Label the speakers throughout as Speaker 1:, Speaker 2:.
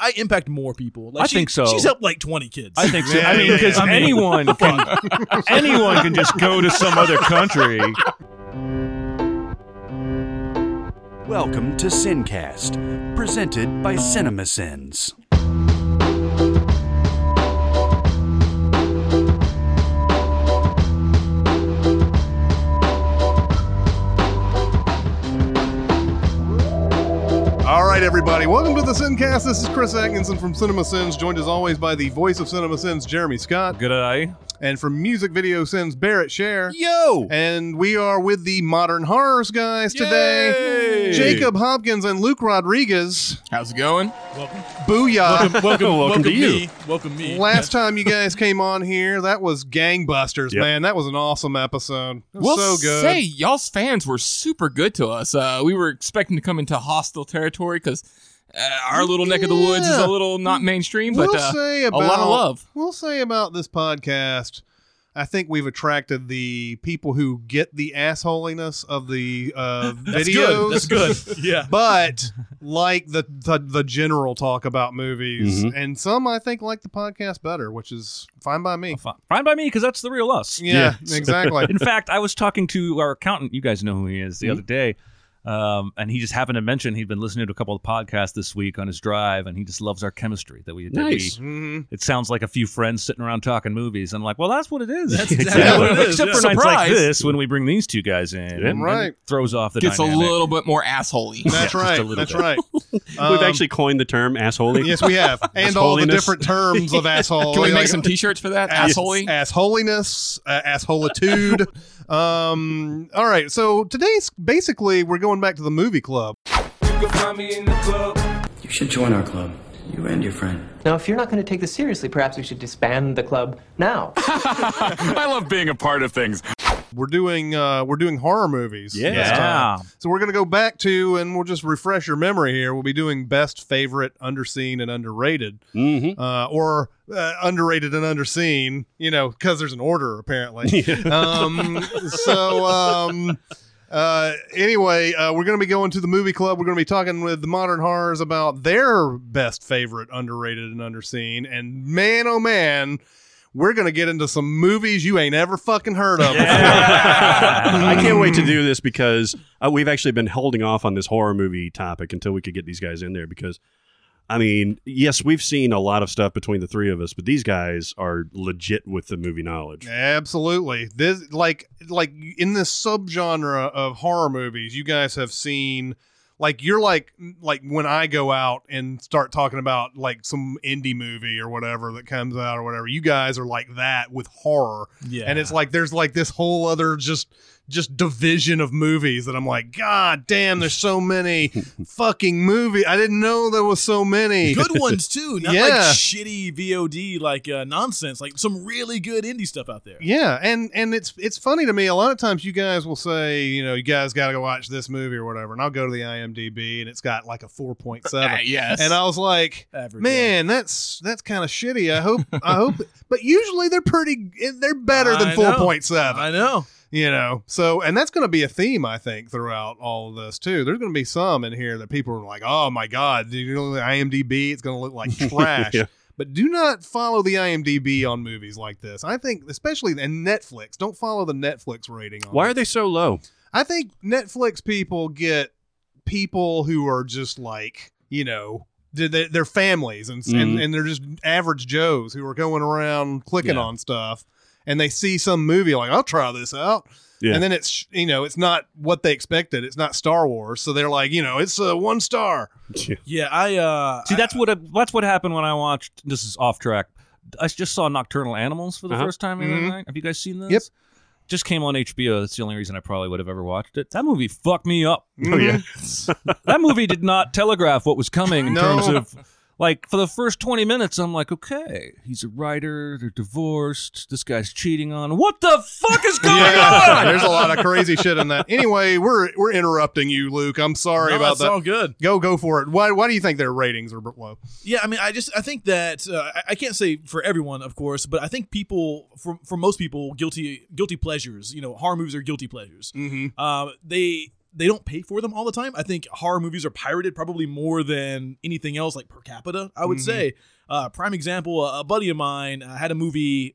Speaker 1: I impact more people. Like
Speaker 2: I
Speaker 1: she-
Speaker 2: think so.
Speaker 1: She's helped like twenty kids.
Speaker 2: I think so.
Speaker 3: Yeah,
Speaker 2: I mean,
Speaker 3: yeah,
Speaker 2: because
Speaker 3: yeah. I mean-
Speaker 2: anyone can, anyone can just go to some other country.
Speaker 4: Welcome to Sincast, presented by CinemaSins.
Speaker 3: All right, everybody. Welcome to the Sincast. This is Chris Atkinson from CinemaSins, joined as always by the voice of CinemaSins, Jeremy Scott,
Speaker 2: Good eye.
Speaker 3: and from Music Video Sins, Barrett Share.
Speaker 1: Yo,
Speaker 3: And we are with the Modern Horrors guys today.
Speaker 1: Yay!
Speaker 3: Jacob Hopkins and Luke Rodriguez.
Speaker 5: How's it going?
Speaker 1: welcome,
Speaker 3: Booyah.
Speaker 1: welcome, welcome,
Speaker 2: welcome to
Speaker 1: me.
Speaker 2: you.
Speaker 1: Welcome me.
Speaker 3: Last time you guys came on here, that was gangbusters, man. That was an awesome episode. It was
Speaker 5: We'll
Speaker 3: so good.
Speaker 5: say y'all's fans were super good to us. Uh, we were expecting to come into hostile territory because uh, our little neck of the woods is
Speaker 3: Yeah.
Speaker 5: a little not mainstream, but
Speaker 3: we'll
Speaker 5: uh,
Speaker 3: say
Speaker 5: a
Speaker 3: about,
Speaker 5: lot of love.
Speaker 3: We'll say about this podcast. I think we've attracted the people who get the assholiness of the uh,
Speaker 1: That's
Speaker 3: videos.
Speaker 1: good. That's good. Yeah.
Speaker 3: But like the, the the general talk about movies, and some I think like the podcast better, which is fine by me.
Speaker 2: Fi- Fine by me, because that's the real us.
Speaker 3: Yeah, exactly.
Speaker 2: In fact, I was talking to our accountant. You guys know who he is. The other day, um, and he just happened to mention he'd been listening to a couple of podcasts this week on his drive, and he just loves our chemistry that we that we-
Speaker 6: Nice.
Speaker 3: Mhm.
Speaker 2: it sounds like a few friends sitting around talking movies. And I'm like, well, that's what it is.
Speaker 1: That's exactly what it is,
Speaker 2: Except
Speaker 1: yeah.
Speaker 2: for nights like
Speaker 5: Surprise.
Speaker 2: this when we bring these two guys in, and- and
Speaker 3: Right.
Speaker 2: it throws off the
Speaker 5: Gets a
Speaker 2: dynamic.
Speaker 5: little bit more assholey.
Speaker 3: That's
Speaker 2: Yeah, just a
Speaker 3: right.
Speaker 2: little
Speaker 3: That's
Speaker 2: bit.
Speaker 3: right.
Speaker 6: We've
Speaker 3: Um,
Speaker 6: actually coined the term assholey.
Speaker 3: yes, we have, and all the
Speaker 6: Assholiness.
Speaker 3: different terms of asshole.
Speaker 5: Can we
Speaker 3: like-
Speaker 5: make some T-shirts for that?
Speaker 3: ass-
Speaker 5: Assholey.
Speaker 3: assholiness, uh, assholitude. um, all right, so today's basically we're going back to the movie club.
Speaker 7: You should join our club. You and your friend.
Speaker 8: Now, if you're not going to take this seriously, perhaps we should disband the club now.
Speaker 6: I love being a part of things.
Speaker 3: We're doing uh, we're doing horror movies.
Speaker 2: Yeah.
Speaker 3: this time. So we're gonna go back to and we'll just refresh your memory here. We'll be doing best favorite underseen and underrated,
Speaker 6: hmm
Speaker 3: uh, or uh, underrated and underseen. You know, because there's an order apparently. um, so. Um, uh, anyway, uh, we're going to be going to the movie club. We're going to be talking with the modern horrors about their best favorite underrated and underseen. And man, oh man, we're going to get into some movies you ain't ever fucking heard of.
Speaker 6: I can't wait to do this because uh, we've actually been holding off on this horror movie topic until we could get these guys in there because. I mean, yes, we've seen a lot of stuff between the three of us, but these guys are legit with the movie knowledge.
Speaker 3: Absolutely. This like like in this subgenre of horror movies, you guys have seen like you're like like when I go out and start talking about like some indie movie or whatever that comes out or whatever, you guys are like that with horror.
Speaker 1: Yeah.
Speaker 3: And it's like there's like this whole other just just division of movies that I'm like, God damn, there's so many fucking movie. I didn't know there was so many.
Speaker 1: good ones too, not like
Speaker 3: Yeah.
Speaker 1: shitty VOD like uh, nonsense. Like some really good indie stuff out there.
Speaker 3: Yeah, and and it's it's funny to me. A lot of times you guys will say, you know, you guys got to go watch this movie or whatever, and I'll go to the IMDb and it's got like a four point
Speaker 5: Ah,
Speaker 3: seven,
Speaker 5: yes.
Speaker 3: and I was like,
Speaker 1: Average,
Speaker 3: man, that's that's kind of shitty. I hope I hope, but usually they're pretty, they're better than
Speaker 1: I
Speaker 3: four
Speaker 1: know.
Speaker 3: point seven,
Speaker 1: I know.
Speaker 3: you know. So, and that's going to be a theme I think throughout all of this too. There's going to be some in here that people are like, oh my god, you know, the IMDb, it's going to look like trash.
Speaker 6: Yeah.
Speaker 3: But do not follow the IMDb on movies like this. I think, especially and Netflix, don't follow the Netflix rating. On
Speaker 6: Why
Speaker 3: it.
Speaker 6: are they so low?
Speaker 3: I think Netflix people get people who are just like you know they- they- they're families and, and
Speaker 6: Mhm.
Speaker 3: and they're just average Joes who are going around clicking
Speaker 2: Yeah.
Speaker 3: on stuff, and they see some movie like I'll try this out,
Speaker 6: Yeah.
Speaker 3: and then it's you know it's not what they expected. It's not Star Wars, so they're like you know it's uh, one star.
Speaker 1: Yeah, I uh,
Speaker 2: See, that's what that's what happened when I watched. This is off track. I just saw Nocturnal Animals for the
Speaker 6: Uh-huh.
Speaker 2: first time the other
Speaker 3: Mhm.
Speaker 2: night. Have you guys seen this?
Speaker 3: Yep.
Speaker 2: Just came on HBO. That's the only reason I probably would have ever watched it. That movie fucked me up.
Speaker 6: Oh, yeah.
Speaker 3: Mm-hmm.
Speaker 2: that movie did not telegraph what was coming in
Speaker 3: No.
Speaker 2: terms of like for the first 20 minutes i'm like okay he's a writer they're divorced this guy's cheating on what the fuck is going
Speaker 3: Yeah,
Speaker 2: on
Speaker 3: there's a lot of crazy shit in that. Anyway, we're we're interrupting you, Luke. I'm sorry
Speaker 1: no,
Speaker 3: about
Speaker 1: it's
Speaker 3: that.
Speaker 1: all good.
Speaker 3: Go go for it. Why why do you think their ratings are low?
Speaker 1: Yeah, I mean, I just I think that uh, I, I can't say for everyone, of course, but I think people for for most people, guilty guilty pleasures. You know, horror movies are guilty pleasures.
Speaker 3: Mm-hmm.
Speaker 1: Uh, they they don't pay for them all the time. I think horror movies are pirated probably more than anything else, like per capita. I would
Speaker 3: Mm-hmm.
Speaker 1: say. Uh, prime example: a, a buddy of mine uh, had a movie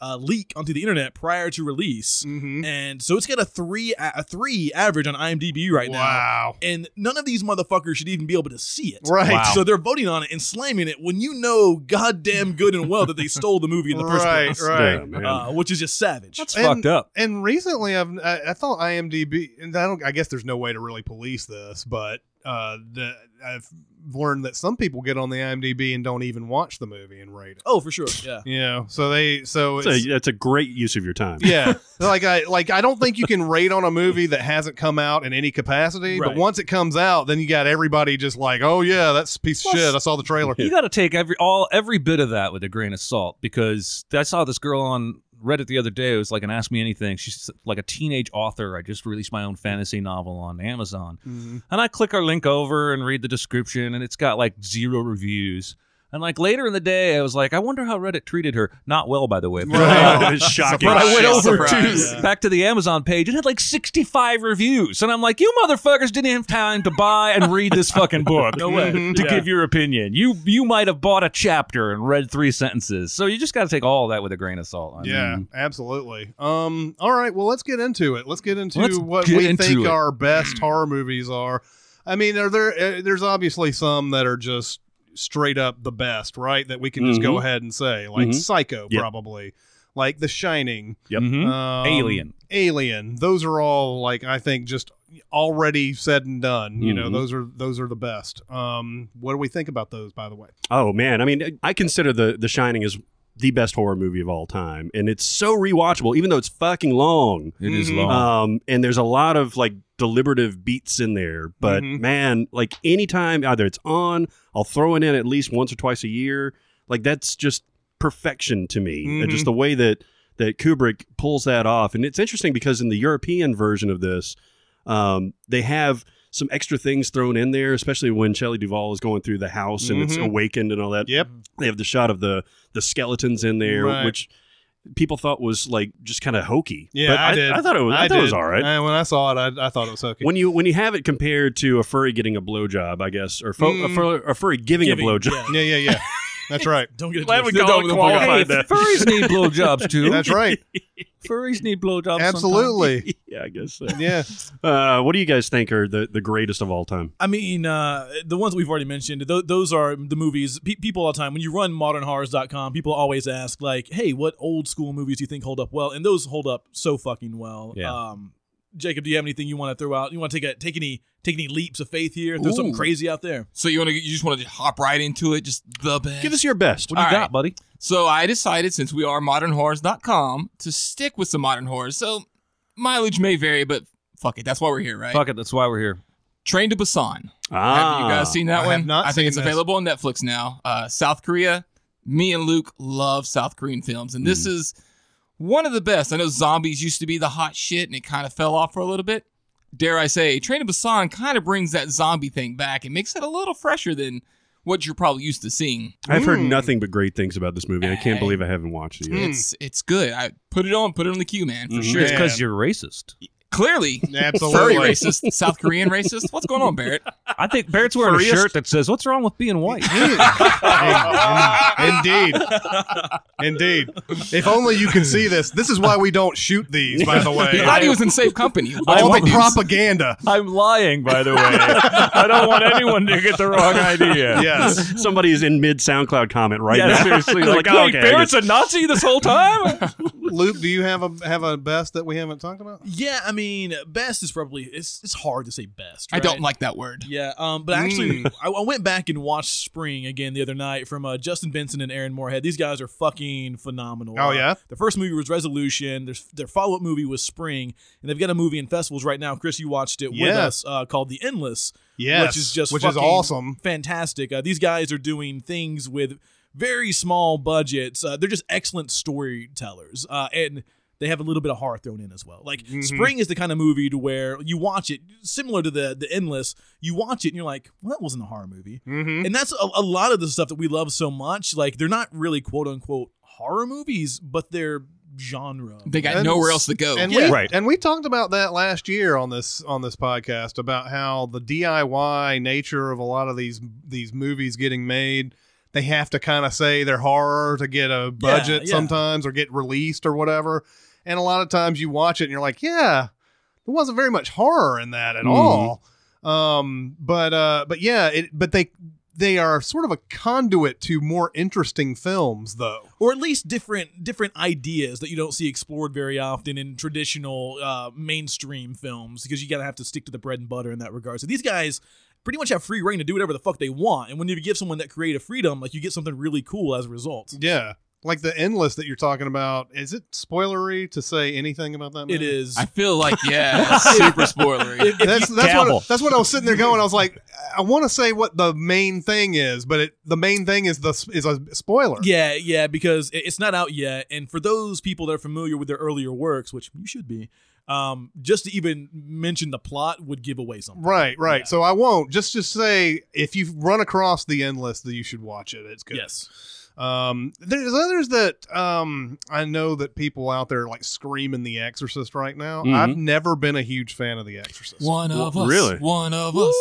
Speaker 1: uh, leak onto the internet prior to release,
Speaker 3: Mhm.
Speaker 1: and so it's got a three a a three average on IMDb right now.
Speaker 3: Wow.
Speaker 1: And none of these motherfuckers should even be able to see it.
Speaker 3: Right.
Speaker 2: Wow.
Speaker 1: So they're voting on it and slamming it when you know goddamn good and well that they stole the movie in the first
Speaker 3: right.
Speaker 1: place.
Speaker 3: Right.
Speaker 6: Yeah, man.
Speaker 1: Uh, which is just savage.
Speaker 2: That's
Speaker 3: And-
Speaker 2: fucked up.
Speaker 3: And recently, I've I, I thought IMDb, and I don't. I guess there's no way to really police this, but uh, the, I've learned that some people get on the IMDb and don't even watch the movie and rate it.
Speaker 1: oh, for sure. Yeah.
Speaker 3: You know, so they so
Speaker 6: It's
Speaker 3: it's,
Speaker 6: a, that's a great use of your time.
Speaker 3: yeah, like I like I don't think you can rate on a movie that hasn't come out in any capacity.
Speaker 1: Right.
Speaker 3: But once it comes out, then you got everybody just like, oh yeah, that's a piece of
Speaker 2: Plus-
Speaker 3: shit. I saw the trailer.
Speaker 2: You got to take every all every bit of that with a grain of salt because I saw this girl on Reddit the other day. It was like an Ask Me Anything. She's like a teenage author. I just released my own fantasy novel on Amazon, and I click her link over and read the description, and it's got like zero reviews. And like later in the day, I was like, I wonder how Reddit treated her. Not well, by the way. But
Speaker 6: Wow, it's shocking.
Speaker 2: I went over
Speaker 5: Surprise.
Speaker 2: to back to the Amazon page and had like 65 reviews, and I'm like, you motherfuckers didn't have time to buy and read this fucking book. no way to
Speaker 1: Yeah.
Speaker 2: give your opinion. You you might have bought a chapter and read three sentences, so you just got to take all that with a grain of salt. I
Speaker 3: Yeah,
Speaker 2: mean,
Speaker 3: absolutely. Um, all right, well, let's get into it. Let's get into
Speaker 2: Let's
Speaker 3: what
Speaker 2: get
Speaker 3: we
Speaker 2: into
Speaker 3: think
Speaker 2: it.
Speaker 3: our best horror movies are. I mean, are there? Uh, there's obviously some that are just straight up the best, right? That we can just go
Speaker 6: Mhm.
Speaker 3: ahead and say, like
Speaker 6: Mhm.
Speaker 3: Psycho,
Speaker 6: Yep. Mm-hmm.
Speaker 3: probably, like The Shining,
Speaker 6: Yep.
Speaker 2: mhm.
Speaker 3: um,
Speaker 2: Alien.
Speaker 3: Alien. Those are all like I think just already said and done. You know,
Speaker 6: Mhm.
Speaker 3: those are those are the best. Um, what do we think about those? By the way,
Speaker 6: Oh man, I mean, I consider the The Shining is the best horror movie of all time, and it's so rewatchable, even though it's fucking long.
Speaker 2: It is
Speaker 3: Mhm.
Speaker 2: long.
Speaker 6: Um, and there's a lot of like deliberative beats in there, but
Speaker 3: Mhm.
Speaker 6: man, like anytime either it's on, I'll throw it in at least once or twice a year. Like that's just perfection to me.
Speaker 3: Mhm.
Speaker 6: And just the way that that Kubrick pulls that off, and it's interesting because in the European version of this, um, they have some extra things thrown in there, especially when Shelley Duvall is going through the house and it's
Speaker 3: Mhm.
Speaker 6: awakened and all that
Speaker 3: yep,
Speaker 6: they have the shot of the the skeletons in there,
Speaker 3: Right.
Speaker 6: which people thought was like just kind of hokey.
Speaker 3: yeah,
Speaker 6: But
Speaker 3: I, did.
Speaker 6: I thought it was. I, thought it was
Speaker 3: did.
Speaker 6: all right.
Speaker 3: And when I saw it, I, I thought it was okay.
Speaker 6: when you when you have it compared to a furry getting a blowjob, I guess, or fo- a,
Speaker 3: Mm.
Speaker 6: furry, a furry giving,
Speaker 1: Giving,
Speaker 6: a blowjob.
Speaker 1: yeah.
Speaker 3: Yeah, yeah, yeah. That's right.
Speaker 1: Don't get it.
Speaker 6: Glad we
Speaker 1: twisted.
Speaker 6: call it
Speaker 1: Don't-
Speaker 6: qualified.
Speaker 2: Hey,
Speaker 6: that.
Speaker 2: furries need blowjobs too.
Speaker 3: That's right.
Speaker 2: Furries need blowjobs.
Speaker 6: Yeah,
Speaker 3: Absolutely.
Speaker 6: I guess. So.
Speaker 3: Yeah.
Speaker 6: Uh, what do you guys think are the, the greatest of all time?
Speaker 1: I mean, uh, the ones we've already mentioned, th- those are the movies. Pe- people all the time, when you run modernhorrors.com, people always ask, like, hey, what old school movies do you think hold up well? And those hold up so fucking well.
Speaker 2: Yeah.
Speaker 1: Um, Jacob, do you have anything you want to throw out? You want to take a take any take any leaps of faith here? There's something
Speaker 5: Ooh.
Speaker 1: crazy out there.
Speaker 5: So you want to? You just want to hop right into it? Just the best.
Speaker 6: Give us your best.
Speaker 2: What do you
Speaker 5: All
Speaker 2: got,
Speaker 5: right.
Speaker 2: buddy?
Speaker 5: So I decided, since we are modernhorrors.com, to stick with some modern horrors. So mileage may vary, but fuck it. That's why we're here, right?
Speaker 2: Fuck it. That's why we're here.
Speaker 5: Train to Busan.
Speaker 6: Ah,
Speaker 5: Have you guys seen that
Speaker 3: I
Speaker 5: one?
Speaker 3: have not
Speaker 5: I think
Speaker 3: seen
Speaker 5: it's
Speaker 3: this.
Speaker 5: available on Netflix now. Uh, South Korea. Me and Luke love South Korean films, and this is one of the best. I know zombies used to be the hot shit, and it kind of fell off for a little bit. Dare I say, Train to Busan kind of brings that zombie thing back and makes it a little fresher than what you're probably used to seeing.
Speaker 6: I've heard
Speaker 3: Mm.
Speaker 6: nothing but great things about this movie. I can't
Speaker 5: Hey. Hmm.
Speaker 6: believe I haven't watched it. Yet.
Speaker 5: It's it's good. I put it on, put it on the queue, man, for
Speaker 6: Mhm.
Speaker 5: sure.
Speaker 2: It's because you're racist.
Speaker 5: Clearly, furry
Speaker 3: Absolutely.
Speaker 5: racist, South Korean racist. What's going on, Barrett?
Speaker 2: I think Barrett's wearing
Speaker 6: Furriest?
Speaker 2: a shirt that says, "What's wrong with being white?"
Speaker 3: Indeed. Indeed. If only you can see this. This is why we don't shoot these, by the
Speaker 5: He
Speaker 3: way.
Speaker 5: thought he was in safe company.
Speaker 3: All
Speaker 2: want
Speaker 3: the
Speaker 2: these.
Speaker 3: propaganda.
Speaker 2: I'm lying, by the way. I don't want anyone to get the wrong idea.
Speaker 3: Yes.
Speaker 6: Somebody is in mid SoundCloud comment right
Speaker 2: yeah,
Speaker 6: now.
Speaker 2: seriously. Like,
Speaker 6: oh,
Speaker 2: wait,
Speaker 6: okay, I
Speaker 2: Barrett's
Speaker 6: guess-
Speaker 2: a Nazi this whole time?
Speaker 3: Luke, do you have a have a best that we haven't talked about?
Speaker 1: Yeah, I mean, best is probably it's it's hard to say best.
Speaker 5: I
Speaker 1: Right?
Speaker 5: don't like that word.
Speaker 1: Yeah, um, but actually, I, I went back and watched Spring again the other night from uh, Justin Benson and Aaron Moorhead. These guys are fucking phenomenal.
Speaker 3: Oh,
Speaker 1: Uh,
Speaker 3: yeah?
Speaker 1: the first movie was Resolution. Their their follow up movie was Spring, and they've got a movie in festivals right now. Chris, you watched it with
Speaker 3: Yeah.
Speaker 1: us uh, called The Endless,
Speaker 3: Yes.
Speaker 1: which is just
Speaker 3: which is
Speaker 1: fucking
Speaker 3: awesome.
Speaker 1: fantastic. Uh, these guys are doing things with very small budgets. Uh, they're just excellent storytellers, uh, and they have a little bit of horror thrown in as well. Like
Speaker 3: Mhm.
Speaker 1: Spring is the kind of movie to where you watch it, similar to the the Endless. You watch it and you're like, well, that wasn't a horror movie.
Speaker 3: Mm-hmm.
Speaker 1: And that's a, a lot of the stuff that we love so much. Like they're not really quote unquote horror movies, but they're genre.
Speaker 5: They got
Speaker 3: And-
Speaker 5: nowhere else to go.
Speaker 3: And
Speaker 1: Yeah.
Speaker 3: we,
Speaker 6: Right.
Speaker 3: and we talked about that last year on this on this podcast about how the DIY nature of a lot of these these movies getting made, they have to kind of say they're horror to get a budget
Speaker 1: yeah.
Speaker 3: sometimes or get released or whatever. And a lot of times you watch it and you're like, yeah, there wasn't very much horror in that
Speaker 1: Mm.
Speaker 3: at all. Um, but uh, but yeah, it, but they they are sort of a conduit to more interesting films though.
Speaker 1: or at least different different ideas that you don't see explored very often in traditional uh, mainstream films because you gotta have to stick to the bread and butter in that regard. So these guys pretty much have free reign to do whatever the fuck they want, and when you give someone that creative freedom, like you get something really cool as a result.
Speaker 3: Yeah. Like the endless that you're talking about, is it spoilery to say anything about that?
Speaker 1: It
Speaker 3: movie?
Speaker 1: is.
Speaker 5: I feel like yeah, it's super spoilery.
Speaker 3: That's that's
Speaker 2: dabble.
Speaker 3: what, that's what I was sitting there going. I was like, I want to say what the main thing is, but it the main thing is the is a spoiler.
Speaker 1: Yeah, yeah, because it- it's not out yet. And for those people that are familiar with their earlier works, which you should be, um, just to even mention the plot would give away something.
Speaker 3: Right, right. So I won't just just say if you run across the endless, that you should watch it. It's good.
Speaker 1: Yes.
Speaker 3: Um, there's others that um, I know that people out there like screaming The Exorcist right now.
Speaker 1: Mm-hmm.
Speaker 3: I've never been a huge fan of The Exorcist.
Speaker 5: One of us.
Speaker 6: really?
Speaker 5: One of us.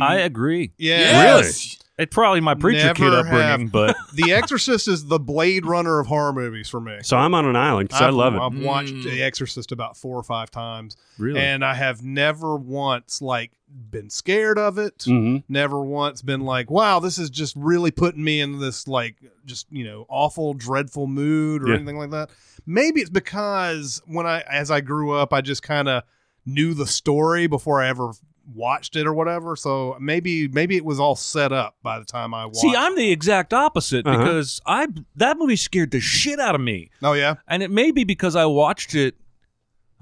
Speaker 2: I agree.
Speaker 3: yeah,
Speaker 5: Yes.
Speaker 2: It's probably my preacher
Speaker 3: Never
Speaker 2: kid upbringing,
Speaker 3: have.
Speaker 2: but
Speaker 3: The Exorcist is the Blade Runner of horror movies for me.
Speaker 6: So I'm on an island because I
Speaker 3: I've-
Speaker 6: love it.
Speaker 3: I've watched
Speaker 5: Mm.
Speaker 3: The Exorcist about four or five times,
Speaker 6: really.
Speaker 3: and I have never once like been scared of it.
Speaker 6: hmm
Speaker 3: Never once been like, "Wow, this is just really putting me in this like just you know awful, dreadful mood" or
Speaker 6: Yeah.
Speaker 3: anything like that. Maybe it's because when I as I grew up, I just kind of knew the story before I ever watched it or whatever. So maybe maybe it was all set up by the time I watched.
Speaker 2: see, I'm the exact opposite
Speaker 6: Uh-huh.
Speaker 2: because I that movie scared the shit out of me.
Speaker 3: oh yeah,
Speaker 2: and it may be because I watched it.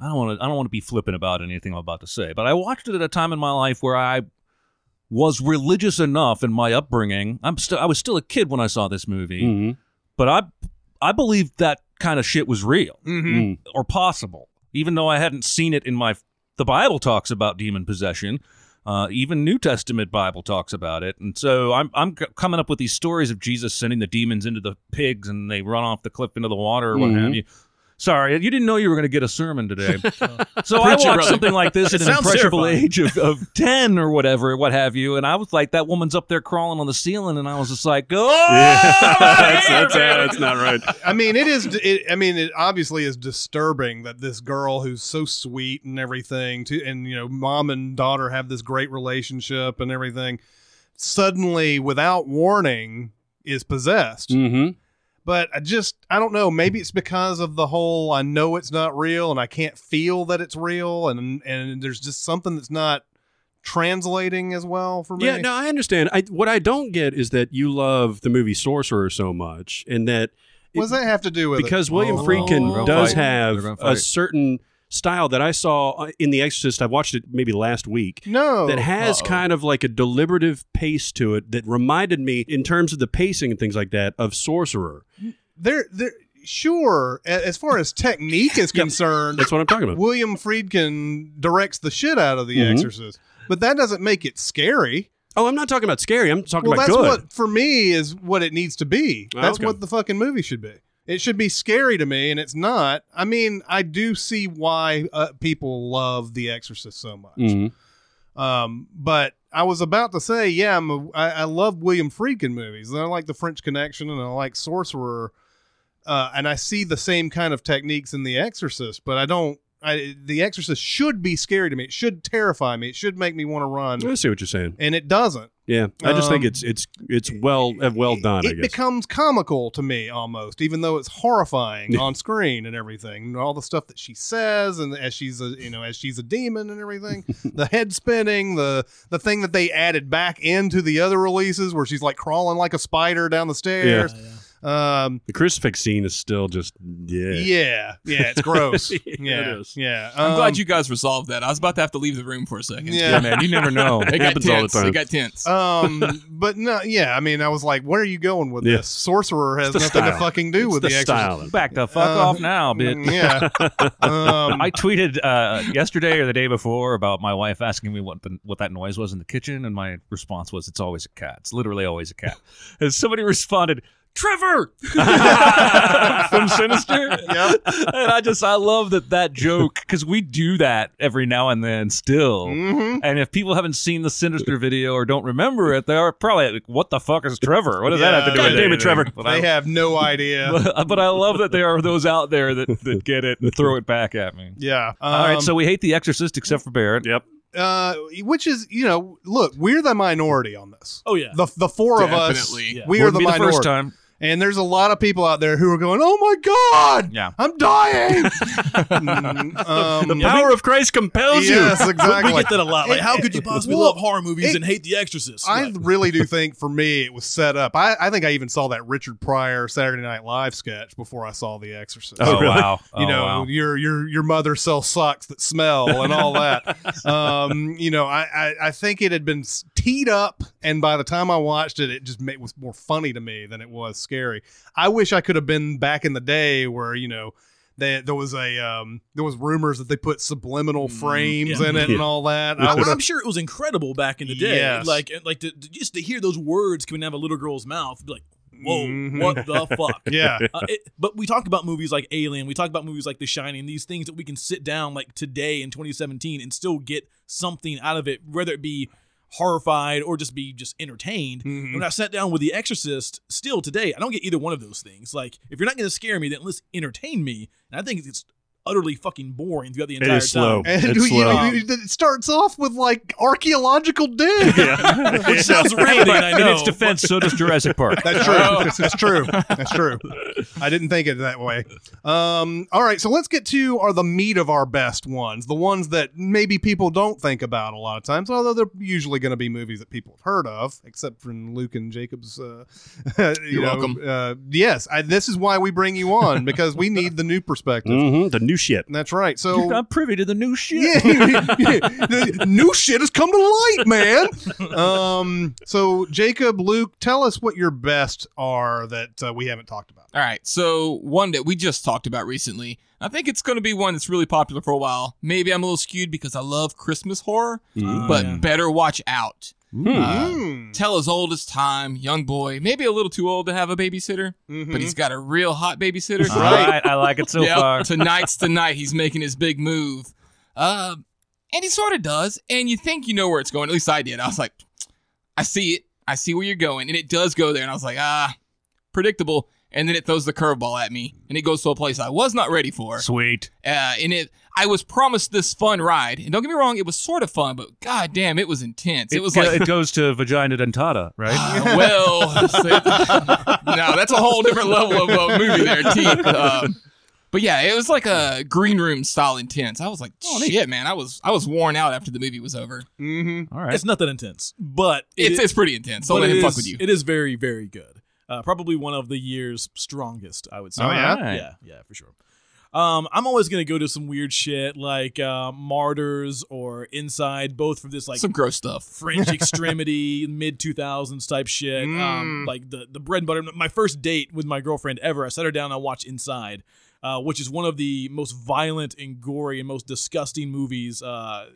Speaker 2: I don't want to. I don't want to be flippant about anything I'm about to say, but I watched it at a time in my life where I was religious enough in my upbringing. I'm still. I was still a kid when I saw this movie,
Speaker 6: hmm
Speaker 2: but I I believed that kind of shit was real
Speaker 3: Mm-hmm.
Speaker 6: Mm.
Speaker 2: or possible, even though I hadn't seen it in my. The Bible talks about demon possession. Uh, even New Testament Bible talks about it, and so I'm I'm c- coming up with these stories of Jesus sending the demons into the pigs, and they run off the cliff into the water or what
Speaker 6: Mhm.
Speaker 2: have you. Sorry, you didn't know you were going to get a sermon today. so I
Speaker 5: Preach it,
Speaker 2: watched
Speaker 5: brother.
Speaker 2: something like this at an
Speaker 1: sounds
Speaker 2: impressionable
Speaker 1: terrifying.
Speaker 2: age of, of ten or whatever, what have you, and I was like, that woman's up there crawling on the ceiling, and I was just like, oh,
Speaker 6: Yeah,
Speaker 2: I'm
Speaker 6: that's,
Speaker 2: here,
Speaker 6: that's,
Speaker 2: man."
Speaker 6: that's not right.
Speaker 3: I mean, it is. It, I mean, it obviously is disturbing that this girl who's so sweet and everything, to and you know, mom and daughter have this great relationship and everything, suddenly without warning is possessed.
Speaker 6: hmm
Speaker 3: But I just, I don't know. Maybe it's because of the whole. I know it's not real, and I can't feel that it's real, and and there's just something that's not translating as well for me.
Speaker 6: Yeah, no, I understand. I, what I don't get is that you love the movie Sorcerer so much, and that
Speaker 3: What does that have to do with it?
Speaker 6: because William
Speaker 5: Oh.
Speaker 6: Friedkin
Speaker 5: They're gonna
Speaker 6: does
Speaker 2: fight. They're
Speaker 6: have
Speaker 2: gonna
Speaker 6: a
Speaker 2: fight.
Speaker 6: certain style that I saw uh, in The Exorcist. I watched it maybe last week.
Speaker 3: no
Speaker 6: that has
Speaker 5: uh-oh.
Speaker 6: kind of like a deliberative pace to it that reminded me, in terms of the pacing and things like that, of Sorcerer.
Speaker 3: they're they're sure a- as far as technique is concerned
Speaker 6: That's what I'm talking about.
Speaker 3: william friedkin directs the shit out of the
Speaker 6: Mhm.
Speaker 3: exorcist but that doesn't make it scary
Speaker 6: Oh, I'm not talking about scary. I'm talking
Speaker 3: well
Speaker 6: about
Speaker 3: that's
Speaker 6: good.
Speaker 3: what for me is what it needs to be
Speaker 6: Oh,
Speaker 3: that's
Speaker 6: okay.
Speaker 3: what the fucking movie should be it should be scary to me and it's not i mean i do see why uh, people love the exorcist so much
Speaker 6: Mhm.
Speaker 3: um, but I was about to say, yeah, I'm a, I, I love William Friedkin movies. And I like The French Connection and I like Sorcerer. Uh, and I see the same kind of techniques in The Exorcist, but I don't. I, the Exorcist should be scary to me. It should terrify me. It should make me want to run,
Speaker 6: I see what you're saying.
Speaker 3: and it doesn't.
Speaker 6: Yeah, I just think
Speaker 3: Um,
Speaker 6: it's it's it's well uh, well done.
Speaker 3: It,
Speaker 6: I guess.
Speaker 3: becomes comical to me almost, even though it's horrifying on screen and everything, and all the stuff that she says, and as she's a you know as she's a demon and everything, the head spinning, the the thing that they added back into the other releases where she's like crawling like a spider down the stairs. Um,
Speaker 6: the crucifix scene is still just yeah.
Speaker 3: yeah, yeah, it's gross. yeah, yeah,
Speaker 6: it is.
Speaker 5: I'm
Speaker 3: Um,
Speaker 5: glad you guys resolved that. I was about to have to leave the room for a second.
Speaker 3: Yeah.
Speaker 2: man, you never know.
Speaker 5: It got
Speaker 6: Happens all the
Speaker 5: tense.
Speaker 6: time.
Speaker 5: It got tense.
Speaker 3: um, but no, yeah. I mean, I was like, where are you going with
Speaker 6: Yeah.
Speaker 3: this? Sorcerer has
Speaker 6: the
Speaker 3: nothing to
Speaker 6: style.
Speaker 3: fucking do
Speaker 6: It's
Speaker 3: with
Speaker 6: the,
Speaker 3: the, Exorcist.
Speaker 6: style.
Speaker 2: "Oh, Back the fuck
Speaker 3: Uh,
Speaker 2: off now, bitch.
Speaker 3: Yeah. um,
Speaker 2: I tweeted uh, yesterday or the day before about my wife asking me what the, what that noise was in the kitchen, and my response was, "It's always a cat. It's literally always a cat." and somebody responded, Trevor from Sinister.
Speaker 3: Yep.
Speaker 2: And I just I love that that joke because we do that every now and then still.
Speaker 3: Mm-hmm.
Speaker 2: And if people haven't seen the Sinister video or don't remember it, they're probably like, "What the fuck is Trevor? What does that have to do
Speaker 3: Yeah.
Speaker 2: with
Speaker 3: God damn
Speaker 6: it, Trevor.
Speaker 2: But
Speaker 3: They
Speaker 2: I,
Speaker 3: have no idea.
Speaker 2: but, but I love that there are those out there that, that get it and throw it back at me.
Speaker 3: yeah.
Speaker 2: All
Speaker 3: Um,
Speaker 2: right, so we hate The Exorcist except for Barrett.
Speaker 6: Yep.
Speaker 3: uh, which is you know, look, we're the minority on this.
Speaker 1: Oh yeah.
Speaker 3: The the four of us,
Speaker 5: Definitely. Yeah.
Speaker 3: we are
Speaker 2: Wouldn't
Speaker 3: the
Speaker 2: be the
Speaker 3: minority.
Speaker 2: first time.
Speaker 3: And there's a lot of people out there who are going, "Oh my god,
Speaker 2: Yeah.
Speaker 3: I'm dying." Mm, um,
Speaker 6: The power of Christ compels you.
Speaker 3: yes, exactly.
Speaker 1: we get that a lot. Like, how could you possibly
Speaker 3: Well,
Speaker 1: love horror movies
Speaker 3: it-
Speaker 1: and hate The Exorcist?
Speaker 3: I
Speaker 1: Like,
Speaker 3: really do think for me it was set up. I, I think I even saw that Richard Pryor Saturday Night Live sketch before I saw The Exorcist.
Speaker 2: Oh, wow.
Speaker 3: you
Speaker 2: Oh,
Speaker 3: know
Speaker 2: wow.
Speaker 3: your your your mother sells socks that smell and all that um you know I, I i think it had been s- teed up and by the time i watched it it just made, was more funny to me than it was scary i wish i could have been back in the day where you know they, there was a um there was rumors that they put subliminal frames
Speaker 1: yeah.
Speaker 3: in it and
Speaker 6: Yeah.
Speaker 3: all that i would
Speaker 1: I'm
Speaker 3: have
Speaker 1: sure it was incredible back in the day.
Speaker 3: Yes.
Speaker 1: Like, like to, to- just to hear those words coming out of a little girl's mouth, be like, "Whoa,
Speaker 3: Mhm.
Speaker 1: what the fuck?"
Speaker 3: yeah
Speaker 1: Uh, it, but we talk about movies like Alien, we talk about movies like The Shining, these things that we can sit down like today in 2017 and still get something out of it, whether it be horrified or just be just entertained.
Speaker 3: Mhm.
Speaker 1: And When I sat down with The Exorcist, still today, I don't get either one of those things. Like, if you're not going to scare me, then at least entertain me. And I think it's utterly fucking boring throughout the
Speaker 6: It
Speaker 1: entire
Speaker 6: is slow.
Speaker 1: time.
Speaker 3: and
Speaker 6: It's
Speaker 3: you know,
Speaker 6: slow.
Speaker 3: you- it starts off with like archaeological dig
Speaker 1: Which sounds random, I
Speaker 2: In
Speaker 1: know.
Speaker 2: its defense, so does Jurassic Park.
Speaker 3: That's
Speaker 5: Oh.
Speaker 3: true. That's true. That's true. I didn't think it that way. Um, all right, so let's get to are the meat of our best ones, the ones that maybe people don't think about a lot of times, although they're usually going to be movies that people have heard of, except for in Luke and Jacob's. Uh, you
Speaker 5: You're
Speaker 3: know,
Speaker 5: welcome.
Speaker 3: Uh, yes, I, this is why we bring you on because we need the new perspective.
Speaker 5: Mm.
Speaker 6: hmm The new shit.
Speaker 3: That's right. So
Speaker 2: I'm privy to the new shit.
Speaker 3: yeah, The new shit has come to light, man. Um, so Jacob, Luke, tell us what your best are that uh, we haven't talked about.
Speaker 5: All right, so one that we just talked about recently, I think it's going to be one that's really popular for a while. Maybe I'm a little skewed because I love Christmas horror, but better watch out. Uh,
Speaker 3: Mm.
Speaker 5: tell as old as time, young boy, maybe a little too old to have a babysitter, but
Speaker 3: Mm-hmm.
Speaker 5: he's got a real hot babysitter.
Speaker 2: All right, I like it so
Speaker 5: Yep,
Speaker 2: far.
Speaker 5: tonight's tonight. He's making his big move. Uh, and he sort of does. And you think you know where it's going. At least I did. I was like, I see it. I see where you're going. And it does go there. And I was like, ah, predictable. And then it throws the curveball at me. And it goes to a place I was not ready for.
Speaker 2: Sweet.
Speaker 5: Uh, and it, I was promised this fun ride. And don't get me wrong, it was sort of fun, but god damn, it was intense. It, was
Speaker 2: go-
Speaker 5: like,
Speaker 2: it goes to vagina dentata, right?
Speaker 5: uh, well, no, that's a whole different level of uh, movie there, T. Um, but yeah, it was like a green room style intense. I was like,
Speaker 1: Oh,
Speaker 5: shit, man, I was I was worn out after the movie was over.
Speaker 2: All right.
Speaker 1: It's not that intense, but
Speaker 5: It's
Speaker 1: it-
Speaker 5: it's pretty intense. Don't
Speaker 1: but
Speaker 5: let
Speaker 1: it
Speaker 5: him fuck
Speaker 1: is-
Speaker 5: with you.
Speaker 1: It is very, very good. Uh, probably one of the year's strongest, I would say.
Speaker 3: Oh, yeah?
Speaker 2: Alright.
Speaker 1: yeah, yeah, for sure. Um, I'm always gonna go to some weird shit like uh, Martyrs or Inside, both for this like
Speaker 5: Some gross stuff.
Speaker 1: French extremity mid 2000s type shit.
Speaker 3: Mm.
Speaker 1: Um, like the the bread and butter. My first date with my girlfriend ever, I sat her down and I watched Inside, uh, which is one of the most violent and gory and most disgusting movies uh,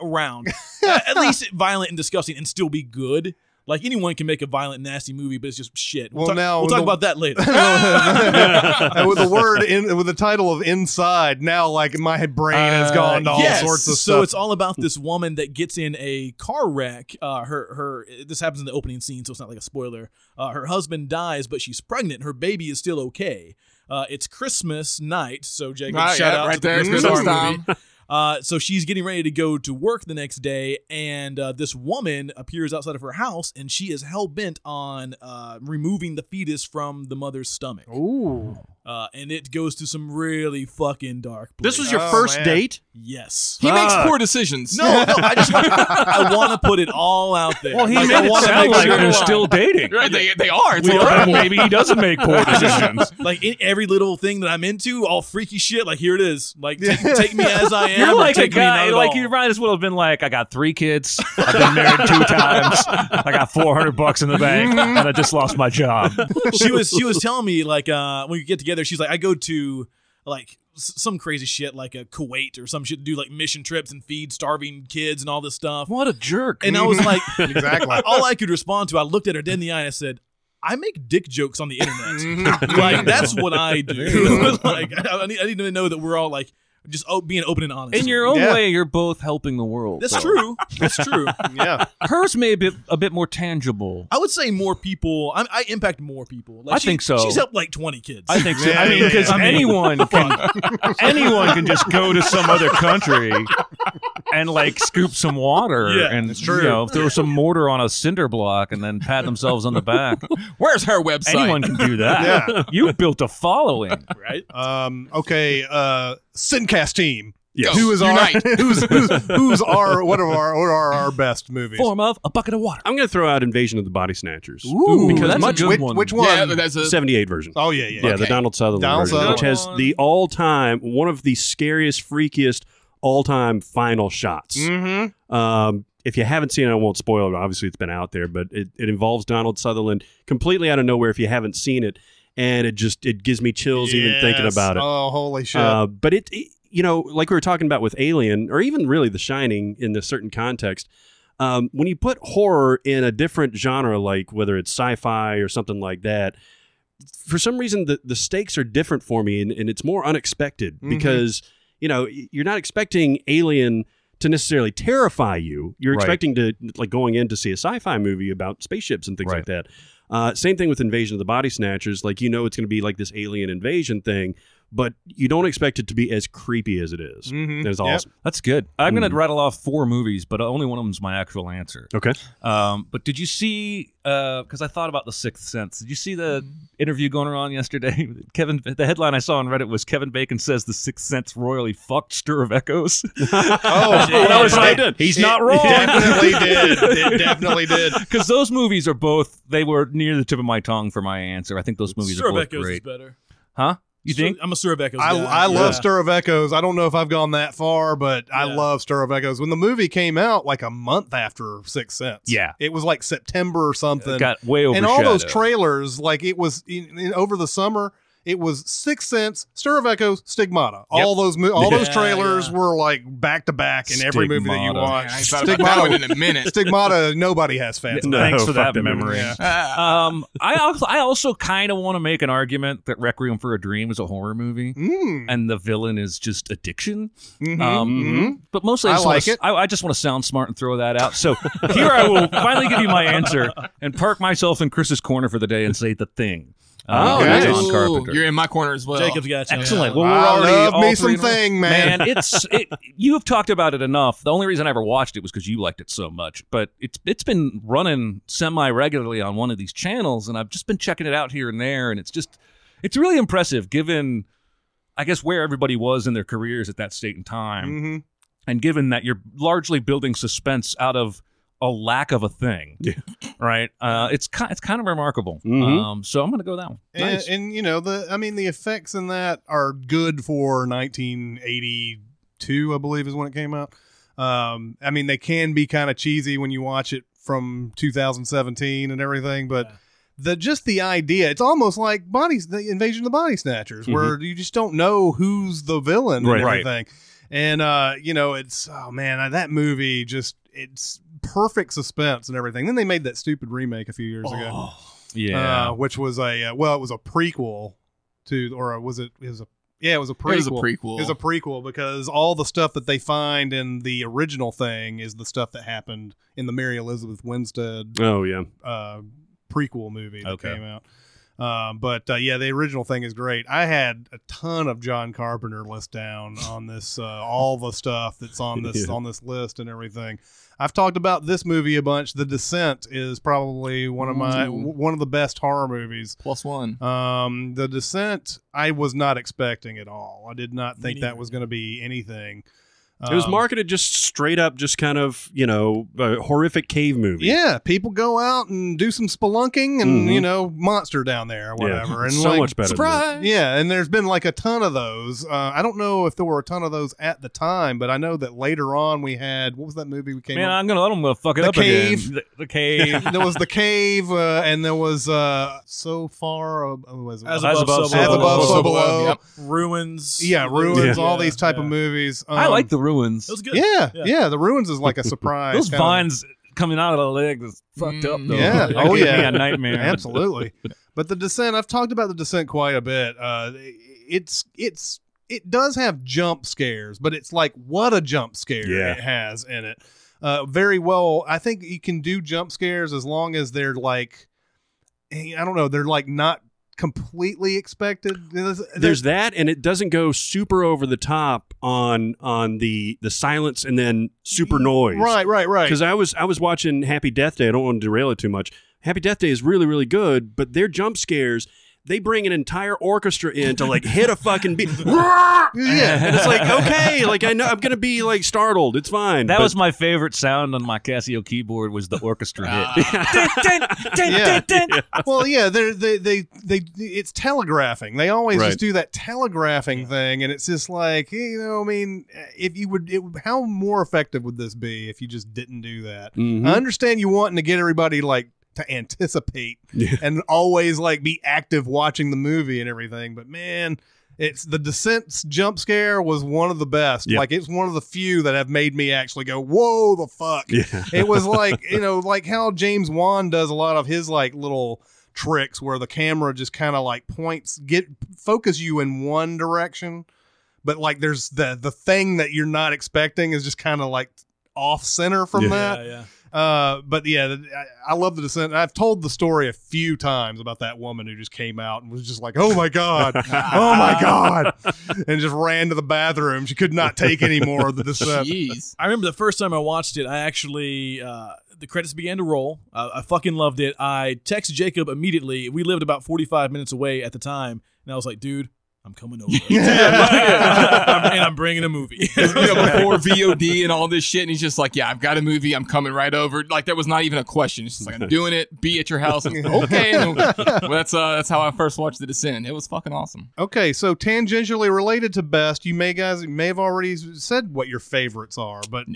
Speaker 1: around. At at least violent and disgusting and still be good. Like anyone can make a violent, nasty movie, but it's just shit. We'll,
Speaker 3: Well,
Speaker 1: talk,
Speaker 3: now
Speaker 1: we'll talk
Speaker 3: the-
Speaker 1: about that later.
Speaker 3: and mm-hmm. with the word in, with the title of inside, now like my brain has gone to all
Speaker 1: Uh, Yes.
Speaker 3: sorts of
Speaker 1: so
Speaker 3: stuff.
Speaker 1: it's all about this woman that gets in a car wreck. Uh, her her this happens in the opening scene, so it's not like a spoiler. Uh, her husband dies, but she's pregnant. Her baby is still okay. Uh, it's Christmas night, so Jacob,
Speaker 5: Ah,
Speaker 1: shout
Speaker 5: yeah,
Speaker 1: out
Speaker 5: right
Speaker 1: to the
Speaker 5: there,
Speaker 1: Christmas
Speaker 5: Christmas
Speaker 1: horror
Speaker 5: time.
Speaker 1: movie. Uh, so she's getting ready to go to work the next day, and uh, this woman appears outside of her house, and she is hell bent on uh, removing the fetus from the mother's stomach. Ooh. Uh, and it goes to some really fucking dark.
Speaker 6: This
Speaker 1: places.
Speaker 6: was your
Speaker 3: Oh,
Speaker 6: first
Speaker 3: man.
Speaker 6: date?
Speaker 1: yes.
Speaker 5: He makes
Speaker 6: Fuck.
Speaker 5: poor decisions.
Speaker 1: No, no, I just I want to put it all out there.
Speaker 2: Well, he
Speaker 1: Like, I
Speaker 2: made it
Speaker 1: wanna
Speaker 2: sound
Speaker 1: make
Speaker 2: like
Speaker 1: sure-
Speaker 2: they're still dating.
Speaker 5: Right, they, they are. It's
Speaker 2: We
Speaker 5: horrible.
Speaker 2: thought maybe he doesn't make poor decisions.
Speaker 1: like in every little thing that I'm into, all freaky shit. Like here it is. Like take, take me as I am.
Speaker 2: You're
Speaker 1: or
Speaker 2: like a
Speaker 1: take me not
Speaker 2: guy,
Speaker 1: at
Speaker 2: like
Speaker 1: all.
Speaker 2: you might as well have been like, I got three kids, I've been married two times, I got 400 bucks in the bank, and I just lost my job.
Speaker 1: she was she was telling me like uh when we get together, she's like I go to like s- some crazy shit like a Kuwait or some shit to do like mission trips and feed starving kids and all this stuff.
Speaker 2: What a jerk.
Speaker 1: And I was like,
Speaker 3: Mm-hmm. exactly.
Speaker 1: all I could respond to, I looked at her dead in the eye and I said, I make dick jokes on the
Speaker 3: Mm-hmm.
Speaker 1: internet. like that's what I do. like I I need, I need to know that we're all like just o- being open and honest.
Speaker 2: In your own
Speaker 3: Yeah.
Speaker 2: way, you're both helping the world.
Speaker 1: that's
Speaker 2: though.
Speaker 1: true. That's true.
Speaker 3: yeah.
Speaker 2: Hers may be a bit more tangible.
Speaker 1: I would say more people. I, I impact more people. Like
Speaker 2: I
Speaker 1: she-
Speaker 2: think so.
Speaker 1: She's helped like twenty kids.
Speaker 2: I think so.
Speaker 3: Yeah,
Speaker 2: I mean,
Speaker 3: yeah,
Speaker 2: because
Speaker 1: yeah.
Speaker 2: anyone can, anyone can just go to some other country and like scoop some water
Speaker 1: Yeah,
Speaker 2: and
Speaker 3: that's true.
Speaker 2: you know throw some mortar on a cinder block and then pat themselves on the back.
Speaker 5: Where's her website?
Speaker 2: Anyone can do that.
Speaker 3: Yeah.
Speaker 2: You've built a following.
Speaker 1: right.
Speaker 3: Um, okay. Uh, Sincast team.
Speaker 5: Go.
Speaker 3: Who is our
Speaker 5: Unite.
Speaker 3: who's, who's who's our what are our what are our best movies?
Speaker 2: Form of a bucket of water.
Speaker 6: I'm going to throw out Invasion of the Body Snatchers,
Speaker 2: Ooh,
Speaker 6: because
Speaker 2: that's
Speaker 6: much-
Speaker 2: a good
Speaker 3: which,
Speaker 2: one.
Speaker 3: which one?
Speaker 5: Yeah, that's a.
Speaker 6: 78 version.
Speaker 3: oh yeah, yeah.
Speaker 6: Yeah,
Speaker 5: okay.
Speaker 6: the Donald Sutherland
Speaker 3: Donald
Speaker 6: version,
Speaker 3: Sutherland.
Speaker 6: which has the all-time one of the scariest, freakiest all-time final shots.
Speaker 3: Mm-hmm.
Speaker 6: Um, if you haven't seen it, I won't spoil it. Obviously, it's been out there, but it, it involves Donald Sutherland completely out of nowhere. If you haven't seen it, and it just it gives me chills even thinking about it.
Speaker 3: Oh, holy shit!
Speaker 6: Uh, but it, it- you know, like we were talking about with Alien, or even really The Shining in a certain context, um, when you put horror in a different genre, like whether it's sci fi or something like that, for some reason the, the stakes are different for me and, and it's more unexpected
Speaker 2: Mm-hmm.
Speaker 3: Mhm.
Speaker 6: because, you know, y- you're not expecting Alien to necessarily terrify you. You're
Speaker 2: Right.
Speaker 6: expecting to, like, going in to see a sci fi movie about spaceships and things
Speaker 2: Right.
Speaker 6: like that. Uh, same thing with Invasion of the Body Snatchers. Like, you know, it's going to be like this alien invasion thing, but you don't expect it to be as creepy as it is.
Speaker 3: Mhm.
Speaker 6: That's
Speaker 3: Yep.
Speaker 6: awesome.
Speaker 2: That's good. I'm going
Speaker 6: Mm.
Speaker 2: to rattle off four movies, but only one of them's my actual answer.
Speaker 6: Okay.
Speaker 2: Um, but did you see? Because I thought about the Sixth Sense. Did you see the interview going around yesterday? Kevin, the headline I saw on Reddit was Kevin Bacon says the Sixth Sense royally fucked Stir of Echoes.
Speaker 3: oh,
Speaker 2: that was like, he's
Speaker 3: It
Speaker 2: not wrong.
Speaker 3: Definitely did. It definitely did.
Speaker 2: Because those movies are both they were near the tip of my tongue for my answer. I think those movies are both
Speaker 1: Surabecos is
Speaker 2: great,
Speaker 1: better.
Speaker 2: huh? You think?
Speaker 1: I'm a Surabecos.
Speaker 3: I,
Speaker 1: guy.
Speaker 3: I
Speaker 1: Yeah.
Speaker 3: love Stir of Echoes. I don't know if I've gone that far, but I
Speaker 1: Yeah.
Speaker 3: love Stir of Echoes. When the movie came out, like a month after Sixth Sense,
Speaker 2: Yeah.
Speaker 3: it was like September or something.
Speaker 2: It got way over.
Speaker 3: and all those trailers, like it was in, in, over the summer. It was Sixth Sense, Stir of Echoes, Stigmata. All those mo- all those
Speaker 1: Yeah,
Speaker 3: trailers
Speaker 1: yeah.
Speaker 3: were like back to back in every movie that you
Speaker 2: Stigmata.
Speaker 5: I
Speaker 3: watch.
Speaker 5: thought about that one
Speaker 3: Stigmata,
Speaker 5: in a minute.
Speaker 3: Stigmata. Nobody has fans.
Speaker 6: No,
Speaker 2: Thanks for
Speaker 6: fuck
Speaker 2: that memory.
Speaker 3: Yeah.
Speaker 5: Ah.
Speaker 2: um, I also, I also kind of want to make an argument that Requiem for a Dream is a horror movie,
Speaker 3: Mm.
Speaker 2: and the villain is just addiction.
Speaker 3: Mhm.
Speaker 2: Um, But mostly, I
Speaker 3: I
Speaker 2: just
Speaker 3: like
Speaker 2: wanna,
Speaker 3: it.
Speaker 2: I, I just want to sound smart and throw that out. So here I will finally give you my answer and park myself in Chris's corner for the day and say the thing. Uh,
Speaker 5: Oh,
Speaker 2: by
Speaker 5: nice.
Speaker 2: John Carpenter.
Speaker 5: You're in my corner as well.
Speaker 1: Jacob's got you.
Speaker 2: Excellent.
Speaker 1: Yeah.
Speaker 2: Well, we're
Speaker 3: I
Speaker 2: already
Speaker 3: love
Speaker 2: all
Speaker 3: me
Speaker 2: three
Speaker 3: some
Speaker 2: in a row.
Speaker 3: thing, man.
Speaker 2: Man, it's it, you've talked about it enough. The only reason I ever watched it was because you liked it so much. But it's it's been running semi regularly on one of these channels, and I've just been checking it out here and there, and it's just it's really impressive given. I guess where everybody was in their careers at that state and time,
Speaker 3: Mhm.
Speaker 2: and given that you're largely building suspense out of a lack of a thing,
Speaker 6: Yeah.
Speaker 2: right? Uh, it's kind it's kind of remarkable.
Speaker 6: Mhm.
Speaker 2: Um, so I'm gonna go that one.
Speaker 3: And, and you know the I mean the effects in that are good for 1982 I believe is when it came out. Um, I mean they can be kind of cheesy when you watch it from 2017 and everything, but the just the idea it's almost like bodies the invasion of the body snatchers where you just don't know who's the villain
Speaker 6: Right.
Speaker 3: and
Speaker 6: Right.
Speaker 3: everything. And uh, you know it's oh man I- that movie just it's perfect suspense and everything. Then they made that stupid remake a few years ago
Speaker 2: Yeah,
Speaker 3: uh, which was a uh, well, it was a prequel to, or was it? It was a yeah, it was a prequel.
Speaker 5: It was a prequel.
Speaker 3: It was a prequel because all the stuff that they find in the original thing is the stuff that happened in the Mary Elizabeth Winstead
Speaker 6: Oh, yeah.
Speaker 3: uh, prequel movie that
Speaker 2: Okay.
Speaker 3: came out. Um, but uh, yeah, the original thing is great. I had a ton of John Carpenter list down on this, uh, all the stuff that's on this
Speaker 6: Yeah.
Speaker 3: on this list and everything. I've talked about this movie a bunch. The Descent is probably one of my
Speaker 5: Ooh.
Speaker 3: w- one of the best horror movies.
Speaker 5: Plus one.
Speaker 3: Um, the Descent, I was not expecting at all. I did not
Speaker 1: Me
Speaker 3: think
Speaker 1: neither.
Speaker 3: that was going to be anything.
Speaker 6: It was
Speaker 3: Um,
Speaker 6: marketed just straight up, just kind of, you know, a horrific cave movie.
Speaker 3: Yeah, people go out and do some spelunking and
Speaker 6: Mhm.
Speaker 3: you know monster down there or
Speaker 6: Yeah.
Speaker 3: whatever. And
Speaker 6: It's so
Speaker 3: like,
Speaker 6: much better. than that.
Speaker 5: Surprise.
Speaker 3: Yeah, and there's been like a ton of those. Uh, I don't know if there were a ton of those at the time, but I know that later on we had what was that movie we came
Speaker 2: man,
Speaker 3: up?
Speaker 2: I'm gonna let them fuck it
Speaker 3: The
Speaker 2: up
Speaker 3: cave.
Speaker 2: again. The, the cave.
Speaker 3: there was the cave, uh, and there was uh, so far uh, what was it?
Speaker 1: As
Speaker 2: As
Speaker 1: above,
Speaker 2: above,
Speaker 1: so
Speaker 2: so
Speaker 3: As
Speaker 1: below.
Speaker 3: above, so below.
Speaker 5: Yep.
Speaker 1: Ruins.
Speaker 3: Yeah, ruins.
Speaker 1: Yeah.
Speaker 3: All these type
Speaker 1: Yeah.
Speaker 3: of movies.
Speaker 2: I
Speaker 3: Um,
Speaker 2: like the ruins.
Speaker 1: That was good.
Speaker 3: Yeah,
Speaker 1: Yeah.
Speaker 3: yeah, the ruins is like a surprise.
Speaker 2: Those
Speaker 3: kind of-
Speaker 2: vines coming out of the leg that's fucked up though.
Speaker 3: Yeah.
Speaker 2: That
Speaker 3: Oh,
Speaker 2: could be
Speaker 3: yeah.
Speaker 2: a nightmare.
Speaker 3: Absolutely. but the descent, I've talked about the descent quite a bit. Uh, it's it's it does have jump scares, but it's like what a jump scare
Speaker 6: Yeah.
Speaker 3: it has in it. Uh, very well. I think you can do jump scares as long as they're like, eh, I don't know, they're like not completely expected. There's,
Speaker 6: there's that and it doesn't go super over the top on on the the silence and then super noise
Speaker 3: right, right, right.
Speaker 6: because i was i was watching happy death day i don't want to derail it too much happy death day is really really good but their jump scares they bring an entire orchestra in to like hit a fucking beat
Speaker 3: Yeah.
Speaker 6: and it's like okay like i know i'm gonna be like startled it's fine
Speaker 2: That
Speaker 6: But-
Speaker 2: was my favorite sound on my Casio keyboard was the orchestra hit.
Speaker 3: Yeah. well, yeah, they're, they they they it's telegraphing. They always
Speaker 6: Right.
Speaker 3: just do that telegraphing thing, and it's just like you know, I mean, if you would, it, how more effective would this be if you just didn't do that?
Speaker 6: Mhm.
Speaker 3: I understand you wanting to get everybody like to anticipate and always like be active watching the movie and everything, but man. It's the descent's jump scare was one of the best.
Speaker 6: Yeah.
Speaker 3: Like it's one of the few that have made me actually go, "Whoa, the fuck!"
Speaker 6: yeah
Speaker 3: it was like you know like how james wan does a lot of his like little tricks where the camera just kind of like points get focus you in one direction but like there's the the thing that you're not expecting is just kind of like off center from
Speaker 6: Yeah.
Speaker 3: that
Speaker 1: yeah.
Speaker 3: uh but yeah the, I, I love the descent And i've told the story a few times about that woman who just came out and was just like oh my god oh my god and just ran to the bathroom she could not take any more of the descent
Speaker 5: Jeez.
Speaker 1: I remember the first time I watched it, I actually, uh, the credits began to roll. Uh, I fucking loved it. I texted Jacob immediately. We lived about 45 minutes away at the time. And I was like, dude, I'm coming over. I'm- and I'm bringing a movie.
Speaker 5: You know, before VOD and all this shit, and he's just like, "Yeah, I've got a movie. I'm coming right over." Like there was not even a question. It's just like, "I'm doing it. Be at your house." And, okay, and then- well, that's uh, that's how I first watched The Descent. It was fucking awesome.
Speaker 3: Okay, so tangentially related to best, you may guys may have already said what your favorites are, but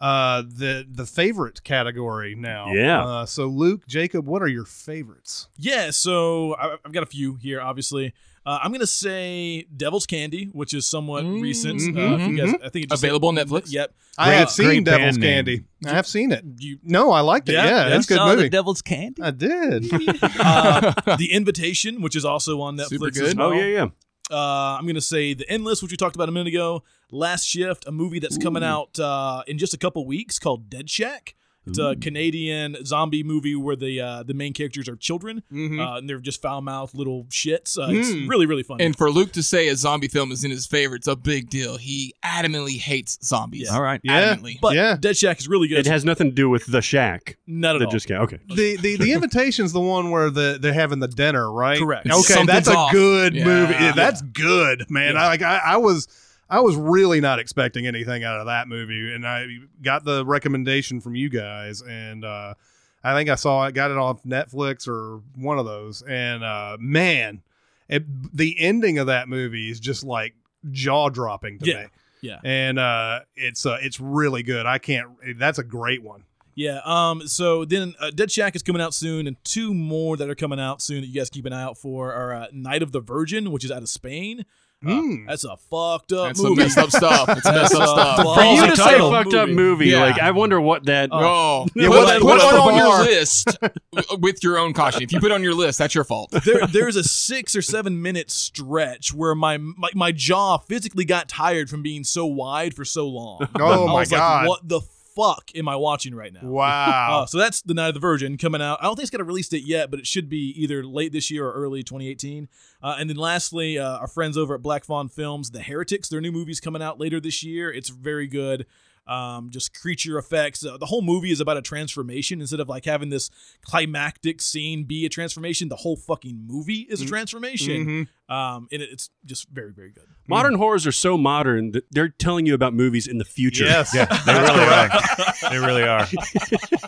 Speaker 3: uh, the the favorite category now.
Speaker 6: Yeah.
Speaker 3: Uh, so Luke, Jacob, what are your favorites?
Speaker 1: Yeah, so I- I've got a few here, obviously. Uh, I'm going to say Devil's Candy, which is somewhat recent.
Speaker 3: Mm-hmm.
Speaker 1: Uh, if you guys, I think it just
Speaker 5: Available on Netflix.
Speaker 1: Yep.
Speaker 3: I have
Speaker 2: Great band
Speaker 3: seen Devil's
Speaker 2: name.
Speaker 3: Candy. I have seen it.
Speaker 1: You,
Speaker 3: No, I liked it.
Speaker 1: Yeah,
Speaker 3: Yeah,
Speaker 1: yeah.
Speaker 3: it's a
Speaker 2: Saw
Speaker 3: good
Speaker 2: the
Speaker 3: movie.
Speaker 2: Devil's Candy.
Speaker 3: I did.
Speaker 1: uh, the Invitation, which is also on Netflix.
Speaker 5: Super
Speaker 1: as
Speaker 5: good.
Speaker 1: well.
Speaker 6: oh yeah yeah
Speaker 1: Uh, I'm gonna say The Endless, which we talked about a minute ago. Last Shift, a movie that's coming out uh, in just a couple weeks called Dead Shack. It's a Canadian zombie movie where the uh, the main characters are children, uh, and they're just foul mouthed little shits. Uh, It's really really funny.
Speaker 5: And for Luke to say a zombie film is in his favorites, a big deal. He adamantly hates zombies.
Speaker 2: All right.
Speaker 3: Yeah.
Speaker 5: Adamantly.
Speaker 1: but
Speaker 3: yeah.
Speaker 1: Dead Shack is really good.
Speaker 6: it
Speaker 1: It's
Speaker 6: has nothing to do with the shack
Speaker 1: not at
Speaker 6: that
Speaker 1: all.
Speaker 6: just came okay
Speaker 3: The, the the invitation's the one where the they're having the dinner, right?
Speaker 1: Correct.
Speaker 3: Okay,
Speaker 5: Something's
Speaker 3: that's a
Speaker 5: off.
Speaker 3: good
Speaker 5: Yeah.
Speaker 3: movie. Yeah,
Speaker 5: Yeah.
Speaker 3: That's good, man. I like I, I was I was really not expecting anything out of that movie, and I got the recommendation from you guys, and uh, I think I saw it, got it off Netflix or one of those, and uh, man, it, the ending of that movie is just like jaw dropping to
Speaker 1: Yeah.
Speaker 3: me.
Speaker 1: Yeah.
Speaker 3: and uh, it's uh, it's really good. I can't. That's a great one.
Speaker 1: Yeah. Um. So then, uh, Dead Shack is coming out soon, and two more that are coming out soon that you guys keep an eye out for are uh, Night of the Virgin, which is out of Spain. Uh,
Speaker 3: Mm.
Speaker 1: That's a fucked up
Speaker 5: That's some
Speaker 1: movie.
Speaker 5: messed up stuff. It's messed up stuff.
Speaker 1: Well,
Speaker 6: for you to say
Speaker 1: title.
Speaker 6: fucked up
Speaker 1: Movie.
Speaker 6: movie
Speaker 5: Yeah.
Speaker 6: like i wonder what that
Speaker 5: Oh,
Speaker 1: Yeah,
Speaker 5: put,
Speaker 1: what-
Speaker 5: put
Speaker 1: what
Speaker 5: it
Speaker 1: about
Speaker 5: on
Speaker 1: the
Speaker 5: your
Speaker 1: bar?
Speaker 5: list w- with your own caution. If you put it on your list, that's your fault.
Speaker 1: there, there's a six or seven minute stretch where my, my my jaw physically got tired from being so wide for so long.
Speaker 3: Oh
Speaker 1: I
Speaker 3: my
Speaker 1: was
Speaker 3: god!
Speaker 1: Like, what the fuck am I watching right now?
Speaker 3: Wow.
Speaker 1: Uh, so that's the Night of the Virgin coming out. I don't think it's got to release date yet, but it should be either late this year or early 2018. Uh, and then lastly, uh, our friends over at Black Fawn Films, The Heretics, their new movie's coming out later this year. It's very good. Um, just creature effects. Uh, the whole movie is about a transformation instead of like having this climactic scene be a transformation. The whole fucking movie is
Speaker 5: Mm-hmm.
Speaker 1: a transformation, um, and it, it's just very, very good.
Speaker 6: Modern horrors are so modern that they're telling you about movies in the future.
Speaker 3: Yes,
Speaker 9: They really are. They really are.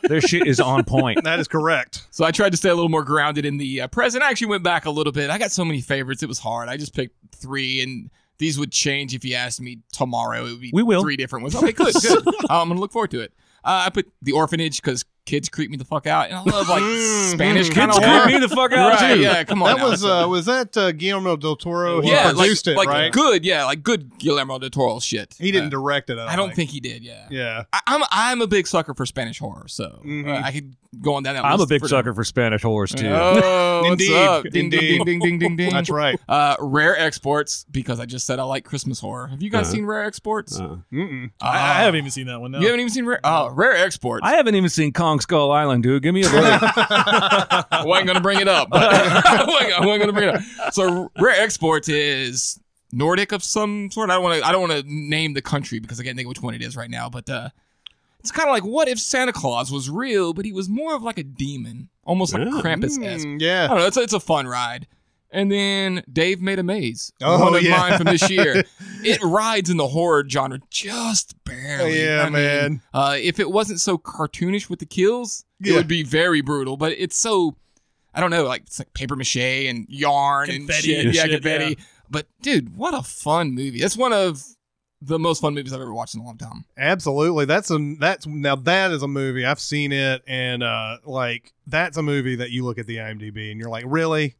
Speaker 2: Their shit is on point.
Speaker 3: that is correct.
Speaker 5: So I tried to stay a little more grounded in the uh, present. I actually went back a little bit. I got so many favorites; it was hard. I just picked three, and these would change if you asked me tomorrow. It would be
Speaker 2: We will.
Speaker 5: Um, three different ones. Okay, good, good. Uh, I'm gonna look forward to it. Uh, I put the orphanage because kids creep me the fuck out, and I love like Spanish kind
Speaker 2: Kids
Speaker 5: of
Speaker 2: creep
Speaker 5: horror.
Speaker 2: me the fuck out
Speaker 5: Right,
Speaker 2: too.
Speaker 5: yeah, come on.
Speaker 3: Mm. That
Speaker 5: now.
Speaker 3: was uh, was that uh, Guillermo del Toro? He
Speaker 5: yeah, like,
Speaker 3: produced
Speaker 5: like
Speaker 3: it, right?
Speaker 5: good, yeah, like good Guillermo del Toro shit.
Speaker 3: He didn't
Speaker 5: Uh,
Speaker 3: direct it. I don't,
Speaker 5: I don't think he did. Yeah,
Speaker 3: Yeah.
Speaker 5: I, I'm I'm a big sucker for Spanish horror, so
Speaker 3: Mhm.
Speaker 5: uh, I could go on that. that
Speaker 2: I'm a
Speaker 5: list
Speaker 2: big
Speaker 5: for-
Speaker 2: sucker for Spanish horrors too.
Speaker 5: Oh, what's
Speaker 3: Indeed.
Speaker 5: up? Ding,
Speaker 3: Indeed.
Speaker 5: ding, ding, ding, ding, ding,
Speaker 3: That's
Speaker 5: ding.
Speaker 3: right.
Speaker 5: Uh, rare exports because I just said I like Christmas horror. Have you guys
Speaker 6: Uh-huh.
Speaker 5: seen Rare Exports?
Speaker 3: Uh-huh.
Speaker 6: Uh,
Speaker 3: Mm-mm.
Speaker 1: I, I
Speaker 5: Uh,
Speaker 1: haven't even seen that one. No.
Speaker 5: You haven't even seen Rare. Oh, Rare Exports.
Speaker 2: I haven't even seen Kong Skull Island, dude. Give me a break.
Speaker 5: I wasn't going to bring it up. But I wasn't- I wasn't going to bring it up. So Rare Exports is Nordic of some sort. I don't want to. I don't want to name the country because I can't think of which one it is right now. But uh, it's kind of like what if Santa Claus was real, but he was more of like a demon, almost like
Speaker 6: Yeah.
Speaker 5: Krampus esque.
Speaker 3: Mm,
Speaker 5: I
Speaker 3: yeah.
Speaker 5: don't know. It's a, it's a fun ride. And then Dave made a maze.
Speaker 3: Oh,
Speaker 5: One of
Speaker 3: yeah.
Speaker 5: mine from this year. it rides in the horror genre just barely.
Speaker 3: Oh, Yeah,
Speaker 5: Oh, mean,
Speaker 3: man.
Speaker 5: uh, if it wasn't so cartoonish with the kills, it
Speaker 3: Yeah.
Speaker 5: would be very brutal. But it's so, I don't know, like it's like paper mache and yarn
Speaker 1: Confetti
Speaker 5: and shit.
Speaker 1: and
Speaker 5: yeah,
Speaker 1: shit,
Speaker 5: confetti. But dude, what a fun movie! That's one of the most fun movies I've ever watched in a long time.
Speaker 3: Absolutely. That's a that's now that is a movie. I've seen it and uh like that's a movie that you look at the IMDb and you're like, "Really?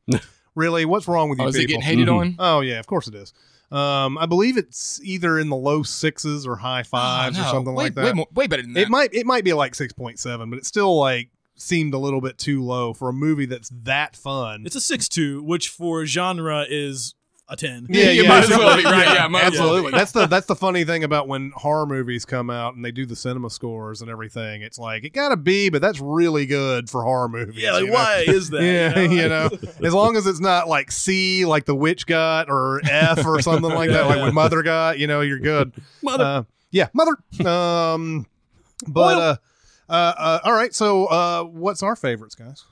Speaker 3: really? What's wrong with you
Speaker 5: Oh, is it
Speaker 3: people?"
Speaker 5: getting hated
Speaker 6: Mhm.
Speaker 5: on?
Speaker 3: oh yeah, of course it is. Um I believe it's either in the low 6s or high 5s
Speaker 5: Oh,
Speaker 3: or
Speaker 5: no.
Speaker 3: something
Speaker 5: way,
Speaker 3: like that.
Speaker 5: Way, more, way better than that.
Speaker 3: It might it might be like 6.7, but it still like seemed a little bit too low for a movie that's that fun.
Speaker 1: It's a six-two, which for genre is a ten.
Speaker 5: Yeah, you might as well be right. Yeah, might as well
Speaker 3: absolutely. That's the that's the funny thing about when horror movies come out and they do the cinema scores and everything. It's like it gotta be, but that's really good for horror movies.
Speaker 1: Yeah, like
Speaker 3: you know?
Speaker 1: why is that?
Speaker 3: Yeah,
Speaker 1: You know?
Speaker 3: you know, as long as it's not like C, like the witch got, or F, or something like that, like
Speaker 1: Yeah.
Speaker 3: with mother got, you know, you're good. Mother, uh, yeah, mother. Um, but uh, uh, uh, all right. So, uh, what's our favorites, guys?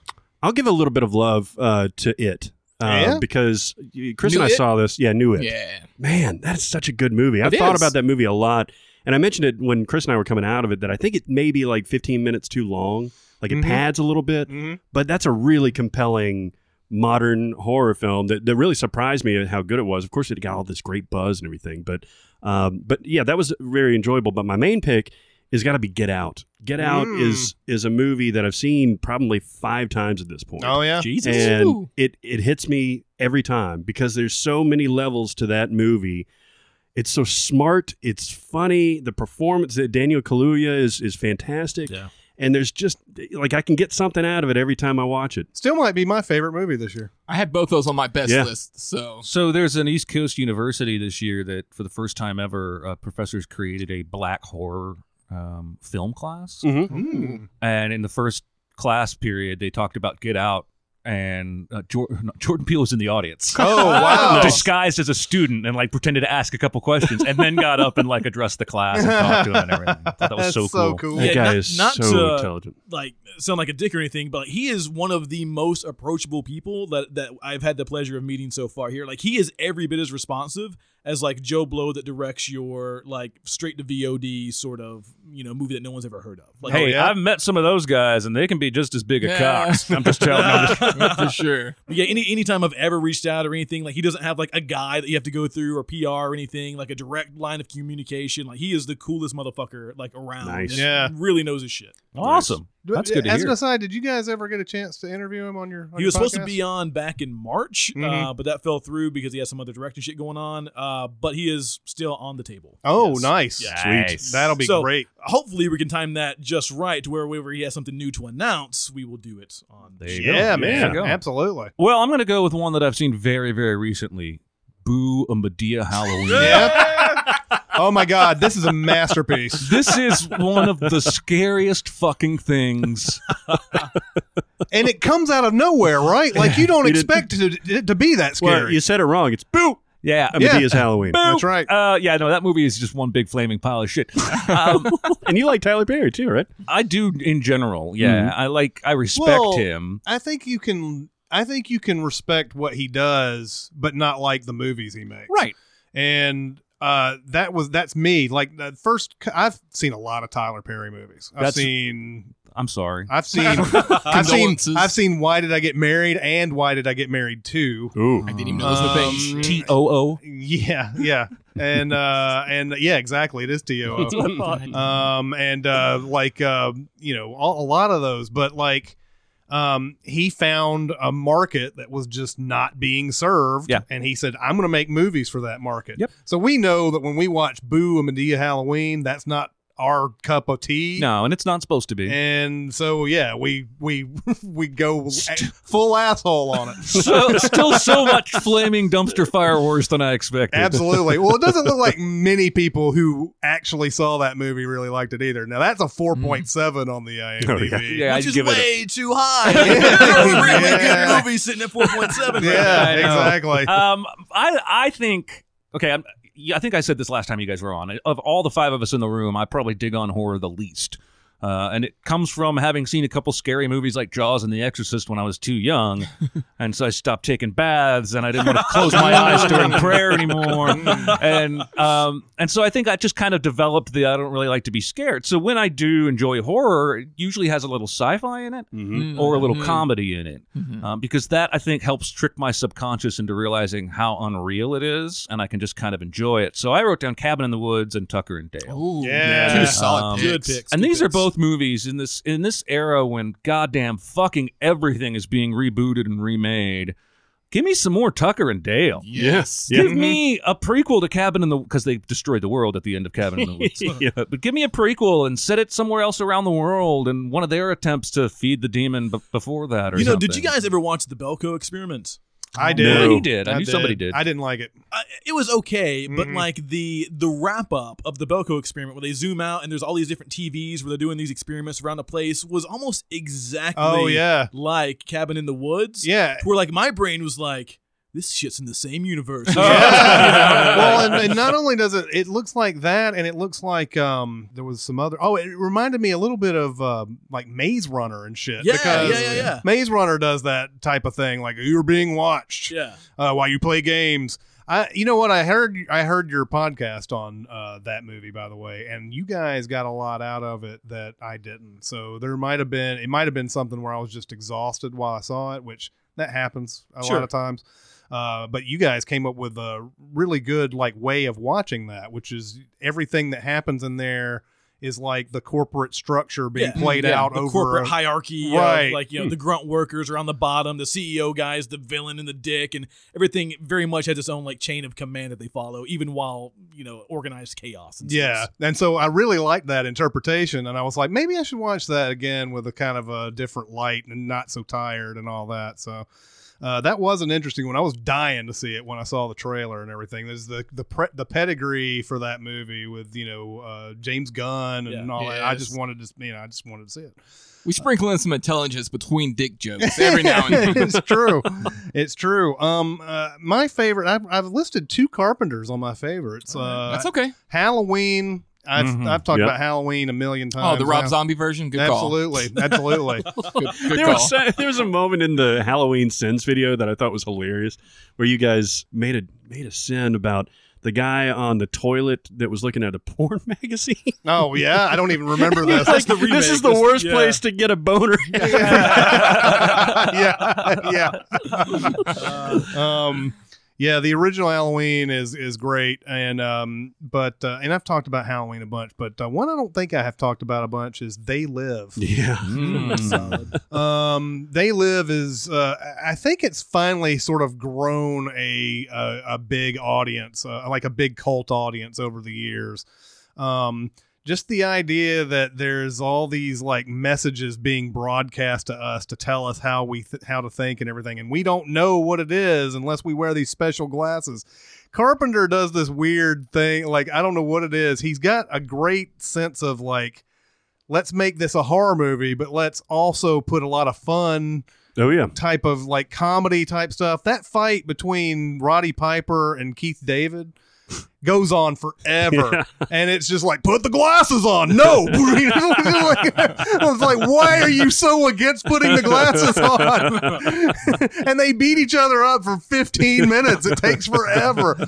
Speaker 6: I'll give a little bit of love uh, to it uh,
Speaker 3: Yeah?
Speaker 6: because y- Chris
Speaker 5: Knew
Speaker 6: and I
Speaker 5: It?
Speaker 6: saw this. Yeah, knew it.
Speaker 5: yeah.
Speaker 6: Man, that's such a good movie. I've
Speaker 5: It
Speaker 6: thought
Speaker 5: is.
Speaker 6: about that movie a lot, and I mentioned it when Chris and I were coming out of it that I think it may be like 15 minutes too long. Like it
Speaker 3: Mhm.
Speaker 6: pads a little bit,
Speaker 3: Mhm.
Speaker 6: but that's a really compelling modern horror film that, that really surprised me at how good it was. Of course, it got all this great buzz and everything, but um, but yeah, that was very enjoyable. But my main pick is got to be Get Out. Get Out
Speaker 3: Mm.
Speaker 6: is is a movie that I've seen probably five times at this point
Speaker 3: Oh yeah,
Speaker 2: Jesus.
Speaker 6: and
Speaker 5: Ooh.
Speaker 6: it it hits me every time because there's so many levels to that movie. It's so smart. It's funny. The performance that Daniel Kaluuya is is fantastic.
Speaker 1: Yeah.
Speaker 6: And there's just like I can get something out of it every time I watch it.
Speaker 3: still might be my favorite movie this year.
Speaker 5: I had both those on my best
Speaker 6: Yeah.
Speaker 5: list. So
Speaker 2: So there's an East Coast university this year that, for the first time ever, uh, professors created a black horror um, film class.
Speaker 3: Hmm. Mm.
Speaker 2: And in the first class period, they talked about Get Out, and uh, Jor- no, Jordan Peele was in the audience.
Speaker 3: Oh wow,
Speaker 2: Disguised as a student and like pretended to ask a couple questions and then got up and like addressed the class and talked to him and everything. I thought that was
Speaker 3: that's
Speaker 2: so, cool.
Speaker 1: Yeah,
Speaker 6: that guy
Speaker 1: not-
Speaker 6: is
Speaker 1: not
Speaker 6: so
Speaker 2: uh,
Speaker 1: to-
Speaker 6: intelligent.
Speaker 1: like sound like a dick or anything, but he is one of the most approachable people that that I've had the pleasure of meeting so far here. Like he is every bit as responsive as like Joe Blow that directs your like straight to VOD sort of you know movie that no one's ever heard of. Like,
Speaker 2: Hey,
Speaker 3: Oh, yeah?
Speaker 2: I've met some of those guys and they can be just as big a
Speaker 5: Yeah.
Speaker 2: cocks. I'm just telling you.
Speaker 5: for sure.
Speaker 1: yeah, any anytime I've ever reached out or anything, like he doesn't have like a guy that you have to go through or PR or anything, like a direct line of communication. Like he is the coolest motherfucker like around.
Speaker 6: Nice.
Speaker 1: and
Speaker 3: Yeah.
Speaker 1: really knows his shit.
Speaker 2: Awesome. That's good to
Speaker 3: As
Speaker 2: hear.
Speaker 3: an aside, did you guys ever get a chance to interview him on your? On
Speaker 1: he
Speaker 3: your
Speaker 1: was supposed to
Speaker 3: podcast?
Speaker 1: be on back in March, uh,
Speaker 3: Mhm.
Speaker 1: but that fell through because he has some other directing shit going on. Uh, but he is still on the table.
Speaker 3: Oh,
Speaker 1: Yes.
Speaker 3: nice.
Speaker 2: Nice.
Speaker 3: That'll be
Speaker 1: So-
Speaker 3: great.
Speaker 1: Hopefully, we can time that just right to where whenever he has something new to announce, we will do it on
Speaker 2: There
Speaker 1: the
Speaker 2: you
Speaker 1: show.
Speaker 2: go.
Speaker 3: Yeah,
Speaker 2: There you
Speaker 3: man.
Speaker 2: go.
Speaker 3: Absolutely.
Speaker 2: Well, I'm going to go with one that I've seen very, very recently. Boo a Medea Halloween.
Speaker 3: Yep. oh my God, this is a masterpiece.
Speaker 2: This is one of the scariest fucking things.
Speaker 3: And it comes out of nowhere, right? Like you don't
Speaker 6: It-
Speaker 3: expect it to, it to be that scary.
Speaker 6: Well, you said it wrong. It's boo.
Speaker 2: Yeah.
Speaker 6: I mean,
Speaker 3: Yeah.
Speaker 6: it is Halloween.
Speaker 2: Boo.
Speaker 3: That's right.
Speaker 2: Uh, yeah, no, that movie is just one big flaming pile of shit. Um,
Speaker 6: and you like Tyler Perry too, right?
Speaker 2: I do in general. Yeah, I like, I respect
Speaker 3: Mm-hmm. Well,
Speaker 2: him.
Speaker 3: I think you can I think you can respect what he does, but not like the movies he makes.
Speaker 2: Right.
Speaker 3: And uh that was that's me. Like the first I've seen a lot of Tyler Perry movies. I've
Speaker 2: That's-
Speaker 3: seen
Speaker 2: I'm sorry.
Speaker 3: I've seen I've seen
Speaker 5: Condolences.
Speaker 3: I've seen Why Did I Get Married and Why Did I Get Married Too.
Speaker 6: Ooh.
Speaker 5: I didn't even know those were
Speaker 3: Um,
Speaker 2: Oh,
Speaker 5: things.
Speaker 2: T O O.
Speaker 3: Yeah, yeah. and uh, and yeah, exactly, it is Tio.
Speaker 2: oh. Uh,
Speaker 3: um, and uh, like uh, you know, a, a lot of those, but like. Um, he found a market that was just not being served,
Speaker 2: Yeah.
Speaker 3: and he said, "I'm going to make movies for that market."
Speaker 2: Yep.
Speaker 3: So we know that when we watch Boo and Medea Halloween, that's not our cup of tea.
Speaker 2: No, and it's not supposed to be.
Speaker 3: And so yeah, we we we go a- full asshole on it.
Speaker 2: so, still so much flaming dumpster fire worse than I expected.
Speaker 3: Absolutely. Well, it doesn't look like many people who actually saw that movie really liked it either. Now that's a 4.7 on the IMDb.
Speaker 2: Mm-hmm. Oh, Yeah,
Speaker 1: Which
Speaker 2: I'd
Speaker 1: is
Speaker 2: give it. a-
Speaker 1: way too high. You're a really
Speaker 3: Yeah.
Speaker 1: good movie sitting at 4.7.
Speaker 3: Yeah,
Speaker 2: I know.
Speaker 3: exactly.
Speaker 2: um, I I think okay. I'm, yeah, I think I said this last time you guys were on. Of all the five of us in the room, I probably dig on horror the least. Uh, and it comes from having seen a couple scary movies like Jaws and The Exorcist when I was too young, and so I stopped taking baths and I didn't want to close my eyes during prayer anymore. And um, and so I think I just kind of developed the I don't really like to be scared. So when I do enjoy horror, it usually has a little sci-fi in it
Speaker 6: Mhm.
Speaker 2: or a little
Speaker 5: Mhm.
Speaker 2: comedy in it
Speaker 5: Mhm.
Speaker 2: um, because that I think helps trick my subconscious into realizing how unreal it is, and I can just kind of enjoy it. So I wrote down Cabin in the Woods and Tucker and Dale.
Speaker 5: Ooh,
Speaker 3: Yeah.
Speaker 5: two
Speaker 2: Um,
Speaker 5: solid
Speaker 1: Good
Speaker 5: picks.
Speaker 1: picks.
Speaker 2: And
Speaker 1: good
Speaker 2: these are
Speaker 1: picks.
Speaker 2: both movies in this in this era when goddamn fucking everything is being rebooted and remade. Give me some more Tucker and Dale.
Speaker 5: Yes.
Speaker 2: Give
Speaker 1: Mm-hmm.
Speaker 2: me a prequel to Cabin in the because they destroyed the world at the end of Cabin in the Woods. Uh, But give me a prequel and set it somewhere else around the world and one of their attempts to feed the demon b- before that. Or
Speaker 1: You know, did you
Speaker 2: something.
Speaker 1: guys ever watch the Belko experiment?
Speaker 3: I
Speaker 2: No,
Speaker 3: did.
Speaker 2: he did. I knew somebody did.
Speaker 3: I didn't like it.
Speaker 1: Uh, it was okay, but
Speaker 3: Mm-mm.
Speaker 1: like the the wrap up of the Belko experiment, where they zoom out and there's all these different TVs where they're doing these experiments around a place, was almost exactly
Speaker 3: Oh yeah.
Speaker 1: like Cabin in the Woods.
Speaker 3: Yeah.
Speaker 1: where like my brain was like, this shit's in the same universe.
Speaker 2: Oh.
Speaker 3: Yeah. well, and, and not only does it, it looks like that, and it looks like um, there was some other. Oh, it reminded me a little bit of um, like Maze Runner and shit.
Speaker 1: Yeah,
Speaker 3: because
Speaker 1: yeah, yeah, yeah.
Speaker 3: Maze Runner does that type of thing, like you're being watched
Speaker 1: yeah.
Speaker 3: uh, while you play games. I, you know what? I heard, I heard your podcast on uh, that movie, by the way, and you guys got a lot out of it that I didn't. So there might have been, it might have been something where I was just exhausted while I saw it, which that happens a
Speaker 1: Sure.
Speaker 3: lot of times. Uh, but you guys came up with a really good like way of watching that, which is everything that happens in there is like the corporate structure being
Speaker 1: Yeah.
Speaker 3: played
Speaker 5: Yeah,
Speaker 3: out
Speaker 1: the
Speaker 3: over
Speaker 1: corporate
Speaker 3: a-
Speaker 1: hierarchy
Speaker 3: Right.
Speaker 1: of like you know the grunt workers are on the bottom the ceo guys the villain and the dick and everything very much has its own like chain of command that they follow even while you know organized chaos and
Speaker 3: Yeah, and so I really liked that interpretation, and I was like, maybe I should watch that again with a kind of a different light and not so tired and all that. So uh, that was an interesting one. I was dying to see it when I saw the trailer and everything. There's the the pre- the pedigree for that movie with you know uh, James Gunn and
Speaker 1: Yeah.
Speaker 3: all that. I
Speaker 5: Yes.
Speaker 3: just wanted to you know I just wanted to see it.
Speaker 5: We sprinkle in some intelligence between dick jokes every now and then.
Speaker 3: it's true. It's true. Um, uh, my favorite. I've, I've listed two Carpenters on my favorites. Uh,
Speaker 5: That's okay.
Speaker 3: Halloween. I've
Speaker 2: Mhm.
Speaker 3: I've talked
Speaker 6: Yep.
Speaker 3: about Halloween a million
Speaker 5: Oh,
Speaker 3: times.
Speaker 5: the Rob
Speaker 3: now.
Speaker 5: Zombie version. Good call.
Speaker 3: absolutely, absolutely.
Speaker 5: Good, good
Speaker 6: there
Speaker 5: call.
Speaker 6: was a, there was a moment in the Halloween sins video that I thought was hilarious, where you guys made a made a sin about the guy on the toilet that was looking at a porn magazine.
Speaker 3: oh yeah, I don't even remember this.
Speaker 6: Like, this is the
Speaker 1: This-
Speaker 6: worst
Speaker 1: yeah.
Speaker 6: place to get a boner.
Speaker 3: yeah, yeah. um, yeah, the original Halloween is is great, and um, but uh, and I've talked about Halloween a bunch, but uh, one I don't think I have talked about a bunch is They Live.
Speaker 6: yeah.
Speaker 3: um they live is uh i I think it's finally sort of grown a a, a big audience uh, like a big cult audience over the years um just the idea that there's all these like messages being broadcast to us to tell us how we th- how to think and everything and we don't know what it is unless we wear these special glasses carpenter does this weird thing like i don't know what it is he's got a great sense of like let's make this a horror movie but let's also put a lot of fun
Speaker 6: Oh yeah.
Speaker 3: type of like comedy type stuff. That fight between Roddy Piper and Keith David goes on forever. And it's just like, put the glasses on. No. I was like, why are you so against putting the glasses on? and they beat each other up for 15 minutes. It takes forever.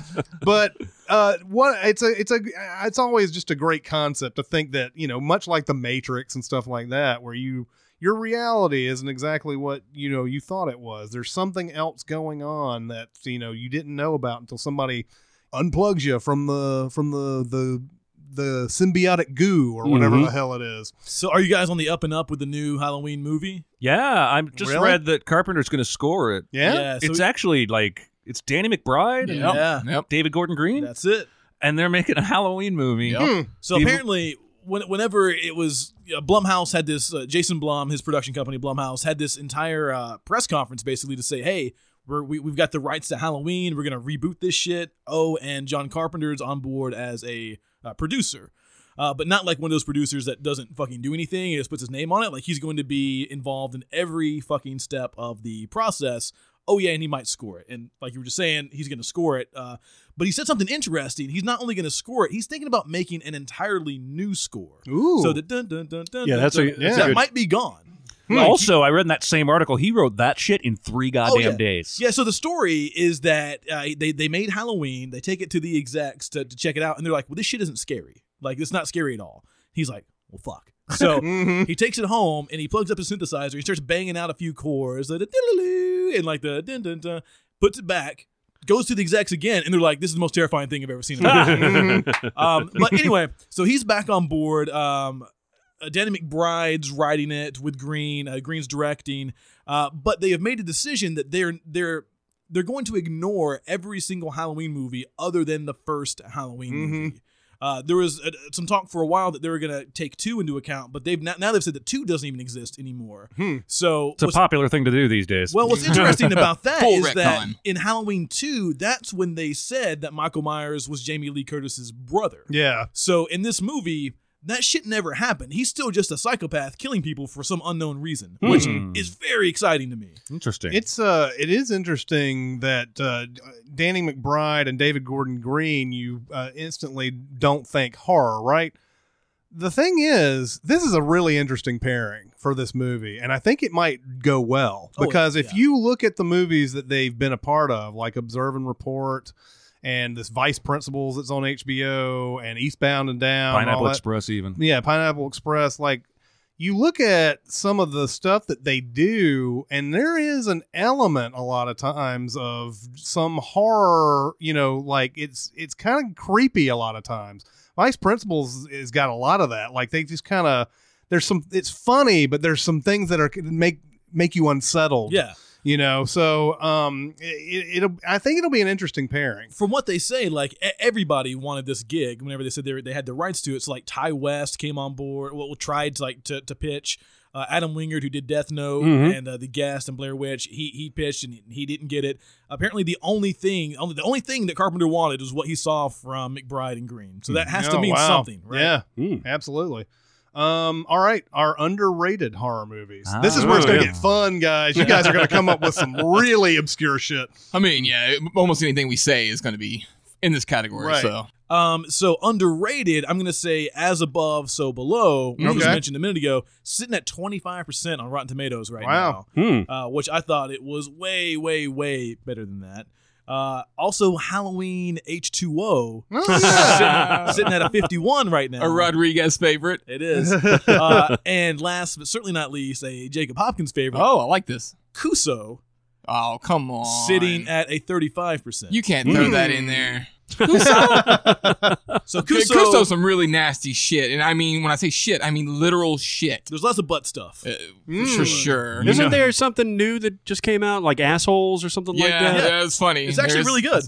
Speaker 3: But uh, what it's a it's a it's always just a great concept to think that, you know, much like the Matrix and stuff like that, where you your reality isn't exactly what you know you thought it was there's something else going on that you know you didn't know about until somebody unplugs you from the from the the the symbiotic goo or whatever
Speaker 1: Mm-hmm.
Speaker 6: Mhm.
Speaker 3: the hell it is.
Speaker 1: So, are you guys on the up and up with the new Halloween movie?
Speaker 2: Yeah, I just
Speaker 3: Really?
Speaker 2: read that Carpenter's going to score it.
Speaker 3: Yeah.
Speaker 1: Yeah, so-
Speaker 2: it's actually like it's Danny McBride and
Speaker 5: Yep.
Speaker 1: Yeah.
Speaker 5: Yep.
Speaker 2: David Gordon Green,
Speaker 1: That's it.
Speaker 2: and they're making a Halloween movie.
Speaker 5: Yep.
Speaker 1: So
Speaker 2: People-
Speaker 1: apparently, when, whenever it was uh, Blumhouse had this, uh, Jason Blum, his production company Blumhouse, had this entire uh, press conference basically to say, "Hey, we're, we we've got the rights to Halloween. We're gonna reboot this shit." Oh, and John Carpenter's on board as a uh, producer. Uh, but not like one of those producers that doesn't fucking do anything. He just puts his name on it. Like he's going to be involved in every fucking step of the process. Oh yeah, and he might score it. And like you were just saying, he's going to score it. Uh, but he said something interesting. He's not only going to score it, he's thinking about making an entirely new score.
Speaker 3: Ooh.
Speaker 1: So the dun dun dun dun.
Speaker 6: Yeah,
Speaker 1: dun,
Speaker 6: that's a-
Speaker 1: dun,
Speaker 6: that's
Speaker 3: a
Speaker 1: that
Speaker 6: good-
Speaker 1: might be gone.
Speaker 3: Hmm.
Speaker 2: Also, I read in that same article he wrote that shit in
Speaker 3: Oh,
Speaker 2: three goddamn
Speaker 1: yeah.
Speaker 2: days.
Speaker 1: Yeah, so the story is that uh, they they made Halloween. They take it to the execs to, to check it out, and they're like, "Well, this shit isn't scary. Like, it's not scary at all." He's like, "Well, fuck." So
Speaker 3: Mm-hmm.
Speaker 1: he takes it home and he plugs up his synthesizer. He starts banging out a few chords, like, the diddle-loo, and like the dun dun dun, puts it back, goes to the execs again, and they're like, "This is the most terrifying thing I've ever seen." In my life." um, but anyway, so he's back on board. Um, uh, Danny McBride's writing it with Green. Uh, Green's directing, uh, but they have made a decision that they're they're they're going to ignore every single Halloween movie other than the first Halloween
Speaker 5: Mm-hmm.
Speaker 1: movie. Uh, there was uh, some talk for a while that they were going to take two into account, but they've not, now they've said that two doesn't even exist anymore.
Speaker 5: Hmm.
Speaker 1: So
Speaker 2: It's a
Speaker 1: what's-
Speaker 2: popular thing to do these days.
Speaker 1: well, what's interesting about that
Speaker 5: Full
Speaker 1: is that
Speaker 5: retcon.
Speaker 1: in Halloween 2, that's when they said that Michael Myers was Jamie Lee Curtis's brother.
Speaker 3: Yeah.
Speaker 1: So in this movie, that shit never happened. He's still just a psychopath killing people for some unknown reason, which
Speaker 3: Hmm.
Speaker 1: is very exciting to me.
Speaker 2: interesting.
Speaker 3: It's uh, it is interesting that uh, Danny McBride and David Gordon Green, you uh, instantly don't think horror, right? The thing is, this is a really interesting pairing for this movie, and I think it might go well
Speaker 1: Oh,
Speaker 3: because if
Speaker 1: yeah.
Speaker 3: you look at the movies that they've been a part of, like Observe and Report, and this Vice Principals that's on HBO, and Eastbound and Down, and all
Speaker 2: Pineapple
Speaker 3: that-
Speaker 2: Express, even.
Speaker 3: yeah, Pineapple Express. Like you look at some of the stuff that they do, and there is an element a lot of times of some horror. You know, like it's it's kind of creepy a lot of times. Vice Principals has got a lot of that. Like they just kind of there's some it's funny, but there's some things that are make make you unsettled.
Speaker 1: Yeah.
Speaker 3: you know. So um, it, it'll I think it'll be an interesting pairing.
Speaker 1: From what they say, like e- everybody wanted this gig whenever they said they, were- they had the rights to it. So like Ty West came on board, well, tried to like to, to pitch. Uh, Adam Wingard, who did Death Note
Speaker 3: Mm-hmm.
Speaker 1: and uh, The Guest and Blair Witch, he he pitched and he didn't get it. Apparently, the only thing, only, the only thing that Carpenter wanted was what he saw from McBride and Green. So that has to
Speaker 3: Oh,
Speaker 1: mean
Speaker 3: wow.
Speaker 1: something, right?
Speaker 3: Yeah,
Speaker 6: Mm.
Speaker 3: absolutely. Um, all right, our underrated horror movies.
Speaker 2: Ah.
Speaker 3: this is where it's going
Speaker 6: Oh,
Speaker 3: to
Speaker 6: yeah.
Speaker 3: get fun, guys. You guys are going to come up with some really obscure shit.
Speaker 5: I mean, yeah, almost anything we say is going to be in this category.
Speaker 3: Right.
Speaker 5: So
Speaker 1: Um, so underrated, I'm gonna say as above, so below, which was
Speaker 3: Okay.
Speaker 1: mentioned a minute ago, sitting at 25% on Rotten Tomatoes right
Speaker 3: Wow.
Speaker 6: Hmm.
Speaker 1: now, uh, which I thought it was way, way, way better than that. Uh, also Halloween H2O
Speaker 3: Oh, yeah.
Speaker 1: sitting at a 51 right now.
Speaker 5: a Rodriguez favorite.
Speaker 1: It is. Uh, and last but certainly not least, a Jacob Hopkins favorite,
Speaker 5: Oh, I like this.
Speaker 1: Cuso,
Speaker 5: Oh, come on.
Speaker 1: sitting at a 35%.
Speaker 5: You can't throw that
Speaker 1: Hmm.
Speaker 5: in there.
Speaker 1: so
Speaker 5: Cuso,
Speaker 1: Cuso,
Speaker 5: Cuso's some really nasty shit, and I mean when I say shit, I mean literal shit.
Speaker 1: there's lots of butt stuff.
Speaker 5: Uh,
Speaker 3: Hmm.
Speaker 1: Hmm.
Speaker 5: For sure.
Speaker 6: Isn't there something new that just came out, like assholes or something
Speaker 5: Yeah,
Speaker 6: like that?
Speaker 5: yeah, it's funny.
Speaker 1: It's actually
Speaker 5: There's-
Speaker 1: really good.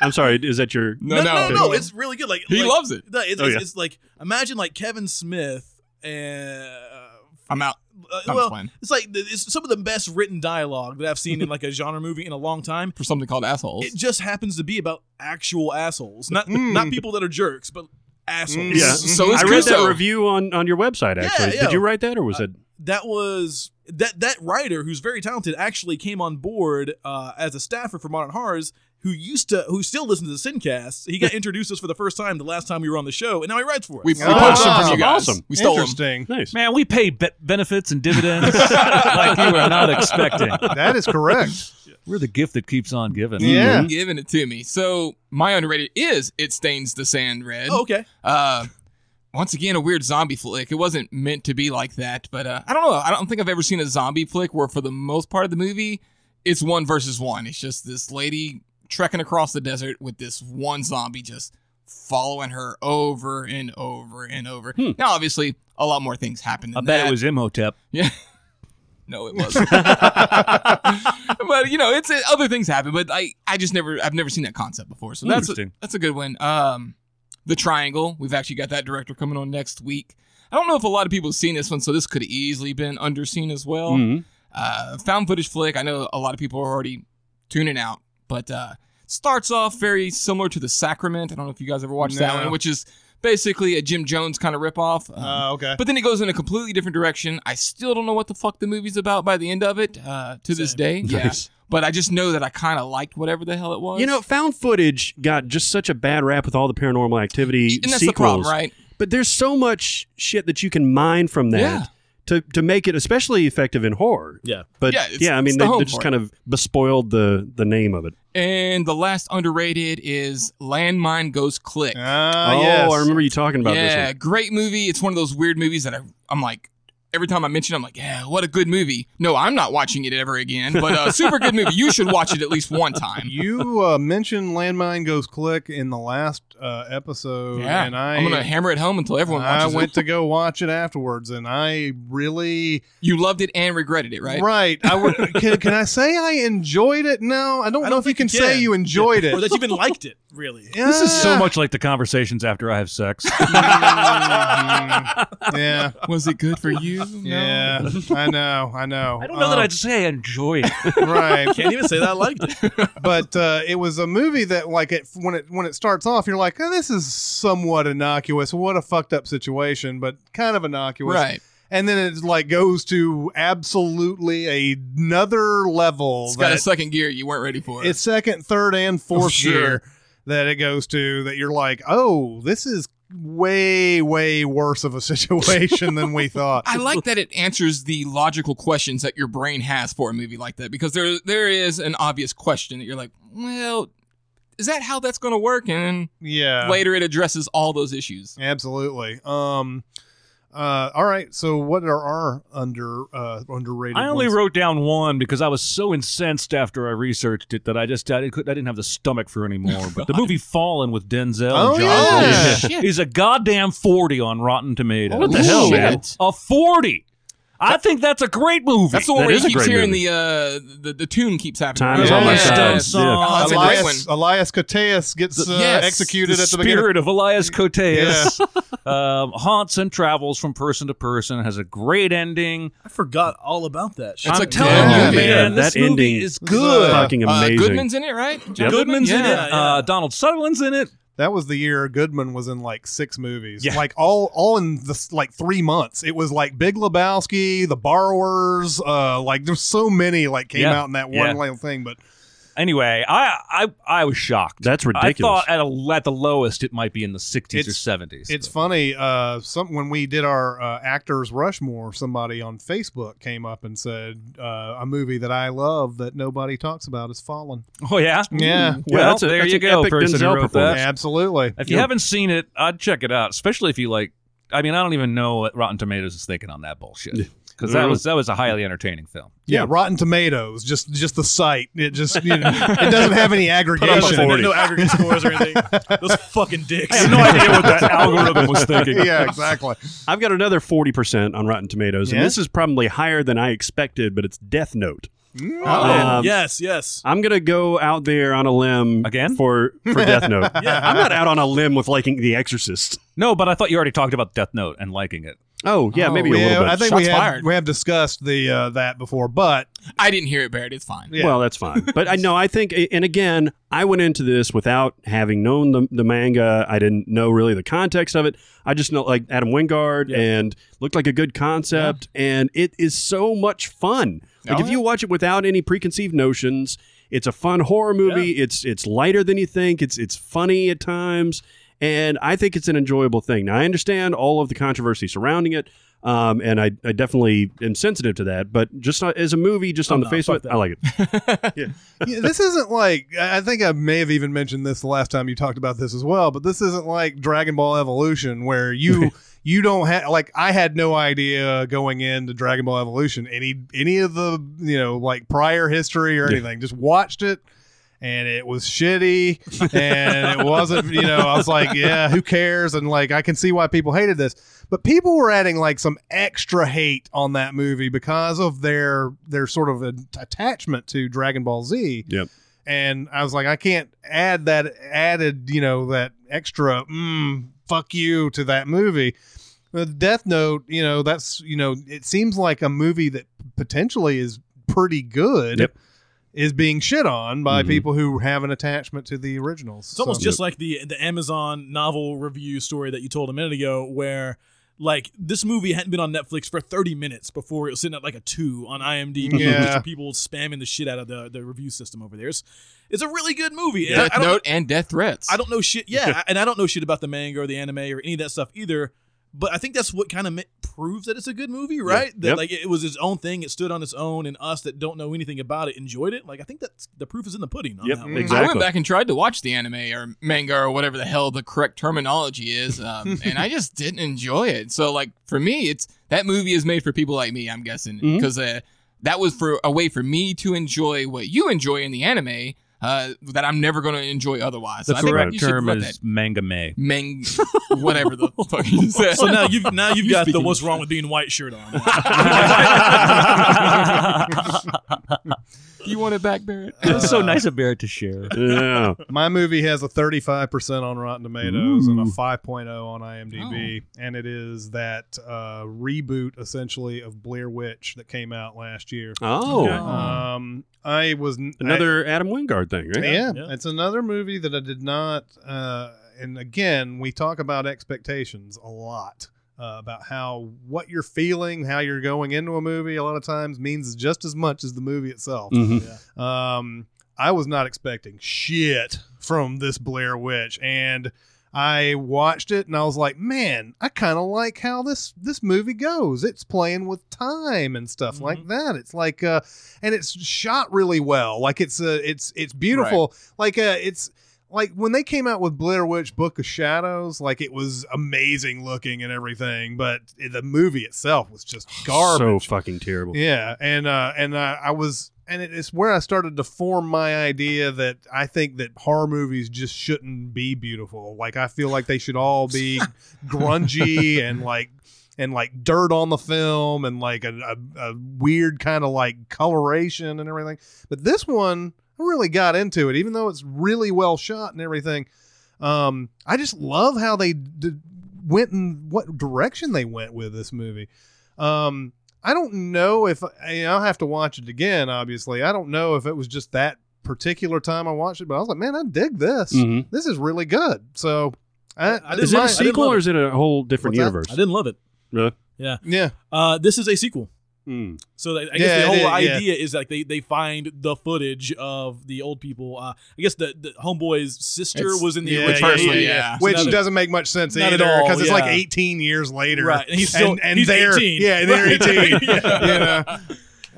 Speaker 6: I'm sorry, is that your?
Speaker 5: No, no,
Speaker 1: no, no, It's really good. Like
Speaker 5: He
Speaker 1: like-
Speaker 5: loves it.
Speaker 1: No, it's,
Speaker 6: Oh,
Speaker 1: it's,
Speaker 6: yeah.
Speaker 1: it's like imagine like Kevin Smith and uh,
Speaker 5: I'm out.
Speaker 1: uh,
Speaker 5: I'm
Speaker 1: well,
Speaker 5: fine.
Speaker 1: it's like the- it's some of the best written dialogue that I've seen in like a genre movie in a long time.
Speaker 5: For something called assholes.
Speaker 1: It just happens to be about actual assholes, not not people that are jerks, but assholes.
Speaker 6: Hmm. Yeah.
Speaker 5: So it's
Speaker 6: Mm-hmm. I read
Speaker 5: Cuso.
Speaker 6: that review on on your website. Actually,
Speaker 1: yeah.
Speaker 6: did you write that or
Speaker 5: Uh,
Speaker 6: was it?
Speaker 1: that was that that writer who's very talented actually came on board uh, as a staffer for Modern Horrors. Who used to, who still listens to the Sincast? He got introduced us for the first time the last time we were on the show, and now he writes for us.
Speaker 5: we, we
Speaker 3: Oh,
Speaker 5: poached them from
Speaker 3: awesome,
Speaker 5: you guys.
Speaker 6: awesome.
Speaker 5: We stole them.
Speaker 3: Interesting.
Speaker 6: Nice.
Speaker 2: Man, we pay be- benefits and dividends like you were not expecting.
Speaker 3: That is correct.
Speaker 2: We're the gift that keeps on giving.
Speaker 3: Yeah.
Speaker 5: Giving it to me. So my underrated is It Stains the Sand Red.
Speaker 1: Oh, okay.
Speaker 5: Uh, once again, a weird zombie flick. It wasn't meant to be like that, but uh, I don't know. I don't think I've ever seen a zombie flick where, for the most part of the movie, it's one versus one. It's just this lady trekking across the desert with this one zombie just following her over and over and over. Now, obviously, a lot more things happen. Than
Speaker 2: Hmm. I bet
Speaker 5: that.
Speaker 2: it was Imhotep.
Speaker 5: Yeah. No, it wasn't. but you know, it's it, other things happen. But I, I just never, I've never seen that concept before. So that's a,
Speaker 2: Interesting.
Speaker 5: that's a good one. Um, the Triangle. We've actually got that director coming on next week. I don't know if a lot of people have seen this one, so this could have easily been underseen as well.
Speaker 2: Hmm.
Speaker 5: Uh, found footage flick. I know a lot of people are already tuning out, but uh, starts off very similar to The Sacrament. I don't know if you guys ever watched that
Speaker 3: No.
Speaker 5: one, which is basically a Jim Jones kind of ripoff. Um,
Speaker 3: Uh, okay.
Speaker 5: but then it goes in a completely different direction. I still don't know what the fuck the movie's about by the end of it. Uh, to this day,
Speaker 6: Nice.
Speaker 5: yeah. But I just know that I kind of liked whatever the hell it was.
Speaker 6: You know, found footage got just such a bad rap with all the paranormal activity
Speaker 5: and that's
Speaker 6: sequels,
Speaker 5: the problem, right?
Speaker 6: But there's so much shit that you can mine from that
Speaker 5: Yeah.
Speaker 6: to to make it especially effective in horror.
Speaker 1: Yeah.
Speaker 6: But
Speaker 5: Yeah,
Speaker 6: yeah,
Speaker 5: it's-
Speaker 6: I
Speaker 5: it's
Speaker 6: mean,
Speaker 5: the
Speaker 6: they,
Speaker 5: home
Speaker 6: they just
Speaker 5: part.
Speaker 6: kind of bespoiled the the name of it.
Speaker 5: And the last underrated is Landmine Goes Click.
Speaker 3: Ah,
Speaker 6: oh,
Speaker 3: yes.
Speaker 6: I remember you talking about
Speaker 5: Uh, yeah,
Speaker 6: this
Speaker 5: great movie. It's one of those weird movies that I, I'm like, every time I mention, it, I'm like, yeah, what a good movie. No, I'm not watching it ever again. But uh, super good movie. You should watch it at least one time.
Speaker 3: You uh, mentioned landmine goes click in the last uh, episode,
Speaker 5: yeah,
Speaker 3: and I
Speaker 5: am gonna hammer it home until everyone
Speaker 3: I
Speaker 5: watches
Speaker 3: went
Speaker 5: it.
Speaker 3: to go watch it afterwards, and I really
Speaker 5: You loved it and regretted it, right?
Speaker 3: I would can, can I say I enjoyed it? No, I don't
Speaker 1: I
Speaker 3: know
Speaker 1: don't
Speaker 3: if you
Speaker 1: think
Speaker 3: can, say you enjoyed
Speaker 1: or
Speaker 3: it.
Speaker 1: that you even liked it. Really,
Speaker 2: This is so
Speaker 3: Yeah.
Speaker 2: much like the conversations after I have sex.
Speaker 3: Mhm. yeah,
Speaker 5: Was it good for you? No.
Speaker 3: yeah. I know, I know.
Speaker 2: I don't know that
Speaker 3: Um,
Speaker 2: I'd say I enjoy it.
Speaker 3: right.
Speaker 1: can't even say that I liked it.
Speaker 3: but uh, it was a movie that like it when it when it starts off you're like oh, this is somewhat innocuous what a fucked up situation but kind of innocuous
Speaker 5: Right.
Speaker 3: and then it like goes to absolutely another level
Speaker 5: It's got a
Speaker 3: that
Speaker 5: second gear you weren't ready for.
Speaker 3: it's second third and fourth
Speaker 5: Oh, sure.
Speaker 3: gear that it goes to that you're like oh this is way way worse of a situation than we thought
Speaker 5: I like that it answers the logical questions that your brain has for a movie like that because there there is an obvious question that you're like, well, is that how that's going to work? And
Speaker 3: yeah
Speaker 5: then later it addresses all those issues.
Speaker 3: Absolutely. Um uh all right, so what are our under uh underrated
Speaker 2: I only
Speaker 3: ones?
Speaker 2: wrote down one because I was so incensed after I researched it that I just I didn't, I didn't have the stomach for anymore. But the movie Fallen with Denzel
Speaker 3: Oh,
Speaker 2: and John
Speaker 3: yeah.
Speaker 2: Goodman is a goddamn forty on Rotten Tomatoes.
Speaker 5: What the hell, Holy man? shit.
Speaker 2: A forty. I think that's a great movie.
Speaker 5: That's the one
Speaker 6: That
Speaker 5: where
Speaker 6: is
Speaker 5: he
Speaker 6: a
Speaker 5: keeps
Speaker 6: great
Speaker 5: hearing
Speaker 6: movie.
Speaker 5: the, uh, the the tune keeps happening.
Speaker 6: Time
Speaker 2: is
Speaker 5: right?
Speaker 2: on my
Speaker 5: Yeah.
Speaker 2: side.
Speaker 5: Oh, that's a great one.
Speaker 3: Elias Elias Coteus gets
Speaker 5: The-
Speaker 3: uh,
Speaker 5: yes,
Speaker 3: executed
Speaker 2: the
Speaker 3: at the beginning.
Speaker 2: spirit of Elias Koteas um, haunts and travels from person to person. Has a great ending.
Speaker 1: I forgot all about that. shit.
Speaker 5: It's
Speaker 2: I'm
Speaker 5: a
Speaker 2: telling
Speaker 5: good
Speaker 2: you,
Speaker 5: movie.
Speaker 2: man,
Speaker 6: Yeah,
Speaker 2: this
Speaker 6: that
Speaker 2: movie
Speaker 6: ending
Speaker 2: is
Speaker 3: was, uh,
Speaker 2: good.
Speaker 6: fucking
Speaker 5: Uh,
Speaker 6: amazing.
Speaker 5: Goodman's in it, right? John
Speaker 2: Goodman's in it.
Speaker 5: Yeah.
Speaker 2: Uh, Donald Sutherland's in it.
Speaker 3: That was the year Goodman was in like six movies.
Speaker 2: Yeah.
Speaker 3: Like all all in this like three months. It was like Big Lebowski, The Borrowers, uh like there's so many like came
Speaker 2: Yeah.
Speaker 3: out in that
Speaker 2: Yeah.
Speaker 3: one little thing, but
Speaker 2: Anyway, I I, I was shocked.
Speaker 6: That's
Speaker 2: I
Speaker 6: ridiculous.
Speaker 2: thought at, a, at the lowest it might be in the 60s or
Speaker 3: It's-
Speaker 2: 70s.
Speaker 3: It's funny. Uh, some when we did our uh, actors Rushmore, somebody on Facebook came up and said uh, a movie that I love that nobody talks about is Fallen.
Speaker 2: oh yeah,
Speaker 3: Yeah.
Speaker 2: Well,
Speaker 6: Yeah, that's a-
Speaker 2: there
Speaker 6: that's
Speaker 2: you
Speaker 6: an
Speaker 2: go,
Speaker 6: epic
Speaker 2: person who
Speaker 6: Denzel
Speaker 2: wrote that.
Speaker 6: performance.
Speaker 3: Absolutely.
Speaker 2: If you haven't seen it, I'd check it out, especially if you like. I mean, I don't even know what Rotten Tomatoes is thinking on that bullshit because
Speaker 6: Uh-huh.
Speaker 2: that was that was a highly entertaining film.
Speaker 3: Yeah, Rotten Tomatoes, just just the site. It just you know, it doesn't have any
Speaker 1: Put up a
Speaker 3: aggregation.
Speaker 1: 40. No aggregate scores or anything. Those fucking dicks.
Speaker 2: I have no idea what that algorithm was thinking.
Speaker 3: yeah, exactly.
Speaker 6: I've got another 40% on Rotten Tomatoes,
Speaker 3: Yeah?
Speaker 6: and this is probably higher than I expected, but it's Death Note.
Speaker 1: Oh,
Speaker 6: Um,
Speaker 1: yes, yes.
Speaker 6: I'm gonna go out there on a limb
Speaker 2: Again?
Speaker 6: for for Death Note. I'm not out on a limb with liking The Exorcist.
Speaker 2: No, but I thought you already talked about Death Note and liking it.
Speaker 6: Oh yeah,
Speaker 5: Oh,
Speaker 6: maybe a
Speaker 3: Yeah,
Speaker 6: little bit.
Speaker 3: I think we
Speaker 5: Shots
Speaker 3: have,
Speaker 5: fired.
Speaker 3: we have discussed the uh, that before, but
Speaker 5: I didn't hear it, Barrett. It's fine.
Speaker 3: yeah.
Speaker 6: Well, that's fine. But I know I think, and again, I went into this without having known the, the manga. I didn't know really the context of it. I just know like Adam Wingard and looked like a good concept, and it is so much fun. Like
Speaker 5: Oh,
Speaker 6: if you watch it without any preconceived notions, it's a fun horror movie. It's it's lighter than you think. It's it's funny at times, and I think it's an enjoyable thing. Now I understand all of the controversy surrounding it. Um, and I, I definitely am sensitive to that, but just not, as a movie, just on the face of it, I like it.
Speaker 3: Yeah, this isn't like I I think I may have even mentioned this the last time you talked about this as well, but this isn't like Dragon Ball Evolution where you you don't have like I had no idea going into Dragon Ball Evolution any any of the you know like prior history or anything. Just watched it and it was shitty and it wasn't you know i was like yeah who cares and like i can see why people hated this but people were adding like some extra hate on that movie because of their their sort of an attachment to dragon ball z
Speaker 6: Yep.
Speaker 3: and i was like i can't add that added you know that extra mm, fuck you to that movie But death note you know that's you know it seems like a movie that potentially is pretty good
Speaker 6: Yep.
Speaker 3: is being shit on by
Speaker 6: Mhm.
Speaker 3: people who have an attachment to the originals.
Speaker 1: Mm-hmm. It's almost
Speaker 3: So-
Speaker 1: just like the the Amazon novel review story that you told a minute ago, where like this movie hadn't been on Netflix for 30 minutes before it was sitting at like a two on IMDb.
Speaker 3: Yeah.
Speaker 1: Just people spamming the shit out of the, the review system over there. It's, it's a really good movie. And
Speaker 5: Death
Speaker 1: I, I don't,
Speaker 5: Note and Death Threats.
Speaker 1: I don't know shit. Yeah, and I don't know shit about the manga or the anime or any of that stuff either. But I think that's what kind of ma- proves that it's a good movie, right? That
Speaker 6: Yep.
Speaker 1: like it was its own thing, it stood on its own, and us that don't know anything about it enjoyed it. Like I think that's the proof is in the pudding. On
Speaker 6: Yep.
Speaker 1: that one.
Speaker 6: Exactly.
Speaker 5: I went back and tried to watch the anime or manga or whatever the hell the correct terminology is, um, and I just didn't enjoy it. So, like for me, it's that movie is made for people like me. I'm guessing
Speaker 6: Mhm.
Speaker 5: because uh, that was for a way for me to enjoy what you enjoy in the anime uh, that I'm never going to enjoy otherwise.
Speaker 2: The
Speaker 5: so I think
Speaker 2: correct
Speaker 5: you should
Speaker 2: term
Speaker 5: let
Speaker 2: is
Speaker 5: that
Speaker 2: manga may.
Speaker 5: Meng, whatever the fuck you said.
Speaker 1: So now you've now you've
Speaker 5: You
Speaker 1: got the
Speaker 5: speaking-
Speaker 1: what's wrong with being white shirt on.
Speaker 5: you want it back, Barrett?
Speaker 2: It's so nice of Barrett to share.
Speaker 6: Yeah.
Speaker 3: my movie has a 35% on Rotten Tomatoes and a 5.0 on IMDb,
Speaker 1: Oh.
Speaker 3: and it is that uh, reboot essentially of Blair Witch that came out last year.
Speaker 6: Oh,
Speaker 3: Um, I was n-
Speaker 6: another Adam Wingard thing,
Speaker 3: I-
Speaker 6: right?
Speaker 3: yeah,
Speaker 1: Yeah.
Speaker 3: it's another movie that I did not. Uh, and again, we talk about expectations a lot. Uh, about how what you're feeling, how you're going into a movie, a lot of times means just as much as the movie itself.
Speaker 6: Mhm.
Speaker 3: Um, I was not expecting shit from this Blair Witch, and I watched it and I was like, man, I kind of like how this this movie goes. It's playing with time and stuff like that. It's like, uh, and it's shot really well. Like it's uh, it's it's beautiful. Like uh, it's. Like when they came out with Blair Witch Book of Shadows, like it was amazing looking and everything, but the movie itself was just garbage.
Speaker 6: So fucking terrible.
Speaker 3: Yeah, and uh, and uh, I was, and it- it's where I started to form my idea that I think that horror movies just shouldn't be beautiful. Like I feel like they should all be grungy and like and like dirt on the film and like a, a, a weird kind of like coloration and everything. But this one, I really got into it, even though it's really well shot and everything. Um, I just love how they d- went and what direction they went with this movie. Um, I don't know if I, I'll have to watch it again. Obviously, I don't know if it was just that particular time I watched it, but I was like, man, Mm-hmm. I dig this.
Speaker 6: Mhm.
Speaker 3: This is really good. So, I,
Speaker 1: I
Speaker 6: Is
Speaker 1: didn't mind-
Speaker 6: it
Speaker 1: I
Speaker 6: a
Speaker 1: didn't
Speaker 6: sequel
Speaker 1: love
Speaker 6: or
Speaker 1: it.
Speaker 6: is it a whole different
Speaker 3: What's that?
Speaker 6: universe?
Speaker 1: I didn't love it.
Speaker 6: Really?
Speaker 3: yeah,
Speaker 1: Uh, this is a sequel.
Speaker 6: Mm.
Speaker 1: So that, I
Speaker 3: Yeah,
Speaker 1: guess the
Speaker 3: it
Speaker 1: whole
Speaker 3: is, yeah.
Speaker 1: idea is like they, they find the footage of the old people. Uh, I guess the, the homeboy's sister
Speaker 5: It's-
Speaker 1: was in the
Speaker 3: yeah,
Speaker 1: original.
Speaker 3: yeah, yeah,
Speaker 5: yeah.
Speaker 1: It's
Speaker 3: which
Speaker 1: another-
Speaker 3: doesn't make much sense
Speaker 1: Not at
Speaker 3: either
Speaker 1: all,
Speaker 3: because it's like
Speaker 1: yeah.
Speaker 3: 18 years later,
Speaker 1: Right, and he's still-
Speaker 3: and, and
Speaker 1: he's
Speaker 3: they're
Speaker 1: 18.
Speaker 3: yeah, and they're
Speaker 1: Right.
Speaker 3: 18.
Speaker 1: Yeah.
Speaker 3: You know?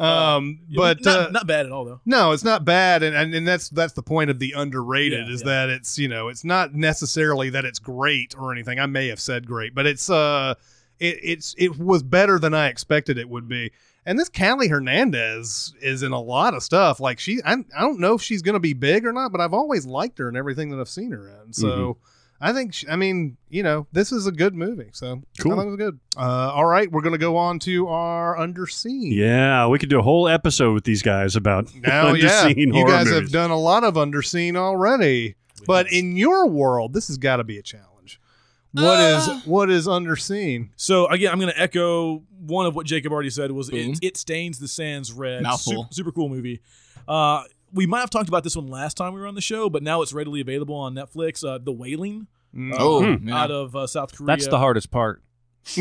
Speaker 3: Um, but
Speaker 1: not,
Speaker 3: uh,
Speaker 1: not bad at all though.
Speaker 3: No, it's not bad, and, and and that's that's the point of the underrated
Speaker 1: Yeah,
Speaker 3: is
Speaker 1: yeah.
Speaker 3: that it's you know it's not necessarily that it's great or anything. I may have said great, but it's uh it it's it was better than I expected it would be. And this Callie Hernandez is in a lot of stuff. Like she, I, I don't know if she's going to be big or not, but I've always liked her and everything that I've seen her in. So
Speaker 1: Mm-hmm.
Speaker 3: I think she, I mean you know this is a good movie. So
Speaker 6: Cool.
Speaker 3: I think it was good. Uh, all right, we're going to go on to our underseen.
Speaker 6: Yeah, we could do a whole episode with these guys about
Speaker 3: Now, yeah,
Speaker 6: underseen
Speaker 3: you
Speaker 6: horror
Speaker 3: guys
Speaker 6: movies.
Speaker 3: have done a lot of underseen already, but in your world, this has got to be a challenge. What is what is underseen?
Speaker 1: So again, I'm going to echo one of what Jacob already said. Was
Speaker 5: Boom.
Speaker 1: it, it stains the sands red?
Speaker 5: Mouthful.
Speaker 1: Super, super cool movie. Uh, we might have talked about this one last time we were on the show, but now it's readily available on Netflix. Uh, the Wailing
Speaker 5: Oh,
Speaker 6: Hmm.
Speaker 5: man.
Speaker 1: out of uh, South Korea.
Speaker 2: That's the hardest part.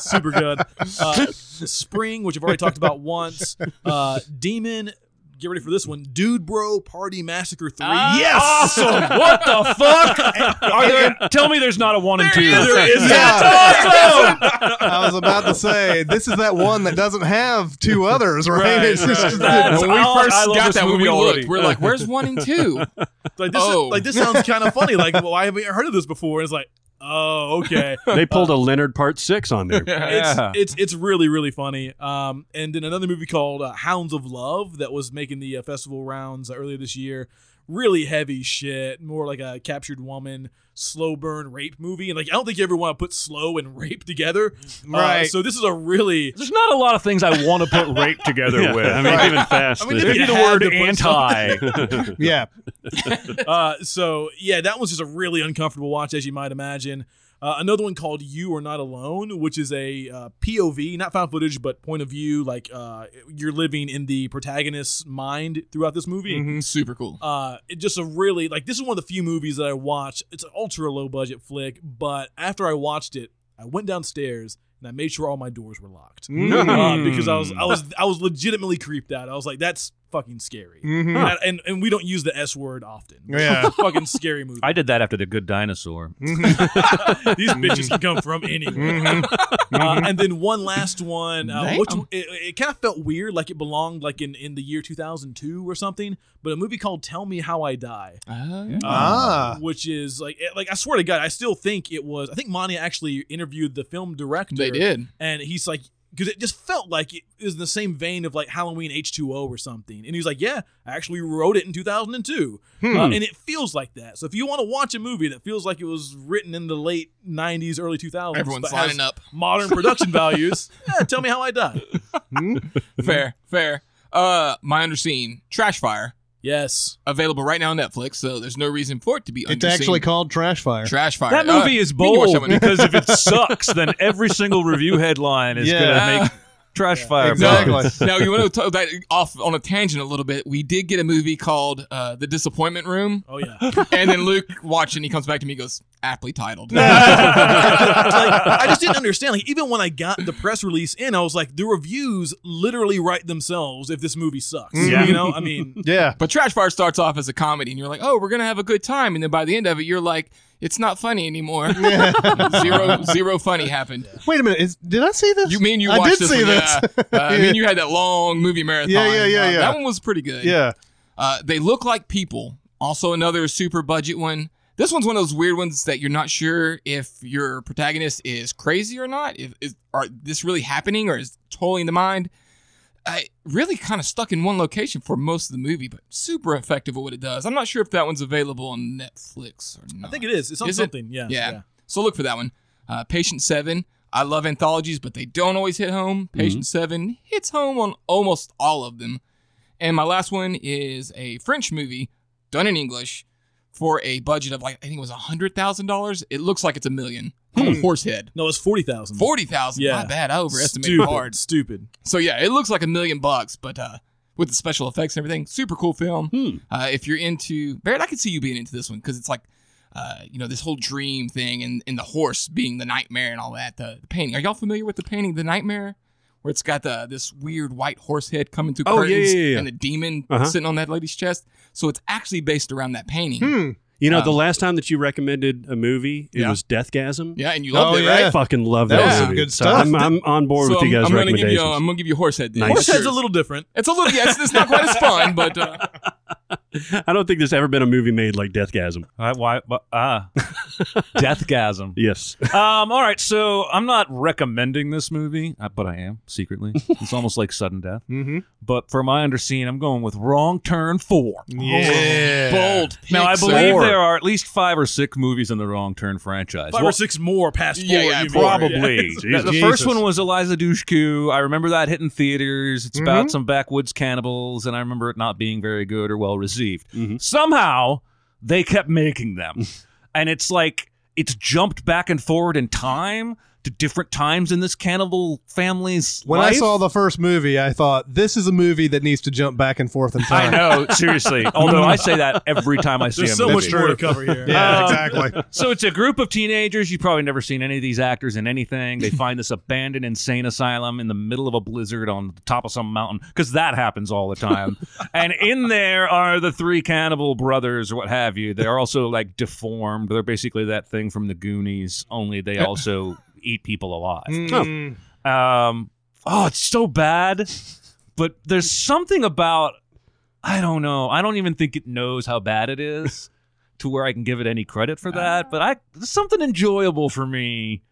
Speaker 1: super good. Uh, Spring, which I've already talked about once. Uh, Demon. Get ready for this one, Dude Bro Party Massacre Three.
Speaker 5: Ah,
Speaker 2: Awesome! what the fuck? Are there, tell me there's not a one and two.
Speaker 1: There is
Speaker 3: Yeah. I was about to say this is that one that doesn't have two others, right?
Speaker 2: Right,
Speaker 3: it's just
Speaker 2: right. That's
Speaker 5: when we
Speaker 2: all-
Speaker 5: first
Speaker 2: I love
Speaker 5: got
Speaker 2: this
Speaker 5: that, when
Speaker 2: movie
Speaker 5: we
Speaker 2: already.
Speaker 5: looked, we're like, "Where's one and two?
Speaker 1: Like this, is-
Speaker 5: Oh.
Speaker 1: like this sounds kind of funny. Like, why haven't I heard of this before? And it's like, Oh, okay.
Speaker 6: They pulled a Leonard Part Six on there.
Speaker 1: it's it's it's really really funny. Um, and then another movie called uh, Hounds of Love that was making the uh, festival rounds earlier this year. Really heavy shit, more like a captured woman, slow burn rape movie. And like, I don't think you ever want to put slow and rape together, Uh,
Speaker 3: Right.
Speaker 1: so this is a really.
Speaker 2: There's not a lot of things I want to put rape together
Speaker 6: Yeah,
Speaker 2: with.
Speaker 6: I mean, even fast.
Speaker 1: I mean,
Speaker 2: Maybe
Speaker 1: you
Speaker 2: the
Speaker 1: had
Speaker 2: word
Speaker 1: to put something-
Speaker 2: anti.
Speaker 3: yeah.
Speaker 1: Uh, so yeah, that was just a really uncomfortable watch, as you might imagine. Uh, another one called "You Are Not Alone," which is a uh, POV, not found footage, but point of view. Like uh, you're living in the protagonist's mind throughout this movie.
Speaker 5: Mm-hmm. Super cool.
Speaker 1: Uh, it just a really like this is one of the few movies that I watch. It's an ultra low budget flick, but after I watched it, I went downstairs and I made sure all my doors were locked uh,
Speaker 2: Mm-hmm. Hmm.
Speaker 1: because I was I was I was legitimately creeped out. I was like, that's fucking scary,
Speaker 3: Mhm.
Speaker 1: and, and and we don't use the S word often.
Speaker 3: Yeah.
Speaker 1: fucking scary movie.
Speaker 2: I did that after the Good Dinosaur.
Speaker 1: These bitches can come from anywhere. Uh, and then one last one, uh,
Speaker 5: Damn.
Speaker 1: which it, it kind of felt weird, like it belonged like in in the year 2002 or something. But a movie called "Tell Me How I Die."
Speaker 5: Uh,
Speaker 3: Ah.
Speaker 1: which is like it- like I swear to God, I still think it was. I think Mania actually interviewed the film director.
Speaker 5: They did.
Speaker 1: and he's like. Because it just felt like it was in the same vein of like Halloween H2O or something. And he's like, Yeah, I actually wrote it in 2002.
Speaker 5: Hmm.
Speaker 1: Uh, and it feels like that. So if you want to watch a movie that feels like it was written in the late 90s, early 2000s,
Speaker 5: Everyone's
Speaker 1: but has
Speaker 5: lining up.
Speaker 1: modern production values, yeah, tell me how I die.
Speaker 5: Fair, fair. Uh, my underseen trash fire
Speaker 1: Yes.
Speaker 5: available right now on Netflix, so there's no reason for it to be.
Speaker 3: It's
Speaker 5: underseen.
Speaker 3: actually called Trash Fire.
Speaker 5: trash fire.
Speaker 2: That movie
Speaker 5: Uh,
Speaker 2: is
Speaker 5: we can watch that
Speaker 2: bold
Speaker 5: one.
Speaker 2: because if it sucks, then every single review headline is
Speaker 3: Yeah.
Speaker 2: going to make trash fire.
Speaker 3: Exactly.
Speaker 2: profits.
Speaker 5: now you want to talk that off on a tangent a little bit. We did get a movie called uh, The Disappointment Room,
Speaker 1: Oh, yeah.
Speaker 5: and then Luke watched it and he comes back to me and goes, aptly titled.
Speaker 1: like, I just didn't understand. Like, even when I got the press release in, I was like, the reviews literally write themselves if this movie sucks.
Speaker 5: Hmm.
Speaker 6: Yeah.
Speaker 1: You know, I mean,
Speaker 3: Yeah.
Speaker 5: But Trash Fire starts off as a comedy, and you're like, "Oh, we're gonna have a good time," and then by the end of it, you're like, "It's not funny anymore. zero, zero funny happened."
Speaker 3: Wait a minute. Is, did I see this?
Speaker 5: You mean you
Speaker 3: I did
Speaker 5: watched this?
Speaker 3: see
Speaker 5: one,
Speaker 3: this.
Speaker 5: Yeah. Uh, I mean, you had that long movie marathon.
Speaker 3: Yeah, yeah, yeah,
Speaker 5: Uh,
Speaker 3: yeah.
Speaker 5: That one was pretty good.
Speaker 3: yeah.
Speaker 5: Uh, they look like people. Also, another super budget one. This one's one of those weird ones that you're not sure if your protagonist is crazy or not. If is are this really happening or is totally in the mind? I really kind of stuck in one location for most of the movie, but super effective at what it does. I'm not sure if that one's available on Netflix or not.
Speaker 1: I think it is. It's on
Speaker 5: Is it?
Speaker 1: something. Yeah.
Speaker 5: Yeah. So look for that one. Uh, Patient Seven. I love anthologies, but they don't always hit home.
Speaker 1: Mm-hmm.
Speaker 5: Patient Seven hits home on almost all of them. And my last one is a French movie done in English for a budget of like I think it was a hundred thousand dollars. It looks like it's a million. Called Horsehead.
Speaker 1: No, it's 40,000.
Speaker 5: Forty thousand.
Speaker 1: Hmm. Yeah.
Speaker 5: My bad. I overestimated
Speaker 1: Stupid.
Speaker 5: hard.
Speaker 1: Stupid.
Speaker 5: So yeah, it looks like a million bucks, but uh, with the special effects and everything, super cool film.
Speaker 6: Hmm.
Speaker 5: Uh, if you're into Barrett, I could see you being into this one because it's like, uh, you know, this whole dream thing and, and the horse being the nightmare and all that. The, the painting. Are y'all familiar with the painting, The Nightmare, where it's got the this weird white horse head coming through
Speaker 6: Oh, yeah,
Speaker 5: curtains
Speaker 6: yeah, yeah.
Speaker 5: and the demon
Speaker 6: Uh-huh.
Speaker 5: sitting on that lady's chest? So it's actually based around that painting.
Speaker 6: Hmm. You know, the last time that you recommended a movie, it
Speaker 5: Yeah.
Speaker 6: was Deathgasm.
Speaker 5: Yeah, and you loved
Speaker 3: Oh,
Speaker 5: it,
Speaker 3: yeah.
Speaker 5: right?
Speaker 6: I fucking love that,
Speaker 3: That was some
Speaker 6: movie.
Speaker 3: good
Speaker 6: So
Speaker 3: stuff.
Speaker 6: I'm, I'm on board
Speaker 5: So
Speaker 6: with you
Speaker 5: I'm-
Speaker 6: guys'
Speaker 5: I'm, gonna give
Speaker 6: recommendations.
Speaker 5: you, uh, I'm gonna give you horsehead. Then.
Speaker 6: Nice.
Speaker 1: Horsehead's a little different.
Speaker 5: It's a little. Yeah, it's, it's not quite as fun, but uh,
Speaker 6: I don't think there's ever been a movie made like Deathgasm.
Speaker 2: I, uh, why, but, ah, deathgasm.
Speaker 6: Yes.
Speaker 2: Um, all right, so I'm not recommending this movie, uh, but I am secretly. It's almost like sudden death.
Speaker 3: Mm-hmm.
Speaker 2: But for my underseen, I'm going with Wrong Turn Four.
Speaker 3: Yeah.
Speaker 5: Oh, bold.
Speaker 2: Now I
Speaker 5: Pixar.
Speaker 2: believe there are at least five or six movies in the Wrong Turn franchise.
Speaker 1: Five
Speaker 2: Well,
Speaker 1: or six more past four.
Speaker 5: Yeah, yeah,
Speaker 1: you mean.
Speaker 2: Probably.
Speaker 6: Yeah.
Speaker 2: The
Speaker 3: Jesus.
Speaker 2: first one was Eliza Dushku. I remember that hitting theaters. It's
Speaker 1: Mm-hmm.
Speaker 2: about some backwoods cannibals, and I remember it not being very good or well received.
Speaker 1: Mm-hmm.
Speaker 6: Mhm.
Speaker 2: Somehow they kept making them, and it's like it's jumped back and forward in time to different times in this cannibal family's
Speaker 3: When
Speaker 2: life.
Speaker 3: I saw the first movie, I thought this is a movie that needs to jump back and forth in
Speaker 2: I
Speaker 3: time.
Speaker 2: know, seriously. Although I say that every time I see
Speaker 1: There's
Speaker 2: a
Speaker 1: so
Speaker 2: movie.
Speaker 1: much more to cover here.
Speaker 3: Yeah,
Speaker 2: Um,
Speaker 3: exactly.
Speaker 2: So it's a group of teenagers. You've probably never seen any of these actors in anything. They find this abandoned insane asylum in the middle of a blizzard on the top of some mountain because that happens all the time. and in there are the three cannibal brothers or what have you. They're also like deformed. They're basically that thing from the Goonies, only they also eat people alive.
Speaker 3: Mm.
Speaker 2: Um, oh, it's so bad. But there's something about I don't know. I don't even think it knows how bad it is. to where I can give it any credit for that. But I there's something enjoyable for me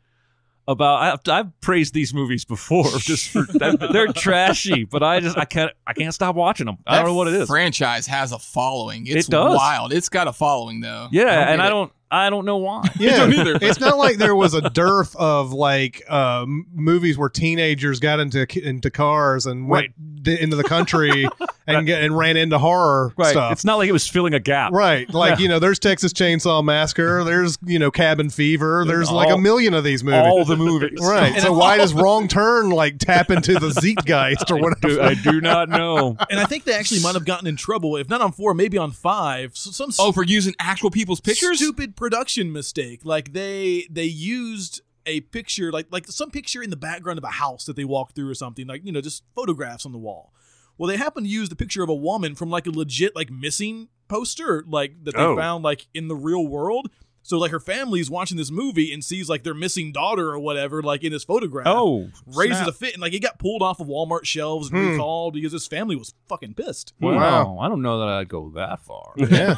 Speaker 2: about I, I've praised these movies before. Just for they're trashy, but I just I can't I can't stop watching them. I don't
Speaker 5: That
Speaker 2: know what it is.
Speaker 5: Franchise has a following. It's
Speaker 2: does.
Speaker 5: wild. It's got a following though.
Speaker 2: yeah, and
Speaker 5: get
Speaker 2: I
Speaker 5: it.
Speaker 2: don't I don't know why.
Speaker 3: Yeah,
Speaker 5: don't either.
Speaker 3: it's not like there was a dearth of like uh, m- movies where teenagers got into into cars and went d- into the country and get, and ran into horror
Speaker 2: Right,
Speaker 3: stuff.
Speaker 2: it's not like it was filling a gap.
Speaker 3: Right, like you know, there's Texas Chainsaw Massacre, there's you know Cabin Fever, there's like a
Speaker 2: all-
Speaker 3: million of these movies.
Speaker 2: All the movies,
Speaker 3: Right, so why does Wrong Turn like tap into the Zeitgeist or
Speaker 2: I do,
Speaker 3: whatever?
Speaker 2: I do not know.
Speaker 1: And I think they actually might have gotten in trouble, if not on four, maybe on five. So some
Speaker 5: Oh, for using actual people's pictures.
Speaker 1: stupid production mistake. Like they they used a picture, like like some picture in the background of a house that they walked through or something, like you know, just photographs on the wall. Well, they happened to use the picture of a woman from like a legit like missing poster, like that they
Speaker 6: Oh.
Speaker 1: found like in the real world. So like her family's watching this movie and sees like their missing daughter or whatever, like in this photograph.
Speaker 2: Oh,
Speaker 1: Raises
Speaker 2: snap.
Speaker 1: a fit and like it got pulled off of Walmart shelves and recalled because his family was fucking pissed.
Speaker 2: wow. I don't know that I'd go that far.
Speaker 3: Yeah,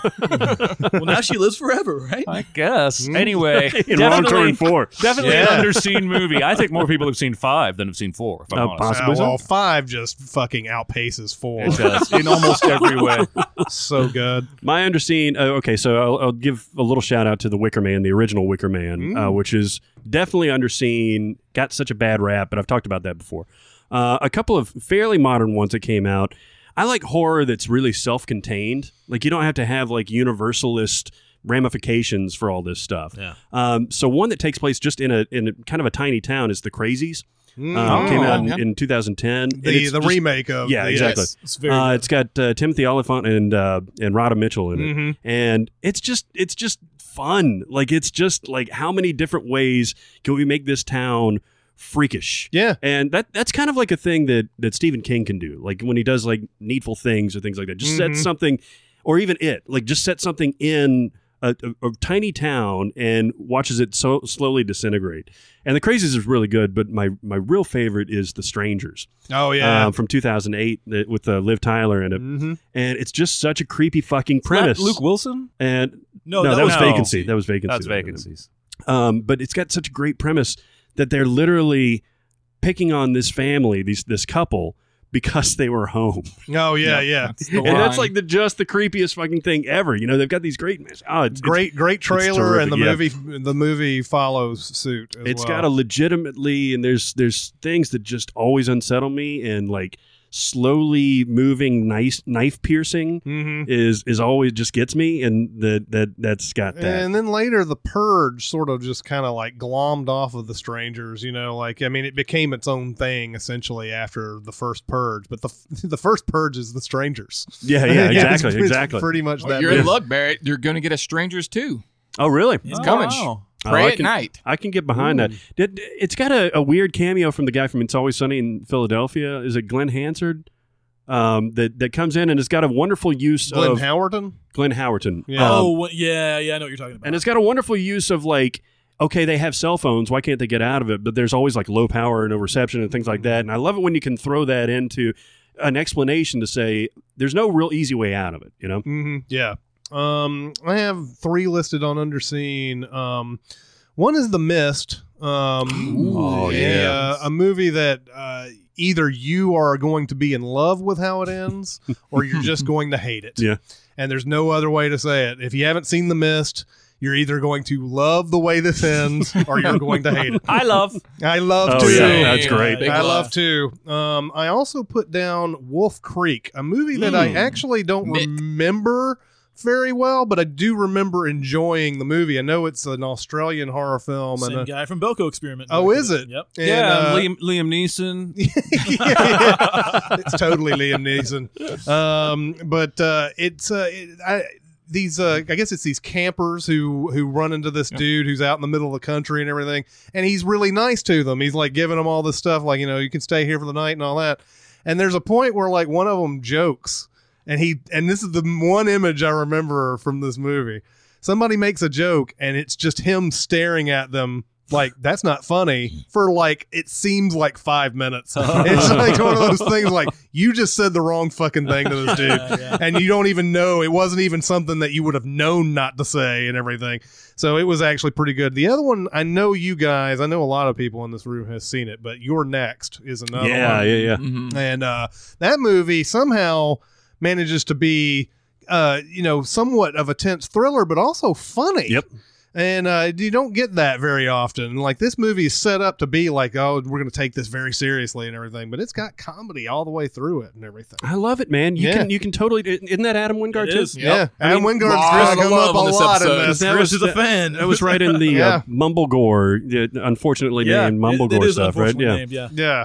Speaker 1: well, now she lives forever, right?
Speaker 2: I guess. Anyway,
Speaker 6: In Wrong Turn
Speaker 2: definitely,
Speaker 6: 4.
Speaker 2: definitely
Speaker 3: Yeah.
Speaker 2: an underseen movie. I think more people have seen five than have seen four. If I'm
Speaker 6: Oh,
Speaker 2: honest.
Speaker 6: possible.
Speaker 3: Uh, well, five just fucking outpaces four.
Speaker 2: It does in almost every way.
Speaker 3: so good.
Speaker 6: My underseen. Uh, okay, so I'll, I'll give a little shout out to the Wicker Man, the original Wicker Man, uh, which is definitely underseen. Got such a bad rap, but I've talked about that before. Uh, a couple of fairly modern ones that came out. I like horror that's really self-contained. Like you don't have to have like universalist ramifications for all this stuff.
Speaker 2: Yeah.
Speaker 6: Um, so one that takes place just in a in a, kind of a tiny town is The Crazies. Um,
Speaker 3: Mm.
Speaker 6: came out in,
Speaker 5: yeah.
Speaker 6: in 2010. and
Speaker 3: the
Speaker 6: it's
Speaker 3: the
Speaker 6: just-
Speaker 3: remake of
Speaker 6: yeah,
Speaker 3: the,
Speaker 6: exactly.
Speaker 1: It's very
Speaker 6: uh, it's got uh, Timothy Oliphant and uh, and Rhoda Mitchell in it,
Speaker 3: Mhm.
Speaker 6: and it's just it's just fun. Like it's just like how many different ways can we make this town freakish?
Speaker 3: Yeah.
Speaker 6: and that that's kind of like a thing that that Stephen King can do. Like when he does like needful things or things like that, just
Speaker 3: Mhm.
Speaker 6: set something, or even it like just set something in. A, a, a tiny town and watches it so slowly disintegrate. And the Crazies is really good, but my my real favorite is The Strangers
Speaker 3: Oh yeah.
Speaker 6: um, from 2008 that- with uh, Liv Tyler in it,
Speaker 3: Mhm.
Speaker 6: and it's just such a creepy fucking premise.
Speaker 2: Luke Wilson.
Speaker 6: and
Speaker 1: no,
Speaker 6: no, that, was
Speaker 2: no.
Speaker 6: vacancy. That was vacancy.
Speaker 2: That's vacancies.
Speaker 6: Um, but it's got such a great premise that they're literally picking on this family, these this couple, because they were home,
Speaker 3: Oh yeah, yeah.
Speaker 5: That's the
Speaker 6: and that's
Speaker 5: line.
Speaker 6: like the just the creepiest fucking thing ever. You know, they've got these great. Oh, it's great.
Speaker 3: Great, great trailer, and the movie
Speaker 6: terrific,
Speaker 3: the movie follows suit. As
Speaker 6: It's
Speaker 3: well.
Speaker 6: got a legitimately, and there's there's things that just always unsettle me, and like slowly moving nice knife piercing.
Speaker 3: hmm
Speaker 6: is is always just gets me, and that that that's got that.
Speaker 3: And then later, the Purge sort of just kind of like glommed off of the Strangers, you know. Like, I mean, it became its own thing essentially after the first Purge. But the the first Purge is the Strangers.
Speaker 6: yeah, yeah,
Speaker 3: it's
Speaker 6: exactly,
Speaker 3: pretty-
Speaker 6: exactly.
Speaker 3: Pretty much
Speaker 5: Well,
Speaker 3: that.
Speaker 5: you're
Speaker 3: big.
Speaker 5: in luck, Barrett. You're going to get a strangers too.
Speaker 6: oh, really?
Speaker 5: It's coming.
Speaker 6: Oh,
Speaker 5: Pray
Speaker 6: I
Speaker 5: at
Speaker 6: can-
Speaker 5: night.
Speaker 6: I can get behind that. It, it's got a, a weird cameo from the guy from It's Always Sunny in Philadelphia. Is it Glenn Hansard? Um, that that comes in and it's got a wonderful use
Speaker 3: Glenn
Speaker 6: of
Speaker 3: Howerton.
Speaker 6: Glenn Howerton.
Speaker 3: Yeah.
Speaker 6: Um,
Speaker 1: oh, what- yeah, yeah, I know what you're talking about.
Speaker 6: and it's got a wonderful use of like okay they have cell phones why can't they get out of it but there's always like low power and no reception and things like that and i love it when you can throw that into an explanation to say there's no real easy way out of it you know
Speaker 3: hmm Yeah. Um, I have three listed on Underseen. Um, one is The Mist. Um,
Speaker 6: Oh,
Speaker 3: a,
Speaker 6: yeah.
Speaker 3: uh, a movie that uh, either you are going to be in love with how it ends, or you're just going to hate it.
Speaker 6: Yeah.
Speaker 3: And there's no other way to say it. If you haven't seen The Mist, you're either going to love the way this ends, or you're going to hate it.
Speaker 2: I love.
Speaker 3: I love
Speaker 6: Oh,
Speaker 3: to.
Speaker 6: yeah, that's great.
Speaker 5: Big
Speaker 3: I
Speaker 5: love.
Speaker 3: love to. Um, I also put down Wolf Creek, a movie that I actually don't
Speaker 5: Mick.
Speaker 3: remember very well, but I do remember enjoying the movie. I know it's an Australian horror film,
Speaker 1: Same
Speaker 3: and uh,
Speaker 1: guy from Belko Experiment.
Speaker 3: Oh, is it?
Speaker 1: Yep.
Speaker 3: and,
Speaker 2: yeah,
Speaker 3: uh,
Speaker 2: Liam, Liam Neeson.
Speaker 3: yeah, it's totally Liam Neeson. Um, but uh, it's uh, it, I, these uh, I guess it's these campers who who run into this dude who's out in the middle of the country and everything, and he's really nice to them. He's like giving them all this stuff, like you know, you can stay here for the night and all that. And there's a point where like one of them jokes, and he and this is the one image I remember from this movie. Somebody makes a joke, and it's just him staring at them like that's not funny for like it seems like five minutes. it's like one of those things like you just said the wrong fucking thing to this dude, and you don't even know it wasn't even something that you would have known not to say and everything. So it was actually pretty good. The other one, I know you guys, I know a lot of people in this room has seen it, but Your Next is another
Speaker 6: yeah,
Speaker 3: one.
Speaker 6: yeah, yeah.
Speaker 5: Mhm.
Speaker 3: And uh, that movie somehow manages to be, uh, you know, somewhat of a tense thriller, but also funny.
Speaker 6: Yep.
Speaker 3: And uh, you don't get that very often. And, Like this movie is set up to be like, oh, we're going to take this very seriously and everything, but it's got comedy all the way through it and everything.
Speaker 6: I love it, man. You
Speaker 3: Yeah.
Speaker 6: can you can totally. Isn't that Adam Wingard
Speaker 1: It
Speaker 6: too?
Speaker 1: is.
Speaker 3: Yeah,
Speaker 5: I
Speaker 3: and
Speaker 5: mean,
Speaker 3: Wingard's
Speaker 5: lot
Speaker 3: going to
Speaker 5: of
Speaker 3: come up
Speaker 5: love
Speaker 3: a
Speaker 5: on this
Speaker 3: lot in
Speaker 5: episode.
Speaker 3: this.
Speaker 6: That
Speaker 1: Chris
Speaker 6: was
Speaker 1: to the
Speaker 6: that-
Speaker 1: fan.
Speaker 6: That was right in the
Speaker 3: Yeah.
Speaker 6: uh, Mumblegore, the unfortunately named
Speaker 1: it- it
Speaker 6: Mumblegore
Speaker 1: is
Speaker 6: stuff, right?
Speaker 1: unfortunately
Speaker 6: Yeah.
Speaker 1: named, yeah.
Speaker 3: Yeah.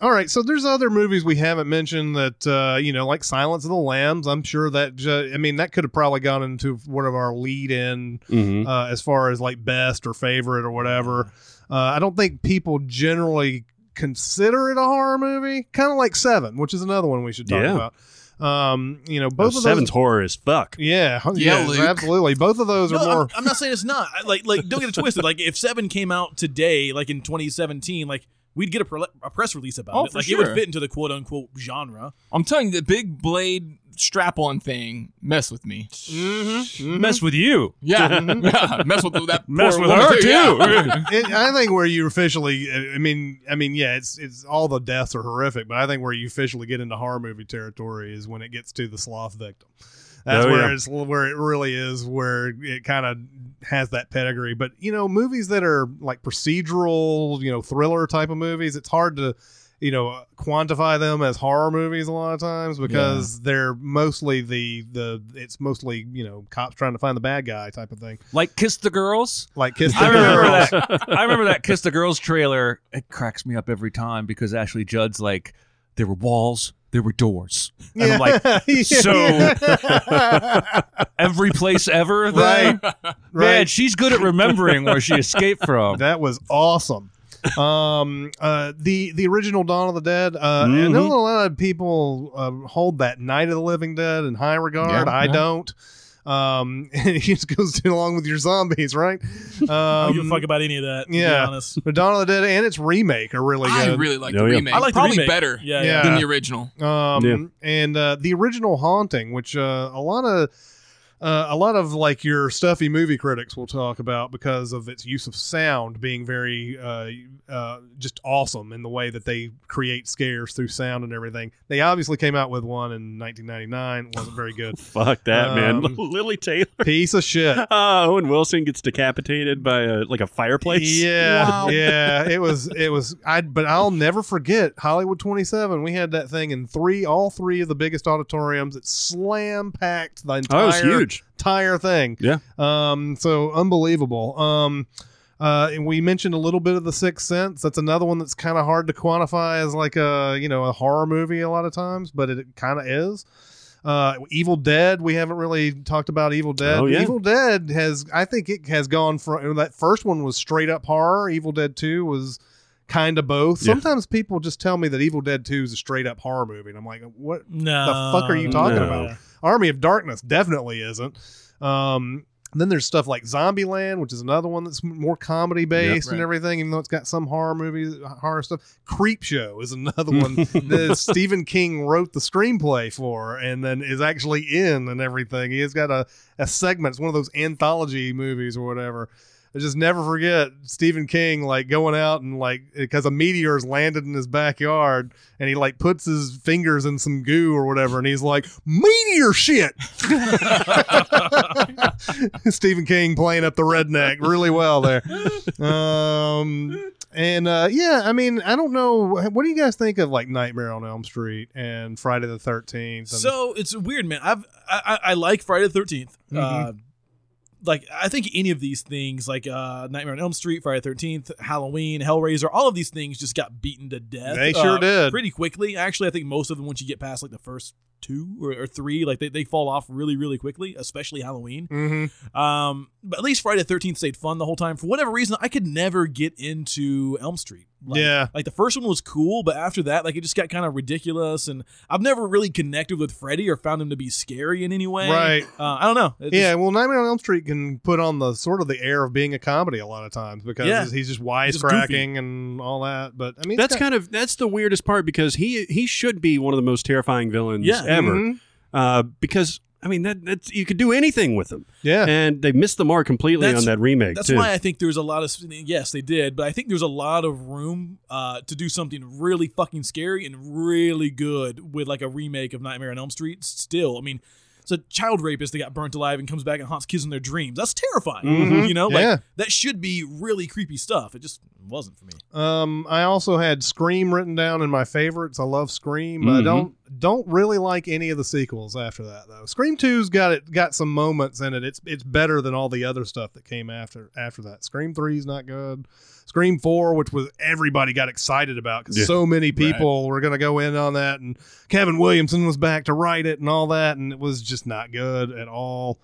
Speaker 3: All right, so there's other movies we haven't mentioned that uh, you know, like Silence of the Lambs. I'm sure that ju- I mean that could have probably gone into one of our lead-in
Speaker 6: Mhm.
Speaker 3: uh, as far as like best or favorite or whatever. Uh, I don't think people generally consider it a horror movie. Kind of like Seven, which is another one we should talk
Speaker 6: Yeah.
Speaker 3: about. Um, you know,
Speaker 6: Oh,
Speaker 3: both of
Speaker 6: Seven's
Speaker 3: those.
Speaker 6: horror as fuck.
Speaker 3: Yeah,
Speaker 5: Yeah,
Speaker 3: yeah,
Speaker 5: Luke.
Speaker 3: absolutely. Both of those
Speaker 1: No,
Speaker 3: are more.
Speaker 1: I'm, I'm not saying it's not. I- Like, like don't get it twisted. Like, if Seven came out today, like in 2017, like we'd get a, pre- a press release about
Speaker 5: Oh,
Speaker 1: it.
Speaker 5: for
Speaker 1: Like, it would
Speaker 5: sure.
Speaker 1: fit into the quote unquote genre.
Speaker 5: I'm telling you, the big blade strap-on thing mess with me.
Speaker 3: Mm-hmm.
Speaker 2: Mess with you.
Speaker 5: Yeah, mess with that.
Speaker 2: Mess
Speaker 5: poor
Speaker 2: with
Speaker 5: woman
Speaker 2: her
Speaker 5: too. yeah.
Speaker 2: too.
Speaker 3: it, I think where you officially, I mean, I mean, yeah, it's it's all the deaths are horrific, but I think where you officially get into horror movie territory is when it gets to the sloth victim. That's
Speaker 6: Oh,
Speaker 3: where
Speaker 6: yeah.
Speaker 3: it's where it really is where it kind of has that pedigree. But you know, movies that are like procedural, you know, thriller type of movies, it's hard to you know quantify them as horror movies a lot of times because they're mostly the the it's mostly you know cops trying to find the bad guy type of thing
Speaker 2: like kiss the girls.
Speaker 3: like kiss the
Speaker 2: I remember
Speaker 3: girls
Speaker 2: that. I remember that Kiss the Girls trailer. It cracks me up every time because Ashley Judd's like, there were walls, there were doors, and I'm like,
Speaker 3: Yeah.
Speaker 2: so- every place ever. then?
Speaker 3: right,
Speaker 2: man,
Speaker 3: right.
Speaker 2: she's good at remembering where she escaped from.
Speaker 3: That was awesome. Um, uh, the the original Dawn of the Dead. Uh, I
Speaker 6: Mhm.
Speaker 3: know a lot of people uh, hold that Night of the Living Dead in high regard.
Speaker 5: Yeah,
Speaker 3: I
Speaker 5: yeah.
Speaker 3: don't. Um, it just goes along with your zombies, right?
Speaker 1: I don't give a
Speaker 3: Um,
Speaker 1: fuck about any of that. To
Speaker 3: yeah.
Speaker 1: Be honest.
Speaker 3: but Dawn of the Dead and its remake are really
Speaker 5: I
Speaker 3: good.
Speaker 5: really like
Speaker 6: Oh,
Speaker 5: the
Speaker 6: yeah.
Speaker 5: remake.
Speaker 1: I like the
Speaker 5: probably
Speaker 1: remake.
Speaker 5: better
Speaker 1: Yeah.
Speaker 3: Yeah.
Speaker 5: than the original.
Speaker 3: um
Speaker 6: Yeah.
Speaker 3: and uh the original haunting which uh a lot of uh, a lot of like your stuffy movie critics will talk about because of its use of sound being very uh, uh, just awesome in the way that they create scares through sound and everything. They obviously came out with one in 1999. It wasn't very good.
Speaker 6: Fuck that, man.
Speaker 3: Um,
Speaker 6: Lily Taylor.
Speaker 3: Piece of shit.
Speaker 6: Uh, Owen Wilson gets decapitated by a, like a fireplace.
Speaker 3: Yeah,
Speaker 5: Wow.
Speaker 3: yeah. It was it was. I but I'll never forget Hollywood 27. We had that thing in three, all three of the biggest auditoriums. It slam packed the entire
Speaker 6: Oh, it was huge.
Speaker 3: entire thing.
Speaker 6: Yeah.
Speaker 3: Um. So unbelievable. Um. Uh, and we mentioned a little bit of the Sixth Sense. That's another one that's kind of hard to quantify as like a you know a horror movie a lot of times, but it kind of is. Uh, Evil Dead. We haven't really talked about Evil Dead.
Speaker 6: Oh, yeah.
Speaker 3: Evil Dead has, I think, it has gone from that first one was straight up horror. Evil Dead Two was kind of both.
Speaker 6: Yeah.
Speaker 3: Sometimes people just tell me that Evil Dead Two is a straight up horror movie, and I'm like, what?
Speaker 1: No.
Speaker 3: The fuck are you talking
Speaker 1: no.
Speaker 6: about?
Speaker 3: Army of Darkness definitely isn't. Um, then there's stuff like Zombieland, which is another one that's m- more comedy based
Speaker 5: right.
Speaker 3: and everything, even though it's got some horror movies, uh, horror stuff. Creep Show is another one that Stephen King wrote the screenplay for and then is actually in and everything. He has got a, a segment. It's one of those anthology movies or whatever. I just never forget Stephen King like going out and like because a meteor's landed in his backyard and he like puts his fingers in some goo or whatever and he's like meteor shit. Stephen King playing up the redneck really well there. Um and uh yeah, I mean, I don't know what do you guys think of like Nightmare on Elm Street and Friday the 13th and
Speaker 1: So it's weird, man. I've I, I I like Friday the 13th
Speaker 3: Mm-hmm.
Speaker 1: Uh, like I think any of these things, like uh, Nightmare on Elm Street, Friday the Thirteenth, Halloween, Hellraiser, all of these things just got beaten to death.
Speaker 3: They sure
Speaker 1: uh,
Speaker 3: did.
Speaker 1: pretty quickly. Actually, I think most of them once you get past like the first two or, or three, like they, they fall off really really quickly, especially Halloween.
Speaker 3: Mhm.
Speaker 1: Um, but at least Friday the Thirteenth stayed fun the whole time. For whatever reason, I could never get into Elm Street. Like,
Speaker 3: Yeah.
Speaker 1: Like the first one was cool, but after that, like it just got kind of ridiculous. And I've never really connected with Freddy or found him to be scary in any way.
Speaker 3: Right.
Speaker 1: Uh, I don't know. It
Speaker 3: yeah,
Speaker 1: just-
Speaker 3: well, Nightmare on Elm Street can put on the sort of the air of being a comedy a lot of times because
Speaker 1: Yeah.
Speaker 3: he's
Speaker 1: Just
Speaker 3: just
Speaker 1: goofy.
Speaker 3: wisecracking and all that. But I mean,
Speaker 6: That's kind of that's the weirdest part because he he should be one of the most terrifying villains
Speaker 1: Yeah.
Speaker 6: ever.
Speaker 3: Mm-hmm.
Speaker 6: Uh, because I mean that that's you could do anything with him,
Speaker 3: yeah.
Speaker 6: and they missed the mark completely
Speaker 1: That's-
Speaker 6: on that remake
Speaker 1: That's
Speaker 6: too.
Speaker 1: why I think there's a lot of yes, they did, but I think there's a lot of room uh, to do something really fucking scary and really good with like a remake of Nightmare on Elm Street. Still, I mean, it's a child rapist that got burnt alive and comes back and haunts kids in their dreams. That's terrifying.
Speaker 2: Mm-hmm.
Speaker 3: Mhm.
Speaker 1: You know, like
Speaker 3: Yeah.
Speaker 1: that should be really creepy stuff. It just wasn't for me.
Speaker 3: Um, I also had Scream written down in my favorites. I love Scream. I
Speaker 2: Mm-hmm.
Speaker 6: Mhm.
Speaker 3: don't don't really like any of the sequels after that though. Scream 2's got it got some moments in it. It's it's better than all the other stuff that came after after that. Scream 3's not good. Scream 4, which was everybody got excited about because
Speaker 6: Yeah.
Speaker 3: so many people were gonna go in on that, and Kevin Williamson was back to write it and all that, and it was just not good at all.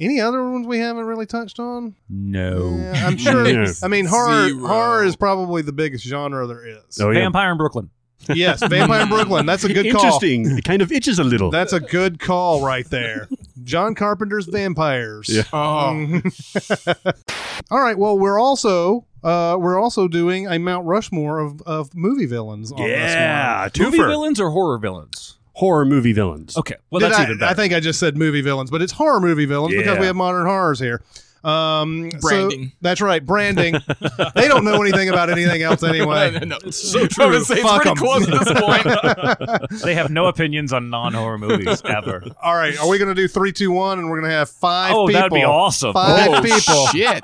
Speaker 3: Any other ones we haven't really touched on?
Speaker 2: No.
Speaker 3: Yeah, I'm sure.
Speaker 6: Yeah.
Speaker 3: I mean, horror
Speaker 5: Zero.
Speaker 3: horror is probably the biggest genre there is.
Speaker 6: oh, yeah.
Speaker 2: Vampire in Brooklyn.
Speaker 3: Yes, Vampire in Brooklyn. That's a good call.
Speaker 6: Interesting. It kind of itches a little.
Speaker 3: That's a good call right there. John Carpenter's Vampires.
Speaker 6: Yeah.
Speaker 3: Uh-huh.
Speaker 5: Oh,
Speaker 3: all right. Well, we're also uh, we're also doing a Mount Rushmore of, of movie villains.
Speaker 1: Oh,
Speaker 3: On
Speaker 6: yeah,
Speaker 3: This one.
Speaker 6: twofer.
Speaker 2: Movie villains or horror villains?
Speaker 6: horror movie villains.
Speaker 2: Okay. Well,
Speaker 3: Did
Speaker 2: that's
Speaker 3: I,
Speaker 2: even
Speaker 3: I
Speaker 2: better.
Speaker 3: think I just said movie villains, but it's horror movie villains because
Speaker 6: Yeah.
Speaker 3: we have modern horrors here. Um, so-
Speaker 5: Branding.
Speaker 3: that's right, branding. they don't know anything about anything else anyway.
Speaker 5: no, no, no. I was gonna say, it's
Speaker 3: Fuck
Speaker 5: pretty
Speaker 3: 'em.
Speaker 5: close at this point.
Speaker 9: They have no opinions on non-horror movies ever.
Speaker 3: All right, are we going to do three, two, one, and we're going to have five?
Speaker 9: Oh,
Speaker 3: people,
Speaker 9: that'd be awesome.
Speaker 3: Five
Speaker 5: Oh,
Speaker 3: people.
Speaker 5: Shit.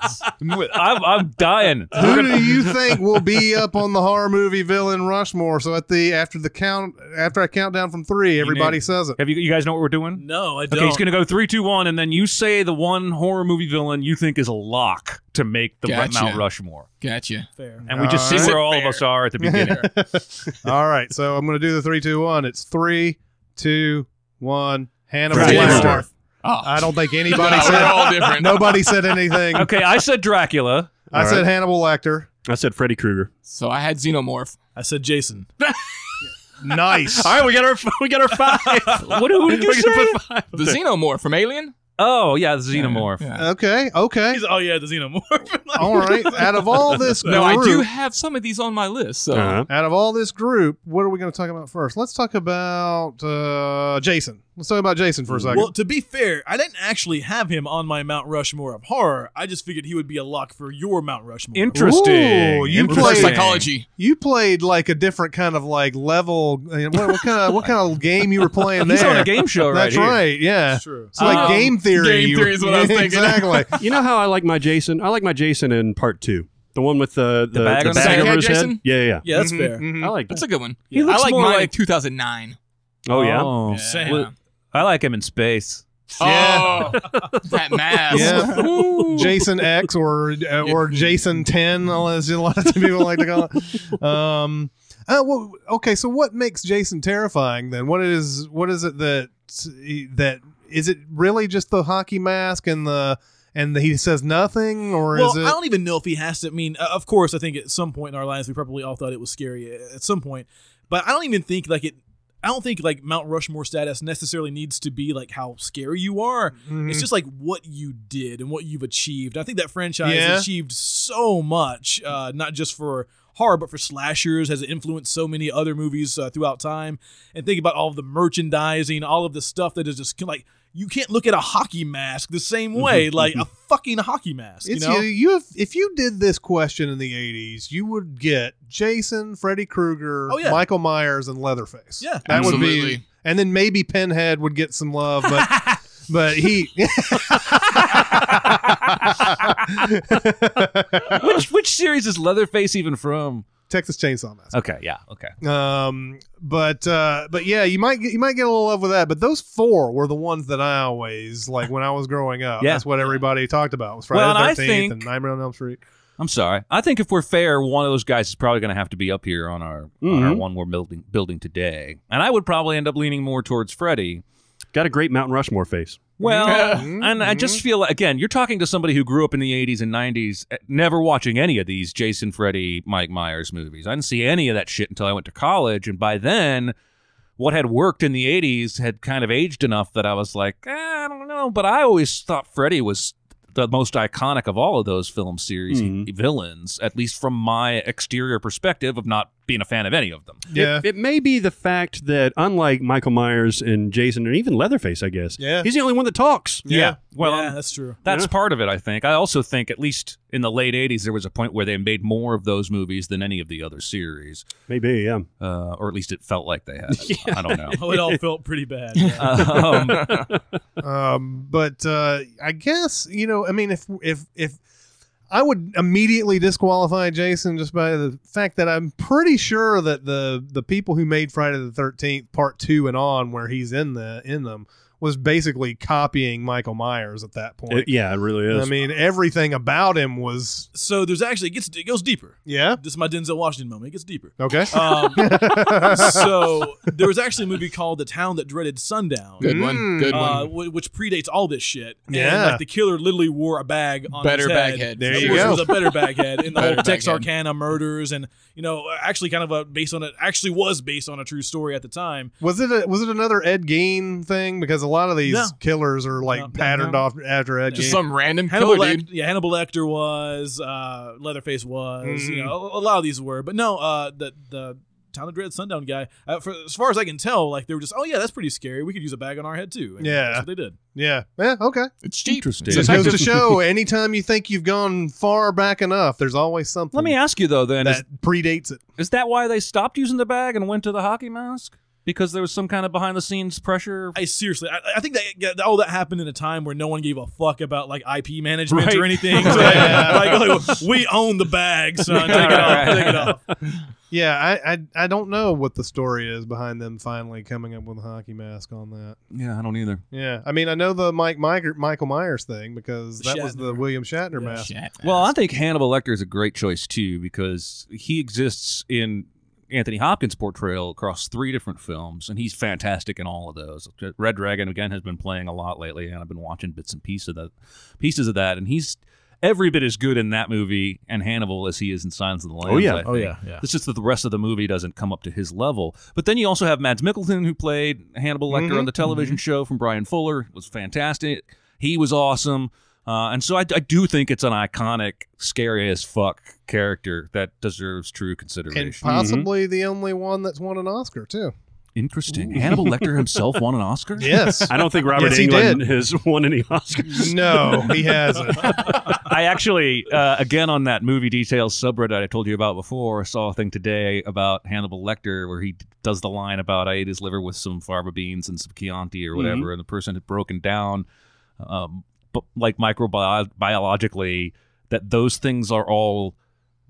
Speaker 2: I'm, I'm dying.
Speaker 3: Who do you think will be up on the horror movie villain Rushmore? So at the after the count after I count down from three, everybody says it.
Speaker 2: Have you you guys know what we're doing?
Speaker 1: No, I don't.
Speaker 2: Okay, he's gonna go three, two, one, and then you say the one horror movie villain you think is a lock to make the
Speaker 5: Gotcha.
Speaker 2: Mount Rushmore,
Speaker 5: Gotcha.
Speaker 1: Fair.
Speaker 2: and we just see
Speaker 5: Alright.
Speaker 2: where all of us are at the beginning.
Speaker 3: All right, so I'm going to do the three, two, one. It's three, two, one. Hannibal
Speaker 6: Dracula.
Speaker 3: Lecter.
Speaker 5: Oh.
Speaker 3: I don't think anybody
Speaker 5: we're
Speaker 3: said
Speaker 5: all different.
Speaker 3: nobody said anything.
Speaker 2: okay, I said Dracula.
Speaker 3: I
Speaker 6: All
Speaker 3: said
Speaker 6: right.
Speaker 3: Hannibal Lecter.
Speaker 6: I said Freddy Krueger.
Speaker 5: So I had Xenomorph.
Speaker 1: I said Jason.
Speaker 3: Nice.
Speaker 6: All right, we got our we got our five.
Speaker 2: What, who did you
Speaker 6: We can
Speaker 2: say?
Speaker 6: put five
Speaker 5: The
Speaker 6: there.
Speaker 5: Xenomorph from Alien?
Speaker 2: Oh yeah, the Xenomorph.
Speaker 5: Yeah.
Speaker 3: Okay. Okay.
Speaker 1: He's- oh yeah, the xenomorph. Like,
Speaker 3: All right. Out of all this group,
Speaker 5: No, I do have some of these on my list. So
Speaker 6: Uh-huh.
Speaker 3: out of all this group, what are we going to talk about first? Let's talk about uh, Jason. Let's talk about Jason for a second.
Speaker 1: Well, to be fair, I didn't actually have him on my Mount Rushmore of horror. I just figured he would be a lock for your Mount Rushmore.
Speaker 2: Interesting.
Speaker 3: Ooh, you
Speaker 5: reverse
Speaker 3: played-
Speaker 5: psychology.
Speaker 3: you played like a different kind of like level. uh, What, what kind of what kind of game you were playing
Speaker 2: He's
Speaker 3: there?
Speaker 2: on a game show right
Speaker 3: That's
Speaker 2: here.
Speaker 3: right. Yeah.
Speaker 1: true.
Speaker 3: It's like
Speaker 5: Um,
Speaker 3: game theory.
Speaker 5: game
Speaker 3: You-
Speaker 5: theory is what I was thinking.
Speaker 3: Exactly.
Speaker 6: You know how I like my Jason? I like my Jason in part two. The one with the the,
Speaker 2: bag Mm-hmm. on the
Speaker 5: side?
Speaker 6: over his
Speaker 5: Jason?
Speaker 6: head. Yeah, yeah.
Speaker 1: Yeah, that's
Speaker 3: Mhm,
Speaker 1: fair.
Speaker 3: mhm.
Speaker 6: yeah. I like
Speaker 5: That's
Speaker 6: that.
Speaker 5: a good one.
Speaker 2: He
Speaker 5: I
Speaker 2: looks
Speaker 5: like
Speaker 2: more
Speaker 5: mine
Speaker 2: like-
Speaker 5: like 2009.
Speaker 6: Oh yeah.
Speaker 5: Yeah.
Speaker 2: Well, I like him in space.
Speaker 5: Oh, that mask.
Speaker 3: Yeah.
Speaker 5: Ooh.
Speaker 3: Jason X or uh, or Jason Ten, as a lot of people like to call it. Um, uh, well, okay, so what makes Jason terrifying then? What is what is it that that is it really just the hockey mask and the and the, he says nothing or
Speaker 1: Well,
Speaker 3: is it?
Speaker 1: I don't even know if he has to. I mean, uh, of course, I think at some point in our lives we probably all thought it was scary a- at some point, but I don't even think like it. I don't think like Mount Rushmore status necessarily needs to be like how scary you are.
Speaker 3: Mhm.
Speaker 1: It's just like what you did and what you've achieved. I think that franchise
Speaker 3: Yeah.
Speaker 1: achieved so much, uh, not just for horror, but for slashers, has influenced so many other movies uh, throughout time. And think about all of the merchandising, all of the stuff that is just like you can't look at a hockey mask the same way,
Speaker 3: Mm-hmm.
Speaker 1: like a fucking hockey mask.
Speaker 3: It's
Speaker 1: you know,
Speaker 3: you, you have, if you did this question in the 80s, you would get Jason, Freddy Krueger,
Speaker 1: Oh, yeah.
Speaker 3: Michael Myers, and Leatherface.
Speaker 1: Yeah,
Speaker 3: that would be.
Speaker 5: absolutely.
Speaker 3: And then maybe Pinhead would get some love, but but he.
Speaker 2: Which which series is Leatherface even from?
Speaker 3: Texas Chainsaw Massacre.
Speaker 2: Okay, yeah, okay.
Speaker 3: Um, but uh, but yeah, you might get you might get a little love with that. But those four were the ones that I always like when I was growing up.
Speaker 2: Yeah.
Speaker 3: That's what everybody talked about was Friday
Speaker 2: Well, and I
Speaker 3: the Thirteenth
Speaker 2: think-
Speaker 3: and Nightmare on Elm Street.
Speaker 2: I'm sorry. I think if we're fair, one of those guys is probably going to have to be up here on our on our
Speaker 6: Mhm.
Speaker 2: one we're building building today, and I would probably end up leaning more towards Freddy.
Speaker 6: Got a great Mountain Rushmore face.
Speaker 2: Well,
Speaker 3: Mhm.
Speaker 2: and I just feel like, again, you're talking to somebody who grew up in the 80s and 90s, eh, never watching any of these Jason, Freddy, Mike Myers movies. I didn't see any of that shit until I went to college. And by then, what had worked in the 80s had kind of aged enough that I was like, eh, I don't know. But I always thought Freddy was the most iconic of all of those film series villains, at least from my exterior perspective of not being a fan of any of them.
Speaker 3: Yeah.
Speaker 6: It may be the fact that unlike Michael Myers and Jason and even Leatherface, I guess,
Speaker 3: Yeah.
Speaker 6: he's the only one that talks.
Speaker 3: Yeah.
Speaker 2: Well,
Speaker 1: yeah, that's true.
Speaker 2: That's part of it, I think. I also think, at least in the late '80s, there was a point where they made more of those movies than any of the other series,
Speaker 6: Maybe, yeah.
Speaker 2: uh, or at least it felt like they had. I don't know.
Speaker 1: Oh, it all felt pretty bad. Uh, yeah.
Speaker 2: um,
Speaker 3: um, but uh, I guess you know. I mean, if if if I would immediately disqualify Jason just by the fact that I'm pretty sure that the the people who made Friday the Thirteenth Part Two and on, where he's in the in them, was basically copying Michael Myers at that point.
Speaker 6: It- yeah, it really is.
Speaker 3: I mean, everything about him was
Speaker 1: So there's actually it gets it goes deeper.
Speaker 3: yeah.
Speaker 1: This is my Denzel Washington moment. It gets deeper.
Speaker 3: Okay.
Speaker 1: Um, so there was actually a movie called The Town That Dreaded Sundown.
Speaker 5: Good one.
Speaker 3: Mm.
Speaker 5: Good
Speaker 1: uh,
Speaker 5: one.
Speaker 1: w- which predates all this shit. And,
Speaker 3: Yeah.
Speaker 1: like the killer literally wore a bag on
Speaker 5: Better
Speaker 1: his head.
Speaker 5: bag head.
Speaker 3: There
Speaker 1: Of
Speaker 3: you
Speaker 1: course,
Speaker 3: go.
Speaker 1: It was a better bag head in the
Speaker 5: Better
Speaker 1: whole
Speaker 5: bag head.
Speaker 1: Texarkana murders, and you know, actually, kind of a based on it. Actually, was based on a true story at the time.
Speaker 3: Was it a, was it another Ed Gein thing? Because a lot of these
Speaker 1: No.
Speaker 3: killers are like
Speaker 1: No, no,
Speaker 3: patterned
Speaker 1: no.
Speaker 3: off after Ed
Speaker 5: Just
Speaker 3: Gein.
Speaker 5: some random
Speaker 1: Hannibal,
Speaker 5: killer,
Speaker 1: Lec-
Speaker 5: dude.
Speaker 1: yeah, Hannibal Lecter was, uh, Leatherface was,
Speaker 3: Mhm.
Speaker 1: you
Speaker 5: Mm-hmm.
Speaker 1: know, a a lot of these were, but no, uh, the the Town of Dread Sundown guy, uh, for, as far as I can tell, like they were just, oh yeah, that's pretty scary. We could use a bag on our head too. And
Speaker 3: Yeah.
Speaker 1: that's what they did.
Speaker 3: yeah. Yeah. Okay.
Speaker 5: It's cheap.
Speaker 2: Interesting.
Speaker 5: It's
Speaker 3: Just goes to
Speaker 5: effective.
Speaker 3: show, anytime you think you've gone far back enough, there's always something
Speaker 2: let me ask you though. Then
Speaker 3: that
Speaker 2: is,
Speaker 3: predates it.
Speaker 2: is that why they stopped using the bag and went to the hockey mask? Because there was some kind of behind-the-scenes pressure.
Speaker 1: I seriously, I, I think that yeah, that- all that happened in a time where no one gave a fuck about like IP management or
Speaker 2: Right.
Speaker 1: anything. So,
Speaker 3: Yeah.
Speaker 1: like, like, we own the bag, son. Take it off. Take it off.
Speaker 3: Yeah, I, I I don't know what the story is behind them finally coming up with a hockey mask on that.
Speaker 2: Yeah, I don't either.
Speaker 3: Yeah, I mean I know the Mike Myger, Michael Myers thing because that was the
Speaker 1: Shatner.
Speaker 3: William Shatner
Speaker 1: Yeah.
Speaker 3: mask.
Speaker 5: Shit.
Speaker 2: Well, I think Hannibal Lecter is a great choice too because he exists in Anthony Hopkins' portrayal across three different films, and he's fantastic in all of those. Red Dragon again has been playing a lot lately, and I've been watching bits and pieces of that, pieces of that, and he's every bit as good in that movie and Hannibal as he is in Signs of the Lambs.
Speaker 6: Oh, yeah.
Speaker 2: I
Speaker 1: Oh,
Speaker 2: think.
Speaker 1: yeah, yeah.
Speaker 2: It's just that the rest of the movie doesn't come up to his level. But then you also have Mads Mikkelsen who played Hannibal Lecter
Speaker 3: Mhm.
Speaker 2: on the television show from Brian Fuller. It was fantastic. He was awesome. Uh, and so I, I do think it's an iconic, scary as fuck character that deserves true consideration.
Speaker 3: And possibly the only one that's won an Oscar too.
Speaker 2: Interesting. Hannibal Lecter himself won an Oscar.
Speaker 3: Yes.
Speaker 6: I don't think Robert
Speaker 3: Yes, he
Speaker 6: England
Speaker 3: did.
Speaker 6: has won any Oscars.
Speaker 3: no, he hasn't.
Speaker 2: I actually, uh, again, on that movie details subreddit I told you about before, saw a thing today about Hannibal Lecter where he does the line about I ate his liver with some fava beans and some Chianti or
Speaker 3: Mm-hmm.
Speaker 2: whatever, and the person had broken down, um, but like microbiologically, that those things are all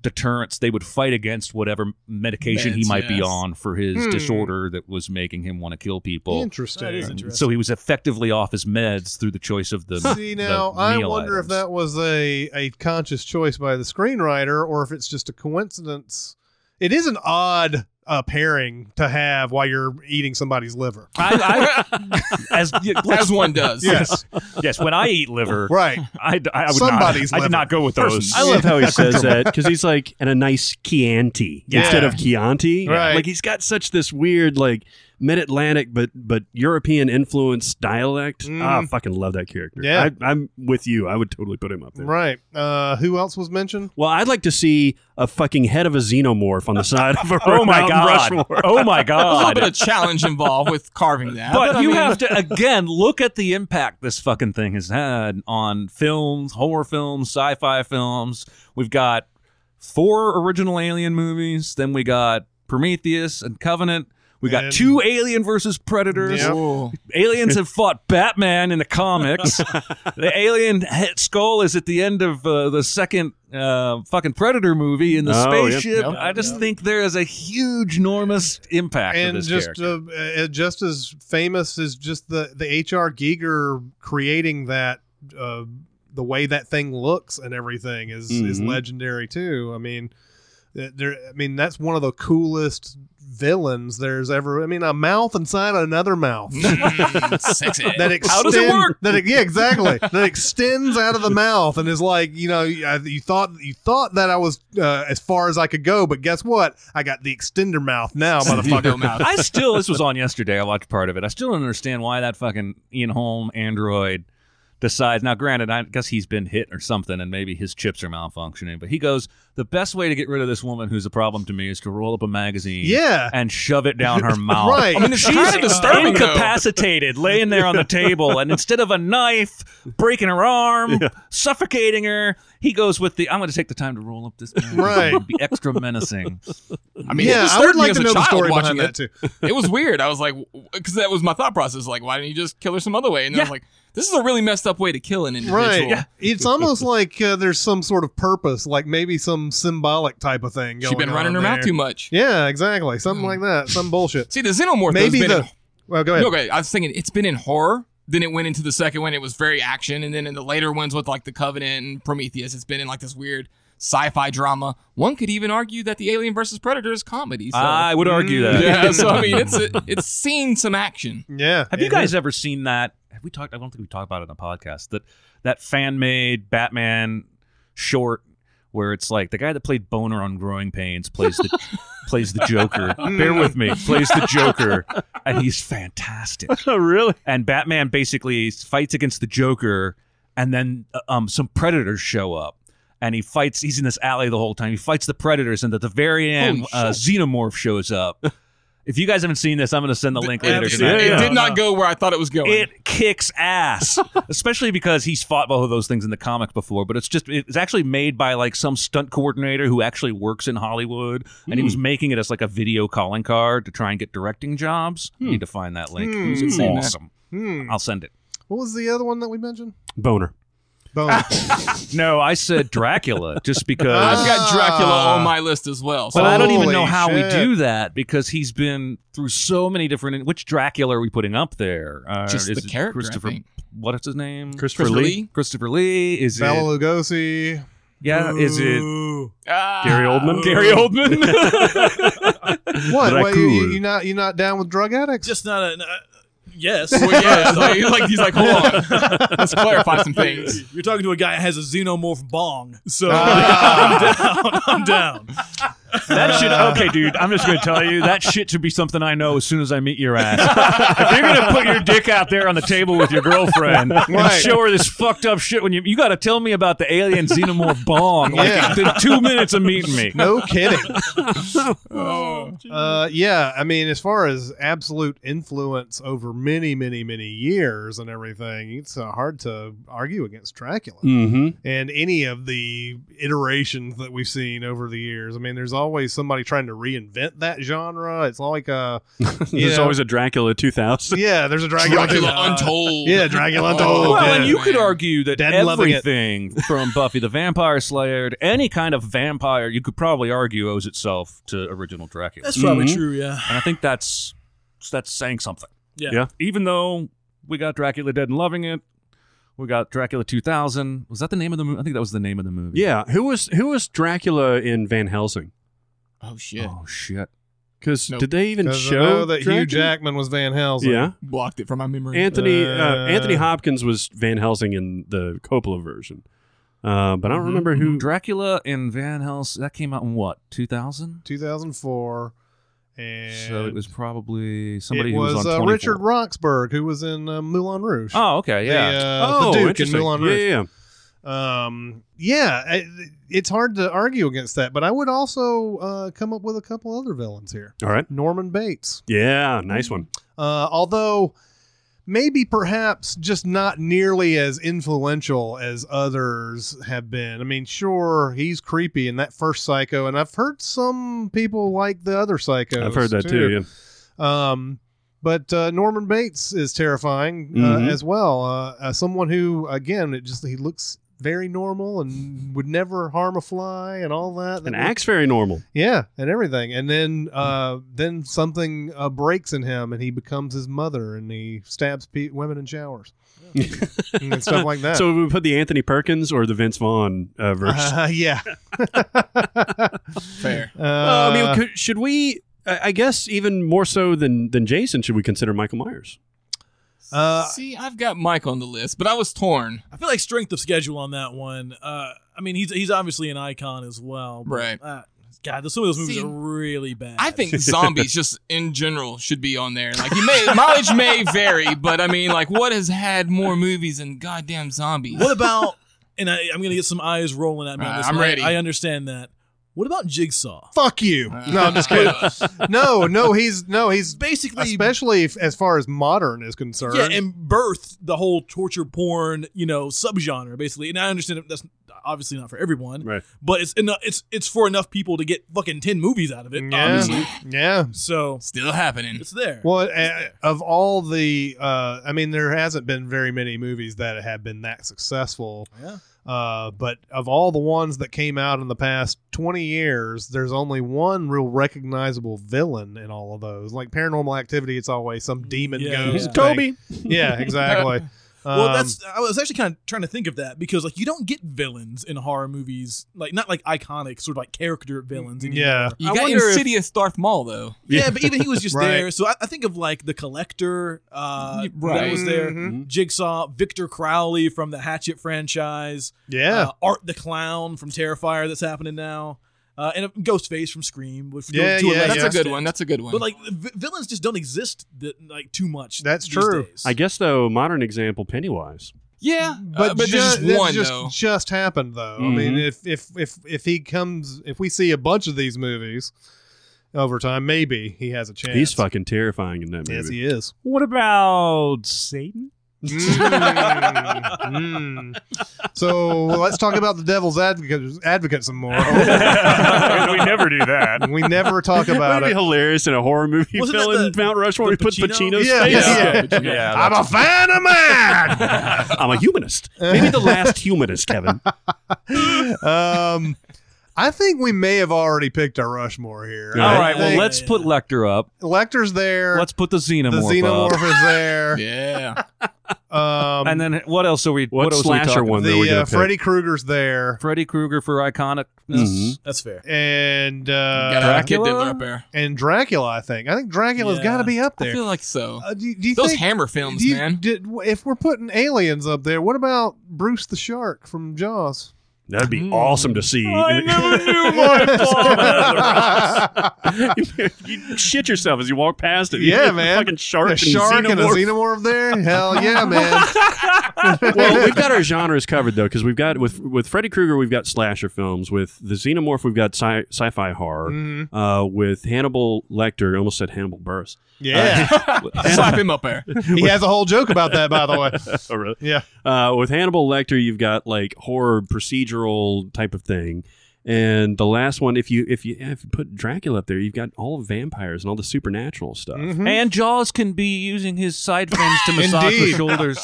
Speaker 2: deterrents they would fight against whatever medication he
Speaker 5: Meds,
Speaker 2: might be
Speaker 5: yes.
Speaker 2: on for his
Speaker 3: Hmm.
Speaker 2: disorder that was making him want to kill people.
Speaker 1: That is
Speaker 3: Interesting.
Speaker 1: interesting.
Speaker 2: So he was effectively off his meds through the choice of the.
Speaker 3: See
Speaker 2: the
Speaker 3: now, I
Speaker 2: meal
Speaker 3: wonder if
Speaker 2: items.
Speaker 3: that was a a conscious choice by the screenwriter, or if it's just a coincidence. It is an odd uh, pairing to have while you're eating somebody's liver.
Speaker 2: I, I, as, yeah,
Speaker 5: As one does.
Speaker 3: Yes,
Speaker 9: yes, when I eat liver,
Speaker 3: right.
Speaker 9: I, I would
Speaker 3: Somebody's
Speaker 9: not. I
Speaker 3: liver.
Speaker 9: did not go with those.
Speaker 6: I love how he says that because he's like, and a nice Chianti
Speaker 3: Yeah.
Speaker 6: instead of Chianti.
Speaker 3: Right.
Speaker 6: Like he's got such this weird, like mid Atlantic but but European influenced dialect.
Speaker 3: Mm.
Speaker 6: Ah, I fucking love that character.
Speaker 3: Yeah.
Speaker 6: I, I'm with you. I would totally put him up there.
Speaker 3: Right. Uh, who else was mentioned?
Speaker 6: Well, I'd like to see a fucking head of a xenomorph on the side of a
Speaker 9: Oh my
Speaker 6: Mount
Speaker 9: god!
Speaker 6: Rushmore.
Speaker 9: Oh my
Speaker 5: A little
Speaker 9: god!
Speaker 5: bit of challenge involved with carving that.
Speaker 2: But
Speaker 5: I
Speaker 2: you
Speaker 5: mean,
Speaker 2: have to again look at the impact this fucking thing has had on films, horror films, sci-fi films. We've got four original Alien movies. Then we got Prometheus and Covenant. We got
Speaker 3: And-
Speaker 2: two Alien versus Predators.
Speaker 3: Yep.
Speaker 5: Whoa.
Speaker 2: Aliens have fought Batman in the comics. the alien head skull is at the end of uh, the second uh, fucking Predator movie in the
Speaker 6: Oh, yep.
Speaker 2: spaceship.
Speaker 5: Yep.
Speaker 2: I just think there is a huge, enormous impact of
Speaker 3: And
Speaker 2: this
Speaker 3: just
Speaker 2: character.
Speaker 3: uh, uh, just as famous as just the the H.R. Giger creating that uh, the way that thing looks and everything is is
Speaker 2: Mm-hmm.
Speaker 6: Mhm.
Speaker 3: legendary too. I mean, Uh, There, I mean, that's one of the coolest villains there's ever. I mean, a mouth inside another mouth.
Speaker 5: Mm, sexy.
Speaker 3: that extend,
Speaker 2: How does it work?
Speaker 3: That yeah, exactly. that extends out of the mouth and is like, you know, you I- you thought you thought that I was uh, as far as I could go, but guess what? I got the extender mouth now,
Speaker 5: Dildo
Speaker 3: motherfucker.
Speaker 5: mouth.
Speaker 2: I still this was on yesterday. I watched part of it. I still don't understand why that fucking Ian Holm android decides. Now, granted, I guess he's been hit or something, and maybe his chips are malfunctioning. But he goes, the best way to get rid of this woman who's a problem to me is to roll up a magazine,
Speaker 3: Yeah.
Speaker 2: and shove it down her mouth.
Speaker 3: Right.
Speaker 5: I mean, it's kind of disturbing. though.
Speaker 2: incapacitated, laying there on the table, and instead of a knife breaking her arm, suffocating her, he goes with the "I'm going to take the time to roll up this magazine
Speaker 3: Right.
Speaker 2: and be extra menacing."
Speaker 5: I mean,
Speaker 3: yeah,
Speaker 5: it
Speaker 3: I would
Speaker 5: disturbed me
Speaker 3: like
Speaker 5: as
Speaker 3: to
Speaker 5: a
Speaker 3: know the
Speaker 5: child
Speaker 3: story
Speaker 5: watching
Speaker 3: behind that too.
Speaker 5: it. It was weird. I was like, because that was my thought process. Like, why didn't you just kill her some other way? And then I was
Speaker 2: Yeah.
Speaker 5: like, this is a really messed up way to kill an individual.
Speaker 3: Right. It's almost like uh, there's some sort of purpose, like maybe some symbolic type of thing.
Speaker 5: She's
Speaker 3: going
Speaker 5: been
Speaker 3: on
Speaker 5: running her
Speaker 3: there.
Speaker 5: mouth too much.
Speaker 3: Yeah, exactly. Something
Speaker 5: Mm.
Speaker 3: like that. Some bullshit.
Speaker 5: See, the xenomorph though, has
Speaker 3: Maybe
Speaker 5: been
Speaker 3: the. Well, go
Speaker 5: in,
Speaker 3: ahead.
Speaker 5: no, okay, I was thinking it's been in horror. Then it went into the second one. It was very action, and then in the later ones with like the Covenant and Prometheus, it's been in like this weird sci-fi drama. One could even argue that the Alien versus Predator is comedy. So.
Speaker 2: I would argue that.
Speaker 5: mm, yeah, so I mean, it's it's seen some action.
Speaker 3: Yeah.
Speaker 2: Have
Speaker 3: it
Speaker 2: you guys ever seen that? Have we talked? I don't think we talked about it on the podcast. That that fan made Batman short where it's like the guy that played Boner on Growing Pains plays the plays the Joker. Bear with me, plays the Joker, and he's fantastic.
Speaker 9: Oh, really?
Speaker 2: And Batman basically fights against the Joker, and then uh, um, some predators show up. And he fights. He's in this alley the whole time. He fights the predators, and at the very end,
Speaker 5: Holy
Speaker 2: uh, Xenomorph shows up. If you guys haven't seen this, I'm going to send the link later.
Speaker 5: it,
Speaker 2: tonight.
Speaker 5: it did not go where I thought it was going.
Speaker 2: It kicks ass, especially because he's fought both of those things in the comic before. But it's just it's actually made by like some stunt coordinator who actually works in Hollywood, and he was making it as like a video calling card to try and get directing jobs. I need to find that link.
Speaker 3: Hmm.
Speaker 2: It's awesome.
Speaker 3: Hmm.
Speaker 2: I'll send it.
Speaker 3: What was the other one that we mentioned?
Speaker 6: Boner.
Speaker 3: Bone.
Speaker 5: Ah,
Speaker 2: No, I said Dracula just because.
Speaker 5: I've got Dracula
Speaker 3: Ah.
Speaker 5: on my list as well. So
Speaker 2: But I don't even
Speaker 3: Holy
Speaker 2: know how
Speaker 3: shit.
Speaker 2: we do that because he's been through so many different. Which Dracula are we putting up there? Uh,
Speaker 5: Just
Speaker 2: is
Speaker 5: the
Speaker 2: it
Speaker 5: character, I
Speaker 2: Christopher.
Speaker 5: think.
Speaker 2: What is his name?
Speaker 6: Christopher
Speaker 5: Lee? Lee?
Speaker 2: Christopher Lee. Is it?
Speaker 3: Bela Lugosi.
Speaker 2: Yeah, is it
Speaker 5: Ah.
Speaker 6: Gary Oldman?
Speaker 2: Gary Oldman?
Speaker 3: What? Wait, you, you,
Speaker 6: Dracul.
Speaker 3: you not you not down with drug addicts?
Speaker 1: Just not a. Uh, yes.
Speaker 5: Well, yeah, it's like, he's like he's like, hold on, let's clarify some things.
Speaker 1: You're talking to a guy that has a xenomorph bong. So
Speaker 5: Ah.
Speaker 1: I'm down. I'm down.
Speaker 9: That should okay, dude. I'm just gonna tell you that shit should be something I know as soon as I meet your ass. if you're gonna put your dick out there on the table with your girlfriend and
Speaker 3: Right.
Speaker 9: show her this fucked up shit, when you you gotta tell me about the alien xenomorph bong like
Speaker 3: Yeah.
Speaker 9: within two minutes of meeting me.
Speaker 3: no kidding.
Speaker 5: Oh,
Speaker 3: Uh, yeah, I mean, as far as absolute influence over many, many, many years and everything, it's uh, hard to argue against Dracula
Speaker 6: Mm-hmm.
Speaker 3: and any of the iterations that we've seen over the years. I mean, there's always somebody trying to reinvent that genre. It's like uh
Speaker 6: There's
Speaker 3: know-
Speaker 6: always a Dracula 2000.
Speaker 3: yeah, there's a Dracula.
Speaker 5: Dracula
Speaker 3: Uh,
Speaker 5: Untold.
Speaker 3: yeah, Dracula Untold,
Speaker 5: Oh,
Speaker 2: well,
Speaker 3: yeah.
Speaker 2: and you could
Speaker 5: man.
Speaker 2: argue that
Speaker 3: Dead and loving it.
Speaker 2: everything from Buffy the Vampire Slayer to any kind of vampire, you could probably argue owes itself to original Dracula.
Speaker 1: That's probably
Speaker 5: Mm-hmm.
Speaker 6: Mhm.
Speaker 1: true, yeah.
Speaker 2: And I think that's that's saying something.
Speaker 1: Yeah.
Speaker 6: Yeah.
Speaker 2: Even though we got Dracula Dead and Loving It, we got Dracula 2000. Was that the name of the movie? I think that was the name of the movie.
Speaker 6: Yeah. Who was who was Dracula in Van Helsing?
Speaker 5: Oh shit,
Speaker 2: Oh shit.
Speaker 6: Because
Speaker 5: Nope.
Speaker 6: did they even
Speaker 3: 'Cause I
Speaker 6: show
Speaker 3: know that
Speaker 6: Dracula?
Speaker 3: Hugh Jackman was Van Helsing.
Speaker 6: Yeah.
Speaker 5: blocked it from my memory.
Speaker 6: Anthony uh,
Speaker 3: Uh,
Speaker 6: Anthony Hopkins was Van Helsing in the Coppola version, uh, but I
Speaker 3: Mm-hmm,
Speaker 6: don't remember who.
Speaker 2: Mm-hmm. Dracula in Van Helsing. That came out in what? 2000.
Speaker 3: 2004. And
Speaker 2: So it was probably somebody
Speaker 3: it
Speaker 2: who was,
Speaker 3: was,
Speaker 2: on
Speaker 3: uh,
Speaker 2: 24.
Speaker 3: Richard Roxburgh, who was in uh, Moulin Rouge.
Speaker 2: Oh, okay, yeah.
Speaker 3: The, uh,
Speaker 6: oh,
Speaker 3: the Duke in
Speaker 6: interesting.
Speaker 3: Moulin
Speaker 6: yeah,
Speaker 3: Rouge.
Speaker 6: yeah, yeah.
Speaker 3: Um, yeah, I, it's hard to argue against that, but I would also uh, come up with a couple other villains here.
Speaker 6: All right.
Speaker 3: Norman Bates,
Speaker 6: Yeah, nice one.
Speaker 3: uh, although maybe perhaps just not nearly as influential as others have been. I mean, sure, he's creepy in that first Psycho, and I've heard some people like the other Psychos.
Speaker 6: I've heard that too. Yeah.
Speaker 3: Um, but uh, Norman Bates is terrifying uh,
Speaker 6: Mhm.
Speaker 3: as well. Uh, uh, someone who, again, it just he looks very normal and would never harm a fly and all that.
Speaker 6: And
Speaker 3: That was-
Speaker 6: acts very normal.
Speaker 3: yeah, and everything. And then uh, then something uh, breaks in him, and he becomes his mother, and he stabs pe- women in showers and stuff like that.
Speaker 6: So we put the Anthony Perkins or the Vince Vaughn uh, verse.
Speaker 3: Uh, yeah.
Speaker 5: Fair.
Speaker 3: Uh,
Speaker 6: Well, Oh, I mean, could, should we? I I guess even more so than than Jason, should we consider Michael Myers?
Speaker 3: uh,
Speaker 5: See, I've got Mike on the list, but I was torn.
Speaker 1: I feel like strength of schedule on that one. Uh, I mean, he's he's obviously an icon as well. but,
Speaker 5: Right.
Speaker 1: Uh, God, some of those movies
Speaker 5: See,
Speaker 1: are really bad.
Speaker 5: I think zombies just in general should be on there. Like you may mileage may vary, but I mean, like what has had more movies than goddamn zombies?
Speaker 1: What about? And I, I'm gonna get some eyes rolling at me. on
Speaker 5: Uh,
Speaker 1: this
Speaker 5: I'm
Speaker 1: one. I-
Speaker 5: ready.
Speaker 1: I understand that. What about Jigsaw?
Speaker 3: fuck you. No, I'm just kidding. no, no, he's no, he's
Speaker 1: Basically,
Speaker 3: especially if, as far as modern is concerned.
Speaker 1: yeah, and birthed the whole torture porn, you know, subgenre basically. And I understand that that's obviously not for everyone,
Speaker 6: Right.
Speaker 1: but it's enough. It's it's for enough people to get fucking ten movies out of it.
Speaker 3: Yeah.
Speaker 1: Obviously,
Speaker 3: yeah.
Speaker 1: so
Speaker 5: Still happening.
Speaker 1: it's there.
Speaker 3: Well, uh, of all the, uh, I mean, there hasn't been very many movies that have been that successful.
Speaker 1: Yeah.
Speaker 3: Uh, but of all the ones that came out in the past 20 years, there's only one real recognizable villain in all of those. Like Paranormal Activity, it's always some demon
Speaker 1: Yeah.
Speaker 3: goes.
Speaker 1: Yeah.
Speaker 3: Toby. Yeah, exactly.
Speaker 1: Well,
Speaker 3: Um,
Speaker 1: that's I was actually kind of trying to think of that because like you don't get villains in horror movies, like not like iconic sort of like character villains. anymore.
Speaker 3: Mm-hmm. Um, yeah.
Speaker 5: You
Speaker 1: I
Speaker 5: got
Speaker 1: wonder if-
Speaker 5: Insidious Darth Maul though.
Speaker 1: yeah, but even he was just
Speaker 3: Right.
Speaker 1: there. So I, I think of like the collector uh, that
Speaker 5: Right.
Speaker 1: was there,
Speaker 3: Mhm.
Speaker 1: Jigsaw, Victor Crowley from the Hatchet franchise,
Speaker 3: Yeah.
Speaker 1: uh, Art the Clown from Terrifier that's happening now, uh, and uh, Ghostface from Scream. Which
Speaker 3: Yeah,
Speaker 1: to
Speaker 3: yeah,
Speaker 1: lesser
Speaker 5: That's a good
Speaker 1: extent.
Speaker 5: one. That's a good one.
Speaker 1: But like vi- villains just don't exist that, like too much.
Speaker 3: That's
Speaker 1: these
Speaker 3: true.
Speaker 1: days.
Speaker 6: I guess though, modern example Pennywise.
Speaker 5: yeah,
Speaker 3: but,
Speaker 5: Uh, but, but
Speaker 3: ju-
Speaker 5: there's
Speaker 3: this
Speaker 5: just one
Speaker 3: just,
Speaker 5: though.
Speaker 3: just happened though. I mean, if if if if he comes, if we see a bunch of these movies over time, maybe he has a chance.
Speaker 6: He's fucking terrifying in that movie.
Speaker 3: Yes, he is.
Speaker 2: What about Satan?
Speaker 3: Mm. So let's talk about the devil's advocate, advocate some more.
Speaker 9: we never do that.
Speaker 3: we never talk
Speaker 6: That'd
Speaker 3: about
Speaker 6: be
Speaker 3: it.
Speaker 6: hilarious in a horror movie
Speaker 1: Wasn't that
Speaker 6: villain
Speaker 1: the-
Speaker 6: Mount Rushmore. We put
Speaker 1: Pacino?
Speaker 6: Pacino's
Speaker 3: Yeah,
Speaker 6: face.
Speaker 3: yeah,
Speaker 6: up.
Speaker 3: yeah. I'm a fan of man.
Speaker 6: I'm a humanist. Maybe the last humanist, Kevin.
Speaker 3: um, I think we may have already picked our Rushmore here.
Speaker 6: All
Speaker 2: All
Speaker 3: I
Speaker 2: right, well,
Speaker 3: think
Speaker 2: let's put Lecter up.
Speaker 3: Lecter's there.
Speaker 2: Let's put the
Speaker 3: the
Speaker 2: Xenomorph, up.
Speaker 3: Xenomorph is there.
Speaker 5: yeah,
Speaker 3: Um,
Speaker 2: And then what else are we?
Speaker 6: What,
Speaker 2: What, else are we
Speaker 6: slasher
Speaker 2: talking?
Speaker 6: one are we
Speaker 3: the
Speaker 6: gonna
Speaker 3: uh,
Speaker 6: pick?
Speaker 3: Freddy Krueger's there,
Speaker 2: Freddy Krueger for iconicness.
Speaker 6: Mhm.
Speaker 1: that's fair.
Speaker 3: and uh,
Speaker 5: got a kid
Speaker 2: Dracula?
Speaker 5: diddler up there.
Speaker 3: and Dracula. I think I think Dracula's
Speaker 1: Yeah.
Speaker 3: got to be up
Speaker 5: I
Speaker 3: there.
Speaker 5: feel like so.
Speaker 3: Uh, do, do you
Speaker 5: Those
Speaker 3: think,
Speaker 5: Hammer films,
Speaker 3: do you-
Speaker 5: man.
Speaker 3: did- if we're putting aliens up there, what about Bruce the Shark from Jaws?
Speaker 6: That'd
Speaker 1: Mm.
Speaker 6: be awesome to see. you shit yourself as you walk past it. You
Speaker 3: Yeah,
Speaker 6: get a
Speaker 3: man.
Speaker 6: Fucking shark,
Speaker 3: a shark and a
Speaker 6: xenomorph.
Speaker 3: xenomorph there? Hell yeah, man.
Speaker 6: well, we've got our genres covered though, because we've got with with Freddy Krueger, we've got slasher films. With the Xenomorph, we've got sci- sci-fi horror.
Speaker 3: Mhm.
Speaker 6: Uh, with Hannibal Lecter, I almost said Hannibal Buress.
Speaker 3: Yeah.
Speaker 5: Slap him up there.
Speaker 3: he has a whole joke about that, by the way.
Speaker 6: Oh, really?
Speaker 3: Yeah.
Speaker 6: Uh, with Hannibal Lecter, you've got like horror procedural type of thing. And the last one, if you if you if you put Dracula up there, you've got all the vampires and all the supernatural stuff.
Speaker 3: Mm-hmm.
Speaker 2: And Jaws can be using his side fins to massage the
Speaker 3: Indeed.
Speaker 2: shoulders.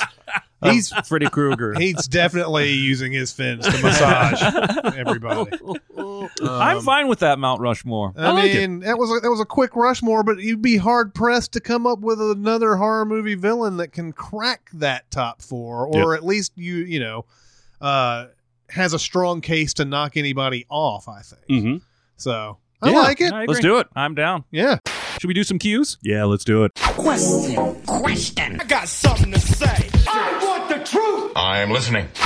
Speaker 3: He's
Speaker 2: Freddy Krueger.
Speaker 3: he's definitely using his fins to massage everybody.
Speaker 5: Uh,
Speaker 6: Um,
Speaker 2: I'm fine with that Mount Rushmore.
Speaker 3: I, mean, that was a, that was a quick Rushmore, but you'd be hard pressed to come up with another horror movie villain that can crack that top four, or at least you you know uh, has a strong case to knock anybody off. I think
Speaker 6: Mm-hmm.
Speaker 3: so. I
Speaker 6: Yeah.
Speaker 3: like it.
Speaker 2: I
Speaker 6: Let's
Speaker 2: agree.
Speaker 6: do it.
Speaker 2: I'm down.
Speaker 3: Yeah.
Speaker 2: Should we do some cues?
Speaker 6: Yeah, let's do it.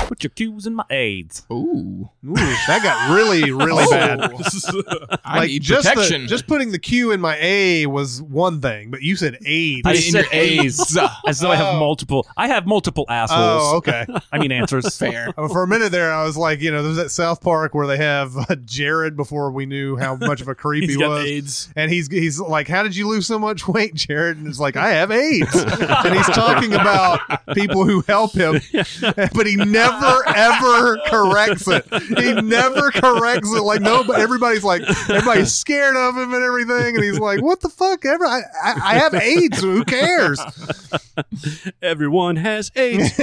Speaker 2: Put your cues in my aids.
Speaker 6: Oh.
Speaker 5: Ooh,
Speaker 3: Ooh, that got really really bad.
Speaker 5: Oh, I need
Speaker 3: just the-
Speaker 5: protection.
Speaker 3: just putting the Q in my A was one thing, but you said A.
Speaker 2: I
Speaker 5: in
Speaker 2: said
Speaker 5: your
Speaker 2: A's as though I
Speaker 6: Oh.
Speaker 2: have multiple. I have multiple assholes.
Speaker 3: Oh, okay.
Speaker 2: I mean answers.
Speaker 5: fair.
Speaker 3: Uh, For a minute there, I was like, you know, there's that South Park where they have uh, Jared before we knew how much of a creep
Speaker 1: He's
Speaker 3: he
Speaker 1: got
Speaker 3: was.
Speaker 1: AIDS.
Speaker 3: And he's he's like, how did you lose so much weight, Jared? And it's like, I have AIDS. and he's talking about people who help him, but he never never ever corrects it. He never corrects it. Like nobody, everybody's like everybody's scared of him and everything, and he's like, "What the fuck ever? I, I, I have AIDS. Who cares?"
Speaker 6: Everyone has AIDS.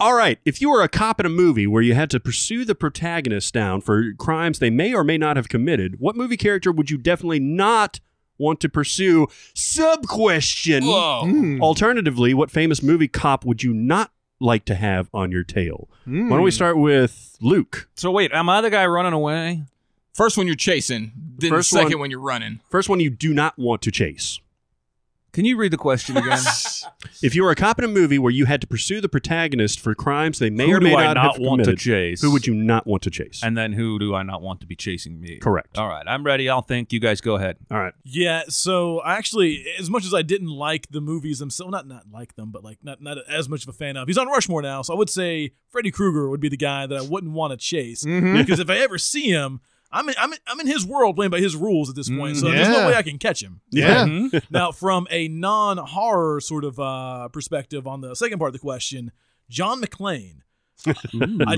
Speaker 6: All right. If you were a cop in a movie where you had to pursue the protagonist down for crimes they may or may not have committed, what movie character would you definitely not want to pursue? Sub question.
Speaker 5: Whoa.
Speaker 2: Hmm.
Speaker 6: Alternatively, what famous movie cop would you not like to have on your tail? Why
Speaker 2: Hmm.
Speaker 6: don't we start with Luke?
Speaker 2: So wait, am I the guy running away?
Speaker 5: First one you're chasing, then
Speaker 6: First
Speaker 5: second
Speaker 6: one-
Speaker 5: one you're running.
Speaker 6: First one you do not want to chase.
Speaker 2: Can you read the question again?
Speaker 6: If you were a cop in a movie where you had to pursue the protagonist for crimes they may
Speaker 2: who
Speaker 6: or may
Speaker 2: do I
Speaker 6: not,
Speaker 2: not
Speaker 6: have
Speaker 2: want to
Speaker 6: committed,
Speaker 2: chase?
Speaker 6: who would you not want to chase?
Speaker 2: And then who do I not want to be chasing me?
Speaker 6: Correct.
Speaker 2: All right, I'm ready. I'll think. You guys go ahead.
Speaker 6: All right.
Speaker 1: Yeah, so I actually, as much as I didn't like the movies themselves, not not like them, but like not not as much of a fan of. He's on Rushmore now, so I would say Freddy Krueger would be the guy that I wouldn't want to chase because if I ever see him, I'm in, I'm in, I'm in his world playing by his rules at this point, so there's
Speaker 3: yeah.
Speaker 1: no way I can catch him.
Speaker 3: Yeah.
Speaker 2: Mm-hmm.
Speaker 1: now, from a non horror sort of uh, perspective on the second part of the question, John McClane. I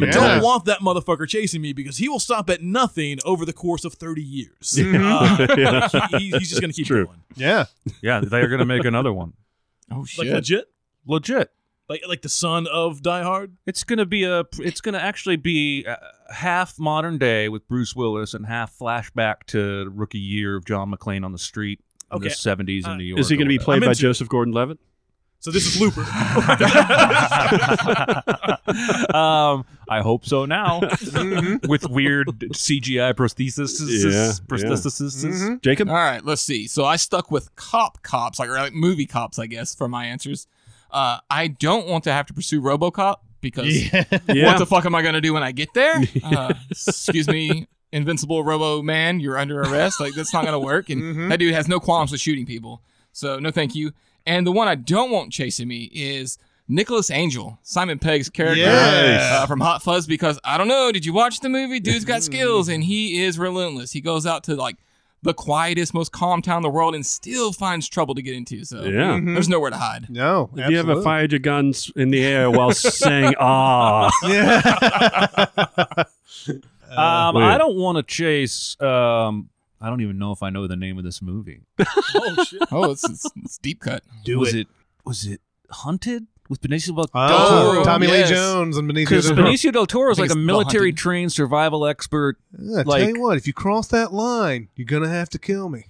Speaker 3: yeah.
Speaker 1: don't want that motherfucker chasing me because he will stop at nothing over the course of 30 years. Uh, he- he- he's just going to keep
Speaker 6: True.
Speaker 1: going.
Speaker 3: Yeah.
Speaker 2: Yeah, they're gonna make another one.
Speaker 5: Oh
Speaker 1: Like
Speaker 5: shit.
Speaker 1: legit?
Speaker 2: Legit.
Speaker 1: Like like the son of Die Hard?
Speaker 2: It's gonna be a. It's gonna actually be uh, half modern day with Bruce Willis and half flashback to rookie year of John McClane on the street in
Speaker 1: Okay.
Speaker 2: the '70s in
Speaker 1: Uh,
Speaker 2: New York.
Speaker 6: Is he going to be
Speaker 1: I'm
Speaker 6: played by
Speaker 1: into-
Speaker 6: Joseph Gordon-Levitt?
Speaker 1: So this is Looper.
Speaker 2: um, I hope so now with weird CGI prosthesis
Speaker 6: Mm-hmm. Yeah, Mm-hmm.
Speaker 2: prosthesis.
Speaker 6: Jacob?
Speaker 2: Uh,
Speaker 5: All right, let's see. So I stuck with cop cops, like, or like movie cops, I guess, for my answers. Uh, I don't want to have to pursue RoboCop because what the fuck am I gonna do when I get there? Uh, excuse me, invincible Robo Man, you're under arrest. Like that's not gonna work. And that dude has no qualms with shooting people. So no, thank you. And the one I don't want chasing me is Nicholas Angel, Simon Pegg's character
Speaker 3: Yes.
Speaker 5: uh, from Hot Fuzz. Because I don't know, did you watch the movie? Dude's got skills, and he is relentless. He goes out to like the quietest, most calm town in the world, and still finds trouble to get into. So
Speaker 6: Yeah.
Speaker 2: Mm-hmm.
Speaker 5: there's nowhere to hide.
Speaker 3: No.
Speaker 6: If you ever
Speaker 3: absolutely.
Speaker 6: fired your guns in the air while saying ah?
Speaker 2: Um,
Speaker 6: Weird.
Speaker 2: I don't want to chase. Um, I don't even know if I know the name of this movie.
Speaker 1: oh, shit.
Speaker 5: Oh, it's, it's, it's deep cut.
Speaker 3: Do
Speaker 2: was it. Was it Hunted with Benicio del
Speaker 3: Oh,
Speaker 5: Toro,
Speaker 3: Tommy
Speaker 5: yes.
Speaker 3: Lee Jones and Benicio
Speaker 2: Because
Speaker 3: del Toro.
Speaker 2: Benicio del Toro is
Speaker 5: I think
Speaker 2: like a
Speaker 5: it's The
Speaker 2: military
Speaker 5: Hunted.
Speaker 2: trained survival expert.
Speaker 3: Yeah, I tell
Speaker 2: like-
Speaker 3: you what, if you cross that line, you're gonna have to kill me.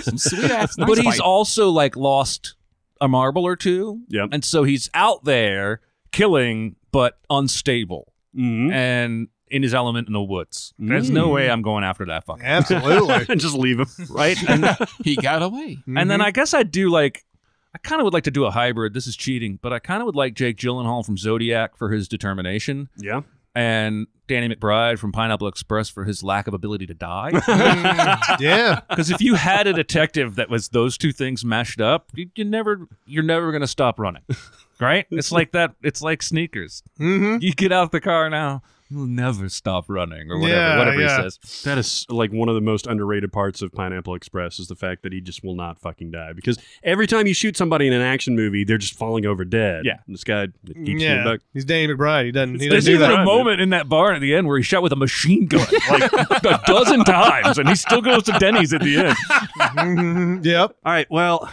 Speaker 5: Some sweet ass.
Speaker 2: but he's also like lost a marble or two.
Speaker 6: Yep.
Speaker 2: And so he's out there killing, but unstable
Speaker 6: Mhm.
Speaker 2: and in his element in the woods. There's no way I'm going after that fucking.
Speaker 3: Absolutely.
Speaker 6: and just leave him, right?
Speaker 5: he got away.
Speaker 2: And then I guess I'd do like. I kind of would like to do a hybrid. This is cheating, but I kind of would like Jake Gyllenhaal from Zodiac for his determination.
Speaker 6: yeah.
Speaker 2: and Danny McBride from Pineapple Express for his lack of ability to die.
Speaker 3: yeah.
Speaker 2: Because if you had a detective that was those two things mashed up, you, you never, you're never gonna stop running, right? It's like that. It's like sneakers.
Speaker 3: Mm-hmm.
Speaker 2: You get out the car now, you'll never stop running, or whatever,
Speaker 3: Yeah,
Speaker 2: whatever
Speaker 3: yeah.
Speaker 2: he says.
Speaker 6: That is like one of the most underrated parts of Pineapple Express is the fact that he just will not fucking die because every time you shoot somebody in an action movie, they're just falling over dead.
Speaker 2: Yeah.
Speaker 6: And this guy keeps me
Speaker 3: Yeah.
Speaker 6: back.
Speaker 3: He's Danny McBride. He doesn't. He
Speaker 2: There's
Speaker 3: doesn't do
Speaker 2: even
Speaker 3: that.
Speaker 2: a moment in that bar at the end where he's shot with a machine gun like a dozen times, and he still goes to Denny's at the end.
Speaker 3: Mhm. Yep.
Speaker 6: All right. Well,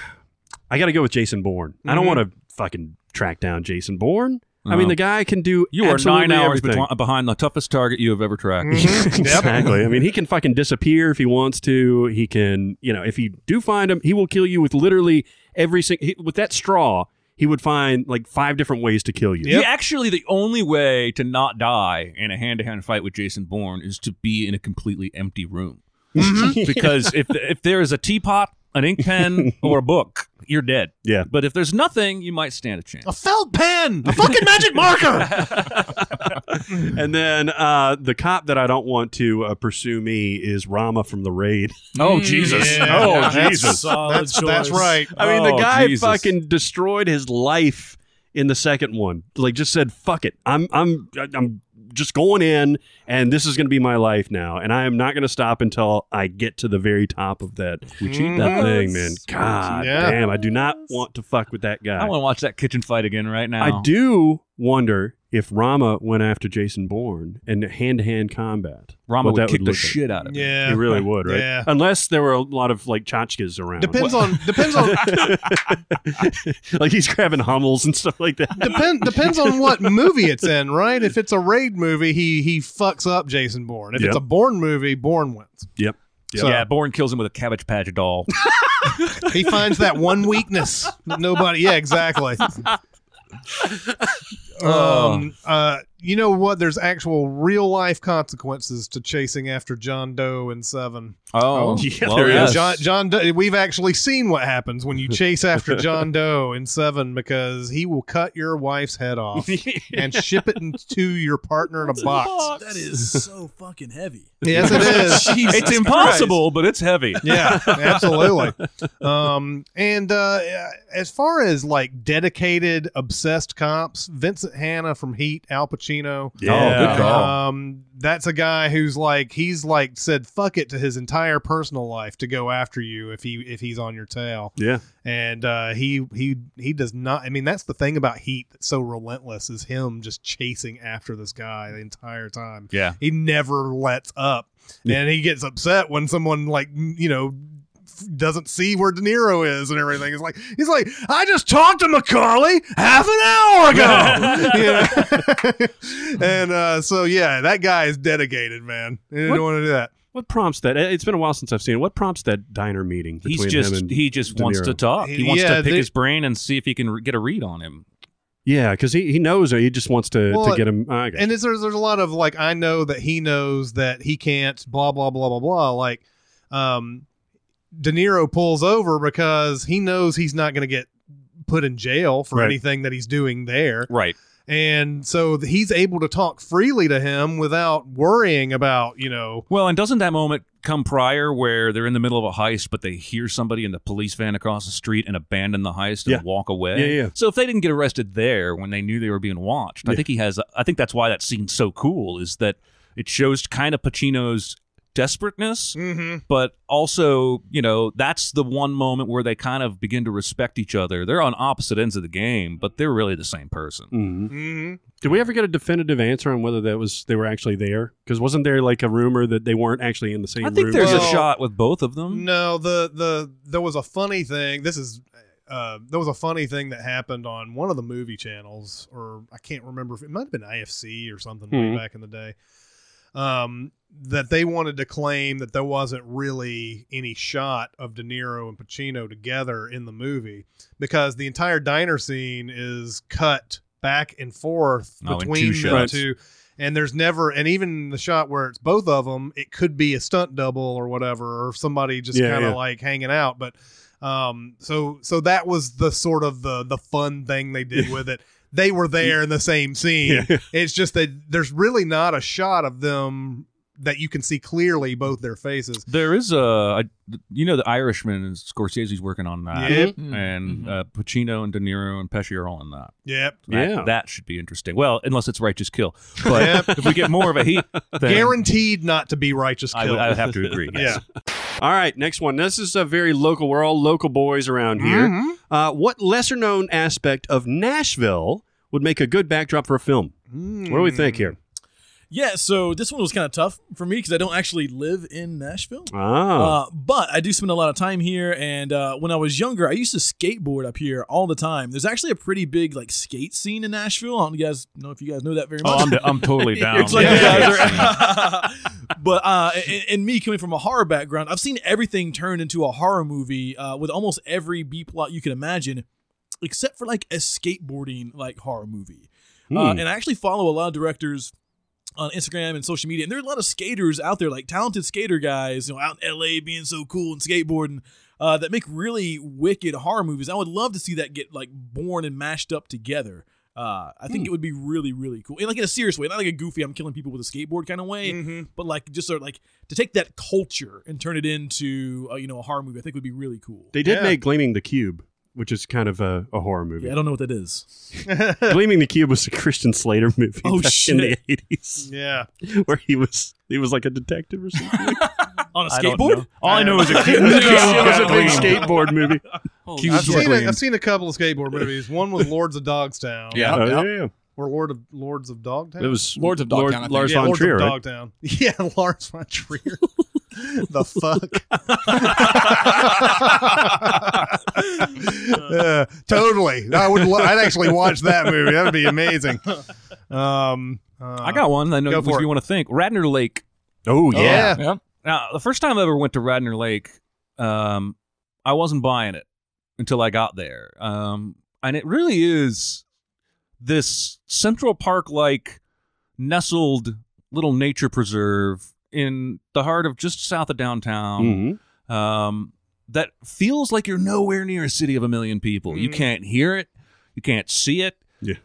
Speaker 6: I got to go with Jason Bourne. I don't want to fucking track down Jason Bourne. I mean,
Speaker 2: No.
Speaker 6: the guy can do
Speaker 2: Uh-huh. You are
Speaker 6: absolutely
Speaker 2: nine hours
Speaker 6: everything.
Speaker 2: betwi- behind the toughest target you have ever tracked.
Speaker 3: Mm-hmm.
Speaker 6: exactly. I mean, he can fucking disappear if he wants to. He can, you know, if you do find him, he will kill you with literally every single with that straw. He would find like five different ways to kill you.
Speaker 2: Yeah, actually, the only way to not die in a hand-to-hand fight with Jason Bourne is to be in a completely empty room.
Speaker 3: Mm-hmm.
Speaker 2: because if if there is a teapot, an ink pen, or a book, you're dead.
Speaker 6: Yeah.
Speaker 2: But if there's nothing, you might stand a chance.
Speaker 3: A felt pen. A
Speaker 6: Fucking magic marker. and then uh, the cop that I don't want to uh, pursue me is Rama from the raid.
Speaker 2: Oh Jesus!
Speaker 3: mm, Yeah.
Speaker 2: Oh
Speaker 3: That's-
Speaker 2: Jesus!
Speaker 1: Solid
Speaker 3: That's that's
Speaker 1: choice.
Speaker 3: right.
Speaker 6: I mean, the
Speaker 2: Oh,
Speaker 6: guy
Speaker 2: Jesus.
Speaker 6: fucking destroyed his life in the second one. Like, just said, "Fuck it, I'm, I'm, I'm just going in, and this is going to be my life now, and I am not going to stop until I get to the very top of that, that thing, man. God
Speaker 3: Yeah.
Speaker 2: Oh,
Speaker 6: damn, I do not want to fuck with that guy.
Speaker 2: I want to watch that kitchen fight again right now.
Speaker 6: I do wonder if Rama went after Jason Bourne and hand to hand combat.
Speaker 2: Rama
Speaker 6: what
Speaker 2: would
Speaker 6: that
Speaker 2: kick the
Speaker 6: look like.
Speaker 2: shit out of it.
Speaker 3: Yeah.
Speaker 6: He really would, right?
Speaker 3: Yeah.
Speaker 6: Unless there were a lot of like tchotchkes around.
Speaker 3: Depends on depends on
Speaker 6: like he's grabbing Hummels and stuff like that.
Speaker 3: Depend, depends on what movie it's in, right? If it's a raid movie, he he fucks up Jason Bourne. If
Speaker 6: Yep.
Speaker 3: it's a Bourne movie, Bourne wins.
Speaker 6: Yep.
Speaker 3: So
Speaker 2: Yeah, Bourne kills him with a cabbage patch doll.
Speaker 3: he finds that one weakness. that Nobody. Yeah, exactly. Um, uh, you know what? There's actual real life consequences to chasing after John Doe in Seven.
Speaker 2: Oh,
Speaker 6: Yeah,
Speaker 2: well,
Speaker 6: there is.
Speaker 2: yes.
Speaker 3: John, John Doe, we've actually seen what happens when you chase after John Doe in Seven because he will cut your wife's head off and ship it in- to your partner in a box.
Speaker 1: That is so fucking heavy.
Speaker 3: Yes, it is.
Speaker 2: it's impossible, but it's heavy.
Speaker 3: yeah, absolutely. Um, and uh, as far as like dedicated, obsessed cops, Vincent Hanna from Heat, Al Pacino.
Speaker 2: Oh, good call.
Speaker 3: Um, that's a guy who's like he's like said fuck it to his entire personal life to go after you if he if he's on your tail.
Speaker 6: Yeah.
Speaker 3: And uh, he he he does not. I mean, that's the thing about Heat that's so relentless is him just chasing after this guy the entire time.
Speaker 2: Yeah.
Speaker 3: He never lets up. And he gets upset when someone like you know f- doesn't see where De Niro is and everything. It's like he's like, I just talked to Macaulay half an hour ago. You know? and uh, so yeah, that guy is dedicated, man. He didn't
Speaker 6: What-
Speaker 3: want to do that.
Speaker 6: What prompts that? It's been a while since I've seen it. What prompts that diner meeting between
Speaker 2: He's
Speaker 6: him
Speaker 2: just
Speaker 6: and
Speaker 2: he just
Speaker 6: De
Speaker 2: wants
Speaker 6: Niro?
Speaker 2: to talk. He wants
Speaker 3: Yeah,
Speaker 2: to pick
Speaker 3: they-
Speaker 2: his brain and see if he can re- get a read on him.
Speaker 6: Yeah, because he, he knows or he just wants to,
Speaker 3: Well,
Speaker 6: to get him. I guess.
Speaker 3: And it's, there's there's a lot of like I know that he knows that he can't blah blah blah blah blah. Like, um, De Niro pulls over because he knows he's not going to get put in jail for
Speaker 6: Right.
Speaker 3: anything that he's doing there.
Speaker 2: Right.
Speaker 3: and so th- he's able to talk freely to him without worrying about you know
Speaker 2: Well, and doesn't that moment come prior where they're in the middle of a heist, but they hear somebody in the police van across the street and abandon the heist and
Speaker 6: Yeah.
Speaker 2: walk away?
Speaker 6: Yeah, yeah.
Speaker 2: So if they didn't get arrested there when they knew they were being watched, I
Speaker 6: Yeah.
Speaker 2: think he has. I think that's why that scene's so cool is that it shows kind of Pacino's desperateness,
Speaker 6: Hmm.
Speaker 2: but also you know that's the one moment where they kind of begin to respect each other. They're on opposite ends of the game, but they're really the same person.
Speaker 6: Mhm. Did we ever get a definitive answer on whether that was they were actually there? Because wasn't there like a rumor that they weren't actually in the same
Speaker 2: I think
Speaker 6: room? Oh.
Speaker 2: there's
Speaker 3: Well-
Speaker 2: a shot with both of them.
Speaker 3: no the the there was a funny thing this is uh there was a funny thing that happened on one of the movie channels or i can't remember if it might have been ifc or something way
Speaker 2: Hmm.
Speaker 6: Mhm.
Speaker 3: back in the day um that they wanted to claim that there wasn't really any shot of De Niro and Pacino together in the movie because the entire diner scene is cut back and forth
Speaker 2: Oh, in two
Speaker 3: between the
Speaker 2: shots.
Speaker 3: two and there's never and even the shot where it's both of them it could be a stunt double or whatever or somebody just
Speaker 6: Yeah,
Speaker 3: kind of
Speaker 6: yeah.
Speaker 3: like hanging out but um so so that was the sort of the the fun thing they did with it they were there in the same scene it's just that there's really not a shot of them that you can see clearly both their faces
Speaker 2: There is a, a you know, the Irishman and Scorsese's working on that,
Speaker 3: Yep.
Speaker 2: and uh, Pacino and De Niro and Pesci are all on that.
Speaker 3: yep
Speaker 2: That-
Speaker 6: Yeah.
Speaker 2: that should be interesting. Well, unless it's Righteous Kill, but if we get more of a heat, then
Speaker 3: guaranteed not to be righteous
Speaker 2: I
Speaker 3: kill
Speaker 2: would, I would have to agree. Yes.
Speaker 6: All right, next one. This is a very local. We're all local boys around here.
Speaker 3: Mm-hmm.
Speaker 6: Uh, what lesser known aspect of Nashville would make a good backdrop for a film?
Speaker 3: Mm-hmm.
Speaker 6: What do we think
Speaker 3: Hmm.
Speaker 6: here?
Speaker 1: Yeah, so this one was kind of tough for me because I don't actually live in Nashville.
Speaker 6: Ah,
Speaker 1: Uh, but I do spend a lot of time here, and uh, when I was younger, I used to skateboard up here all the time. There's actually a pretty big like skate scene in Nashville. I don't you guys know if you guys know that very much.
Speaker 2: Oh, I'm, I'm totally down.
Speaker 1: It's like
Speaker 2: Yeah.
Speaker 1: you guys are- but uh, and, and me coming from a horror background, I've seen everything turned into a horror movie uh, with almost every B plot you can imagine, except for like a skateboarding like horror movie. Uh,
Speaker 6: Hmm.
Speaker 1: and I actually follow a lot of directors on Instagram and social media, and there are a lot of skaters out there, like talented skater guys, you know, out in LA being so cool and skateboarding. Uh, that make really wicked horror movies. I would love to see that get like born and mashed up together. Uh, I
Speaker 2: Hmm.
Speaker 1: think it would be really, really cool. And like in a serious way, not like a goofy, I'm killing people with a skateboard kind of way,
Speaker 2: Hmm.
Speaker 3: Mm-hmm.
Speaker 1: but like just sort of like to take that culture and turn it into, uh, you know, a horror movie, I think would be really cool.
Speaker 6: they did
Speaker 3: yeah.
Speaker 6: make Gleaming the Cube, which is kind of a, a horror movie.
Speaker 1: yeah, I don't know what that is.
Speaker 6: Gleaming the Cube was a Christian Slater movie
Speaker 1: Oh,
Speaker 6: back in the
Speaker 1: shit.
Speaker 6: eighties,
Speaker 3: yeah
Speaker 6: where he was he was like a detective or something.
Speaker 1: On a
Speaker 2: I don't
Speaker 1: skateboard?
Speaker 2: know. All I know is a
Speaker 6: it was a
Speaker 2: Gleam.
Speaker 6: big skateboard movie.
Speaker 5: Holy
Speaker 2: Cues
Speaker 3: I've
Speaker 2: were
Speaker 3: seen, a,
Speaker 2: gleamed.
Speaker 3: I've seen a couple of skateboard movies. One was Lords of Dogstown.
Speaker 5: Yeah.
Speaker 6: Oh,
Speaker 5: Yep,
Speaker 6: yeah.
Speaker 3: or Lord of Lords of Dogtown.
Speaker 6: It was
Speaker 5: Lords of Dogtown, I think.
Speaker 6: Lars
Speaker 3: yeah,
Speaker 6: von
Speaker 3: Lords
Speaker 6: Trier,
Speaker 3: of
Speaker 6: right?
Speaker 3: Dogtown. Yeah, Lars von Trier. the fuck. Yeah, totally. I would. Lo- I'd actually watch that movie. That would be amazing. Um, uh,
Speaker 2: I got one. I know
Speaker 3: Go
Speaker 2: what
Speaker 3: for
Speaker 2: you
Speaker 3: it.
Speaker 2: want to think. Radnor Lake.
Speaker 6: Oh
Speaker 3: Oh,
Speaker 6: yeah.
Speaker 3: yeah.
Speaker 5: Yeah.
Speaker 2: Now, the first time I ever went to Radnor Lake, um, I wasn't buying it until I got there. Um, and it really is this Central Park like nestled little nature preserve in the heart of just south of downtown.
Speaker 6: Mhm.
Speaker 2: um, that feels like you're nowhere near a city of a million people. You can't hear it, you can't see it.
Speaker 6: Hmm. Yeah.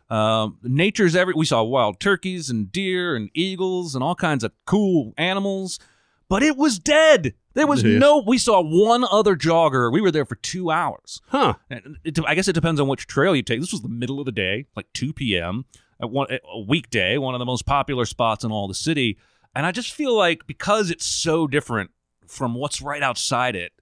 Speaker 2: Um, nature's every. We saw wild turkeys and deer and eagles and all kinds of cool animals, but it was dead. There was
Speaker 6: Yeah.
Speaker 2: no. We saw one other jogger. We were there for two hours.
Speaker 6: Huh.
Speaker 2: And it, I guess it depends on which trail you take. This was the middle of the day, like 2 p.m. At one, at a weekday, one of the most popular spots in all the city. And I just feel like because it's so different from what's right outside it,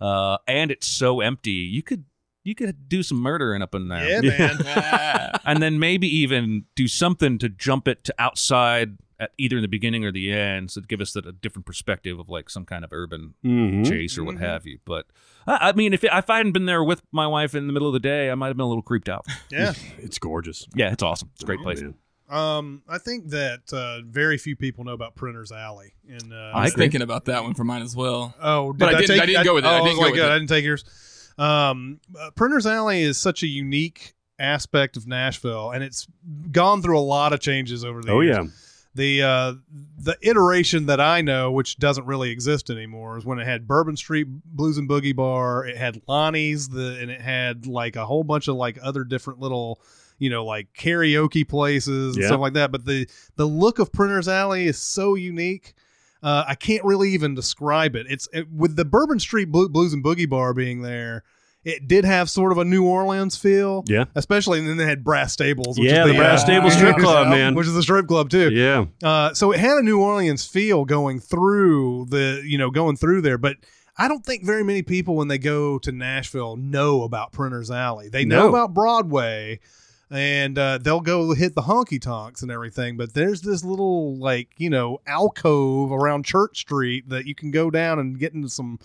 Speaker 2: uh, and it's so empty, you could you could do some murdering up in there,
Speaker 3: Yeah, man.
Speaker 5: Yeah.
Speaker 2: and then maybe even do something to jump it to outside at either in the beginning or the end, so to give us the, a different perspective of like some kind of urban
Speaker 6: Mhm.
Speaker 2: chase or what have you. But I, I mean, if, if I hadn't been there with my wife in the middle of the day, I might have been a little creeped out.
Speaker 3: Yeah.
Speaker 6: It's gorgeous.
Speaker 2: yeah, it's awesome. It's a great
Speaker 6: Oh,
Speaker 2: place.
Speaker 6: man.
Speaker 3: Um, I think that uh, very few people know about Printer's Alley. In uh,
Speaker 5: I was thinking about that one for mine as well.
Speaker 3: oh, did
Speaker 5: But I didn't-
Speaker 3: take,
Speaker 5: I didn't go with it.
Speaker 3: Oh,
Speaker 5: I didn't
Speaker 3: was
Speaker 5: go
Speaker 3: like,
Speaker 5: with
Speaker 3: uh,
Speaker 5: it.
Speaker 3: I didn't take yours. Um, uh, Printer's Alley is such a unique aspect of Nashville, and it's gone through a lot of changes over the
Speaker 6: Oh
Speaker 3: years.
Speaker 6: yeah.
Speaker 3: the uh, the iteration that I know, which doesn't really exist anymore, is when it had Bourbon Street Blues and Boogie Bar, it had Lonnie's, the and it had like a whole bunch of like other different little, you know, like karaoke places and
Speaker 6: Yeah.
Speaker 3: stuff like that. But the the look of Printer's Alley is so unique. Uh, I can't really even describe it. It's it, with the Bourbon Street Blu- Blues and Boogie Bar being there. It did have sort of a New Orleans feel,
Speaker 6: Yeah.
Speaker 3: Especially, and then they had Brass Stables, which
Speaker 6: Yeah,
Speaker 3: is
Speaker 6: the
Speaker 3: the,
Speaker 6: Brass
Speaker 3: uh,
Speaker 6: Stables strip club, man.
Speaker 3: which is the strip club too.
Speaker 6: Yeah.
Speaker 3: Uh, so it had a New Orleans feel going through the, you know, going through there. But I don't think very many people when they go to Nashville know about Printer's Alley. They know
Speaker 6: No.
Speaker 3: about Broadway, and uh, they'll go hit the honky tonks and everything. But there's this little like you know alcove around Church Street that you can go down and get into some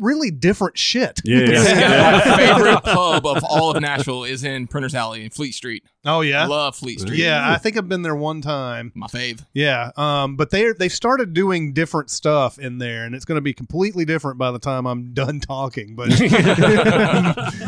Speaker 3: really different shit.
Speaker 6: Yeah. yeah.
Speaker 5: My favorite pub of all of Nashville is in Printer's Alley in Fleet Street.
Speaker 3: Oh yeah.
Speaker 5: Love Fleet Street.
Speaker 3: yeah, I think I've been there one time.
Speaker 5: My fave.
Speaker 3: Yeah, um, but they they've started doing different stuff in there, and it's going to be completely different by the time I'm done talking. But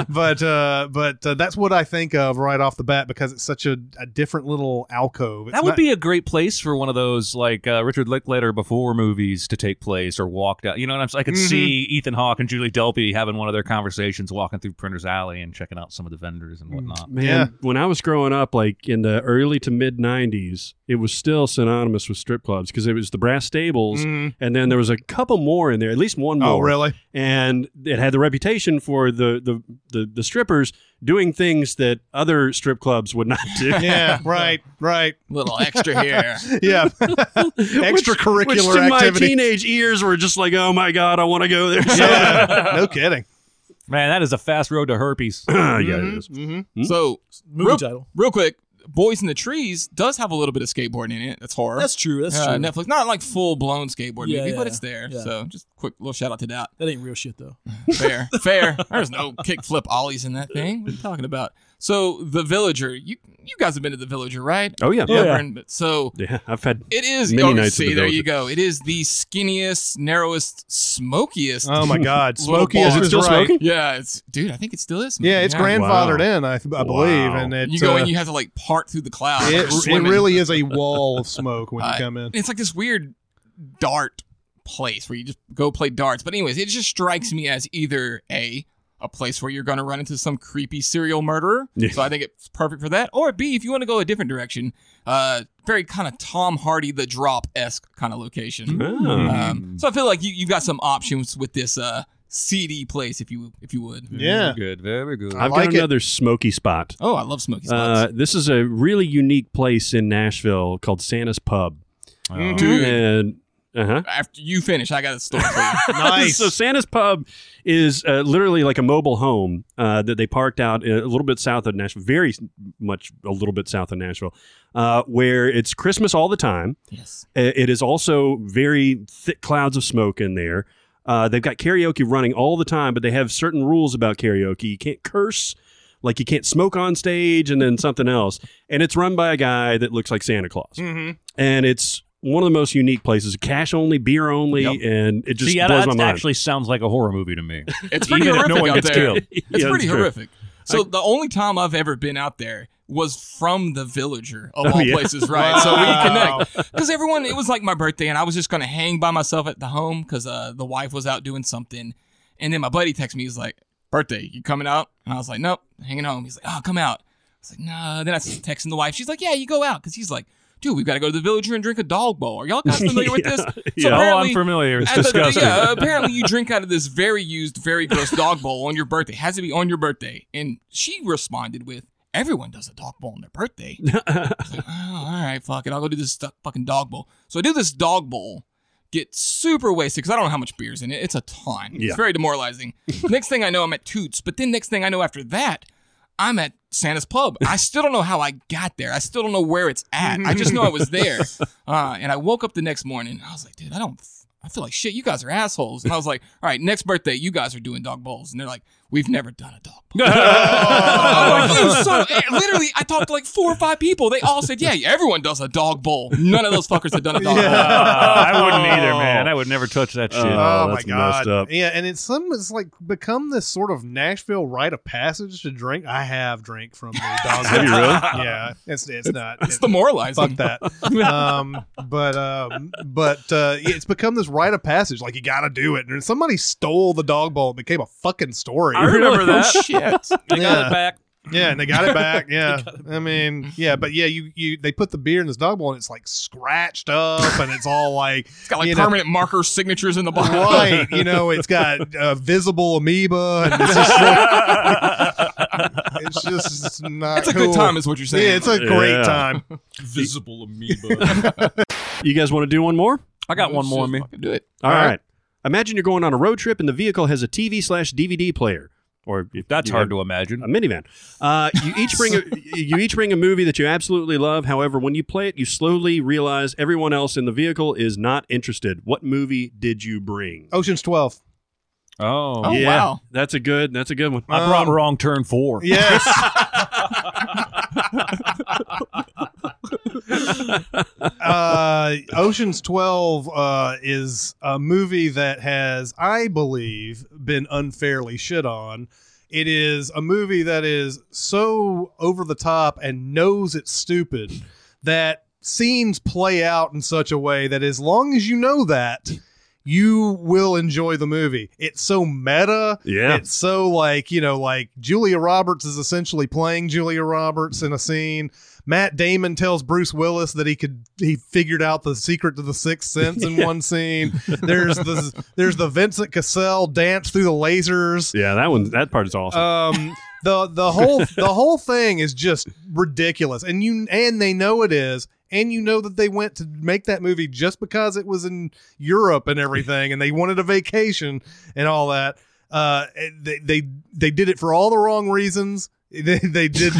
Speaker 3: but uh, but uh, that's what I think of right off the bat because it's such a, a different little alcove. It's
Speaker 2: That would
Speaker 3: not-
Speaker 2: be a great place for one of those like uh, Richard Linklater before movies to take place or walk down. You know what I'm saying? I could see Ethan Hawke and Julie Delpy having one of their conversations walking through Printer's Alley and checking out some of the vendors and whatnot.
Speaker 6: Man,
Speaker 3: Yeah.
Speaker 6: when I was growing up, like in the early to mid '90s, it was still synonymous with strip clubs because it was the Brass Stables,
Speaker 3: Mhm.
Speaker 6: and then there was a couple more in there, at least one more.
Speaker 3: Oh really?
Speaker 6: And it had the reputation for the the the, the strippers doing things that other strip clubs would not do.
Speaker 3: Yeah, right, right.
Speaker 5: Little extra here.
Speaker 3: Yeah,
Speaker 6: Which-
Speaker 3: extracurricular
Speaker 6: which to my
Speaker 3: activity.
Speaker 6: teenage ears were just like, oh my god, I want to go there.
Speaker 3: yeah, uh, no kidding.
Speaker 2: Man, that is a fast road to herpes.
Speaker 6: yeah, it is.
Speaker 3: Mm-hmm.
Speaker 5: So,
Speaker 1: Movie
Speaker 5: Real-
Speaker 1: title.
Speaker 5: real quick, Boys in the Trees does have a little bit of skateboarding in it. That's horror.
Speaker 1: That's true. That's
Speaker 5: uh,
Speaker 1: true.
Speaker 5: Netflix. Not like full blown skateboard
Speaker 1: Yeah,
Speaker 5: movie,
Speaker 1: yeah,
Speaker 5: but it's there.
Speaker 1: yeah.
Speaker 5: So just quick little shout out to that.
Speaker 1: That ain't real shit though.
Speaker 5: Fair, fair. There's no kickflip ollies in that thing. What are you talking about? So the villager, you you guys have been to the villager, right?
Speaker 6: Oh yeah.
Speaker 5: Over in- so
Speaker 6: Yeah, I've had
Speaker 5: it is.
Speaker 6: Many
Speaker 5: oh,
Speaker 6: nights at
Speaker 5: see,
Speaker 6: the
Speaker 5: there you
Speaker 6: Villager.
Speaker 5: go. It is the skinniest, narrowest, smokiest.
Speaker 3: Oh my God,
Speaker 5: Little
Speaker 3: Smokey
Speaker 5: bar.
Speaker 3: is
Speaker 5: Is it
Speaker 3: right.
Speaker 6: still smoking?
Speaker 5: yeah, it's dude. I think it still is.
Speaker 3: Yeah, it's grandfathered in, I, I believe,
Speaker 6: Wow.
Speaker 3: and it
Speaker 5: You go
Speaker 3: uh,
Speaker 5: in, you have to like part through the clouds. You're
Speaker 3: it, it
Speaker 5: swimming.
Speaker 3: really is a wall of smoke when you
Speaker 5: Uh,
Speaker 3: come in.
Speaker 5: It's like this weird dart place where you just go play darts. But anyways, it just strikes me as either a a place where you're going to run into some creepy serial murderer.
Speaker 6: Yeah.
Speaker 5: So I think it's perfect for that. Or B, if you want to go a different direction, uh, very kind of Tom Hardy, The Drop esque kind of location.
Speaker 3: Mm-hmm.
Speaker 6: Hmm. Ah.
Speaker 5: Um, so I feel like you you've got some options with this uh, seedy place, if you if you would.
Speaker 2: Very
Speaker 3: Yeah.
Speaker 2: good, very good.
Speaker 3: I
Speaker 6: I've
Speaker 3: like
Speaker 6: got
Speaker 3: it.
Speaker 6: another smoky spot.
Speaker 5: Oh, I love smoky
Speaker 6: Uh,
Speaker 5: spots.
Speaker 6: this is a really unique place in Nashville called Santa's Pub,
Speaker 5: Dude,
Speaker 6: and Uh-huh.
Speaker 5: After you finish, I got a story for you.
Speaker 3: Nice.
Speaker 6: so Santa's Pub is uh, literally like a mobile home uh, that they parked out a little bit south of Nashville, very s- much a little bit south of Nashville, uh, where it's Christmas all the time.
Speaker 5: yes.
Speaker 6: Uh, It is also very thick clouds of smoke in there. Uh, they've got karaoke running all the time, but they have certain rules about karaoke. You can't curse, like you can't smoke on stage, and then something else. And it's run by a guy that looks like Santa Claus,
Speaker 2: Mm-hmm.
Speaker 3: Mhm.
Speaker 6: and it's one of the most unique places. Cash only, beer only, and it just
Speaker 2: See, yeah,
Speaker 6: blows
Speaker 2: that
Speaker 6: my mind.
Speaker 2: actually sounds like a horror movie to me.
Speaker 5: It's pretty
Speaker 2: Even if
Speaker 5: horrific
Speaker 2: no one
Speaker 5: out
Speaker 2: gets
Speaker 5: there.
Speaker 2: killed.
Speaker 5: It's
Speaker 6: Yeah,
Speaker 5: pretty
Speaker 6: that's true.
Speaker 5: horrific. So the only time I've ever been out there was from the villager
Speaker 2: Oh,
Speaker 5: of all places, right? So we connect because everyone. It was like my birthday, and I was just gonna hang by myself at the home because uh, the wife was out doing something, and then my buddy texted me. He's like, "Birthday, you coming out?" And I was like, "Nope, hanging home." He's like, "Oh, come out." I was like, "Nah." Then I was texting the wife. She's like, "Yeah, you go out," because he's like. Dude, we've got to go to the villager and drink a dog bowl. Are y'all guys familiar with this? So
Speaker 2: oh, I'm
Speaker 5: apparently-
Speaker 2: familiar. It's
Speaker 5: at the-
Speaker 2: disgusting.
Speaker 5: yeah, apparently you drink out of this very used, very gross dog bowl on your birthday. Has to be on your birthday. And she responded with, "Everyone does a dog bowl on their birthday." I was like, oh, all right, fuck it. I'll go do this stu- fucking dog bowl. So I do this dog bowl, get super wasted because I don't know how much beer's in it. It's a ton. It's very demoralizing. next thing I know, I'm at Toots. But then next thing I know, after that. I'm at Santa's Pub. I still don't know how I got there. I still don't know where it's at. I just know I was there. Uh, and I woke up the next morning. And I was like, dude, I don't. I feel like shit. You guys are assholes. And I was like, all right, next birthday, you guys are doing dog bowls. And they're like, we've never done a dog
Speaker 3: Oh.
Speaker 5: bowl. I'm like, you son of- and literally, I talked to like four or five people. They all said, yeah, everyone does a dog bowl. None of those fuckers had done a dog
Speaker 3: Yeah.
Speaker 5: bowl.
Speaker 2: Uh, I wouldn't either, man. I would never touch that shit.
Speaker 3: Oh,
Speaker 6: Oh,
Speaker 3: my
Speaker 6: that's
Speaker 3: god!
Speaker 6: messed up.
Speaker 3: Yeah, and it's some it's like become this sort of Nashville rite of passage to drink. I have drank from the dog.
Speaker 6: Have you really?
Speaker 3: Yeah, it's it's not.
Speaker 5: It's demoralizing.
Speaker 3: fuck that. um, but um, but uh, yeah, it's become this rite of passage. Like you got to do it. And somebody stole the dog bowl. It became a fucking story.
Speaker 2: I remember that.
Speaker 5: Shit.
Speaker 2: They got
Speaker 3: Yeah.
Speaker 2: it back.
Speaker 3: Yeah, and they got it back. Yeah, I mean, yeah, but yeah, you you they put the beer in this dog bowl and it's like scratched up and it's all like
Speaker 5: It's got like
Speaker 3: You know-
Speaker 5: permanent marker signatures in the bottom.
Speaker 3: right. You know, it's got a visible amoeba. And it's, just like- it's just it's not.
Speaker 5: It's a
Speaker 3: cool.
Speaker 5: good time, is what you're saying.
Speaker 3: Yeah, it's a great
Speaker 6: Yeah.
Speaker 3: time.
Speaker 1: Visible amoeba.
Speaker 6: You guys want to do one more?
Speaker 2: I got
Speaker 3: Oh,
Speaker 2: one
Speaker 5: Let's
Speaker 2: more in
Speaker 5: just
Speaker 2: me.
Speaker 5: fucking Do it.
Speaker 6: All
Speaker 3: right.
Speaker 6: right. Imagine you're going on a road trip and the vehicle has a TV slash DVD player, or if
Speaker 2: That's
Speaker 6: you
Speaker 2: hard
Speaker 6: have
Speaker 2: to imagine.
Speaker 6: a minivan. Uh, you each bring a, you each bring a movie that you absolutely love. However, when you play it, you slowly realize everyone else in the vehicle is not interested. What movie did you bring?
Speaker 3: Ocean's Twelve.
Speaker 2: Oh.
Speaker 5: Oh,
Speaker 6: yeah,
Speaker 5: wow. Um,
Speaker 6: that's a good that's a good one.
Speaker 2: I brought wrong turn four.
Speaker 3: Yes. uh, Ocean's Twelve uh, is a movie that has, I believe, been unfairly shit on. It is a movie that is so over the top and knows it's stupid that scenes play out in such a way that as long as you know that, you will enjoy the movie. It's so meta.
Speaker 6: Yeah.
Speaker 3: It's so like, you know, like Julia Roberts is essentially playing Julia Roberts in a scene. Matt Damon tells Bruce Willis that he could he figured out the secret to the sixth sense in one scene. There's the there's the Vincent Cassell dance through the lasers
Speaker 6: Yeah, that one that part is awesome.
Speaker 3: um the the whole the whole thing is just ridiculous and you and they know it is and you know that they went to make that movie just because it was in Europe and everything and they wanted a vacation and all that uh they they, they did it for all the wrong reasons they, they did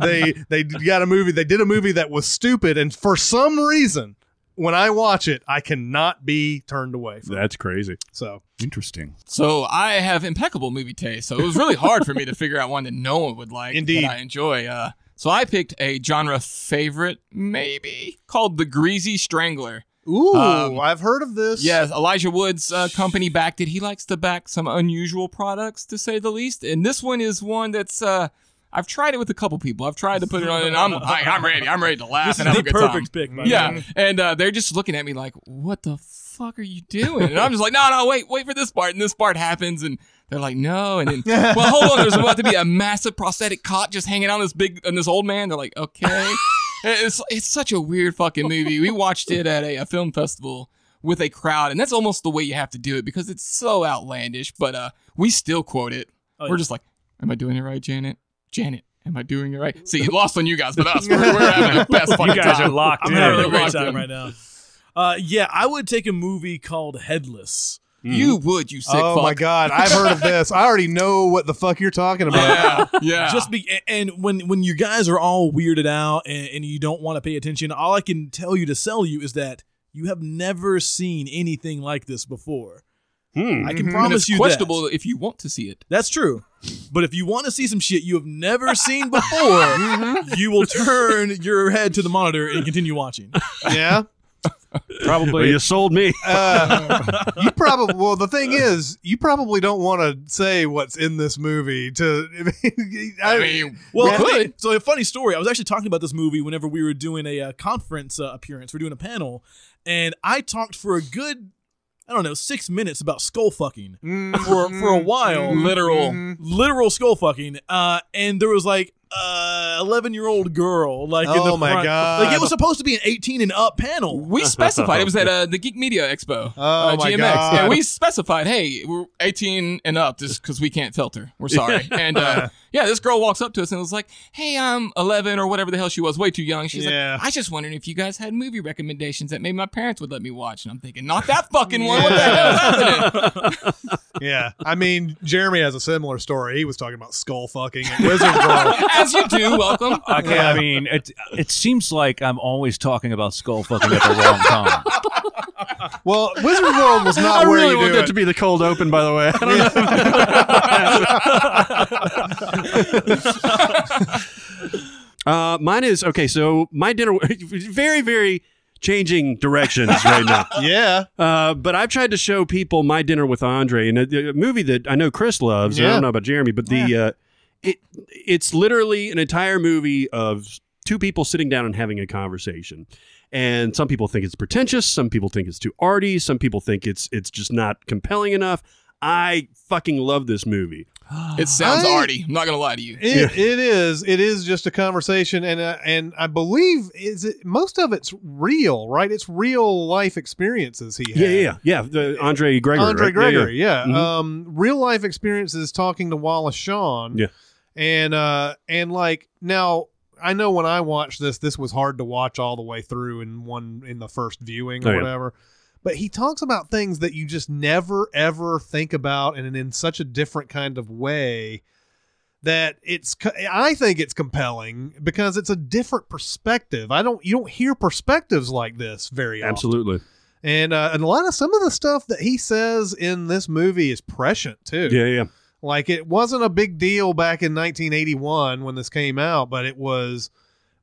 Speaker 3: they they got a movie they did a movie that was stupid and for some reason when I watch it I cannot be turned away from it.
Speaker 6: that's crazy.
Speaker 3: so
Speaker 2: Interesting.
Speaker 5: So I have impeccable movie taste. So it was really hard for me to figure out one that no one would like.
Speaker 3: Indeed.
Speaker 5: that I enjoy. Uh, so I picked a genre favorite, maybe called The Greasy Strangler.
Speaker 3: ooh
Speaker 5: Um,
Speaker 3: I've heard of this
Speaker 5: Yes, Elijah Wood's uh, company backed it. He likes to back some unusual products, to say the least. And this one is one that's uh, I've tried it with a couple people. I've tried to put it on, and I'm like, I'm ready. I'm ready to laugh
Speaker 1: this is
Speaker 5: and have a
Speaker 1: the
Speaker 5: good time.
Speaker 1: perfect pick. by the way.
Speaker 5: Yeah,
Speaker 9: um,
Speaker 5: and uh, they're just looking at me like, "What the fuck are you doing?" And I'm just like, "No, no, wait, wait for this part." And this part happens, and they're like, "No," and then, "Well, hold on, there's about to be a massive prosthetic cot just hanging on this big on this old man." They're like, "Okay." it's it's such a weird fucking movie. We watched it at a, a film festival with a crowd, and that's almost the way you have to do it because it's so outlandish. But uh, we still quote it.
Speaker 9: Oh,
Speaker 5: We're just like, "Am I doing it right, Janet? Janet." Am I doing it right? See, lost on you guys, but us, we're, we're having the best fucking
Speaker 9: You guys
Speaker 5: time.
Speaker 9: are locked
Speaker 1: I'm
Speaker 9: in.
Speaker 1: having a
Speaker 5: Dude.
Speaker 1: great
Speaker 5: Locked
Speaker 1: time
Speaker 5: in.
Speaker 1: right now. Uh, yeah, I would take a movie called Headless.
Speaker 5: You would, you sick
Speaker 3: oh
Speaker 5: fuck.
Speaker 3: my god, I've heard of this. I already know what the fuck you're talking about.
Speaker 5: Yeah, yeah.
Speaker 1: Just be a- and when when you guys are all weirded out and, and you don't want to pay attention, all I can tell you to sell you is that you have never seen anything like this before.
Speaker 6: Hmm.
Speaker 1: I can
Speaker 5: And
Speaker 1: promise
Speaker 5: it's
Speaker 1: you
Speaker 5: questionable
Speaker 1: that.
Speaker 5: if you want to see it.
Speaker 1: That's true. But if you want to see some shit you have never seen before, you will turn your head to the monitor and continue watching.
Speaker 3: Yeah.
Speaker 6: Well,
Speaker 2: Probably.
Speaker 6: you sold me.
Speaker 3: Uh, you probably well the thing is you probably don't want to say what's in this movie to I, mean
Speaker 1: Well,
Speaker 3: Yeah.
Speaker 1: funny- so a funny story. I was actually talking about this movie whenever we were doing a uh, conference uh, appearance. We're doing a panel, and I talked for a good, I don't know, six minutes about skull fucking for for a while,
Speaker 5: Literal.
Speaker 1: literal skull fucking. Uh, and there was like uh, eleven year old girl, like in
Speaker 3: Oh
Speaker 1: the
Speaker 3: my
Speaker 1: front.
Speaker 3: God.
Speaker 1: like it was supposed to be an eighteen and up panel.
Speaker 5: We specified it was at uh, the Geek Media Expo.
Speaker 3: Oh
Speaker 5: uh,
Speaker 3: my
Speaker 5: GMX.
Speaker 3: God.
Speaker 5: And we specified, hey, we're 18 and up just because we can't filter. We're sorry. and uh, yeah, this girl walks up to us and was like, hey, I'm 11 or whatever the hell she was, way too young. She's
Speaker 3: Yeah.
Speaker 5: like, I just wondering if you guys had movie recommendations that maybe my parents would let me watch. And I'm thinking, not that fucking one. What the hell is happening?
Speaker 3: yeah I mean Jeremy has a similar story he was talking about skull fucking and wizard girl
Speaker 5: As you do, welcome.
Speaker 2: I, can't- I mean, it it seems like I'm always talking about skull fucking at the wrong time.
Speaker 3: well wizard world was
Speaker 6: I
Speaker 3: not where
Speaker 6: really
Speaker 3: you
Speaker 6: want
Speaker 3: do
Speaker 6: that
Speaker 3: it.
Speaker 6: to be the cold open, by the way. I don't know. Uh, mine is okay. So my dinner, very, very changing directions right now.
Speaker 3: yeah
Speaker 6: Uh, but I've tried to show people my dinner with Andre, and a, a movie that I know Chris loves. and I
Speaker 3: Yeah.
Speaker 6: don't know about Jeremy, but the uh, it it's literally an entire movie of two people sitting down and having a conversation. And some people think it's pretentious. Some people think it's too arty. Some people think it's it's just not compelling enough. I fucking love this movie.
Speaker 5: It sounds
Speaker 3: I-
Speaker 5: arty. I'm not going to lie to you.
Speaker 3: It, it is. It is just a conversation, and uh, and I believe is it most of it's real, right? It's real life experiences he had.
Speaker 6: Yeah, yeah, yeah. yeah. The Andre Gregory.
Speaker 3: Andre
Speaker 6: right? Yeah, yeah.
Speaker 3: Gregory, yeah.
Speaker 6: Mhm.
Speaker 3: Um, real life experiences talking to Wallace Shawn.
Speaker 6: Yeah.
Speaker 3: and uh, and like now. I know when I watched this, this was hard to watch all the way through in one in the first viewing or
Speaker 6: Oh, yeah.
Speaker 3: whatever. But he talks about things that you just never ever think about, and in such a different kind of way that it's co- I think it's compelling because it's a different perspective. I don't you don't hear perspectives like this very often.
Speaker 6: Absolutely.
Speaker 3: And uh, and a lot of some of the stuff that he says in this movie is prescient too.
Speaker 6: Yeah, yeah.
Speaker 3: Like it wasn't a big deal back in 1981 when this came out, but it was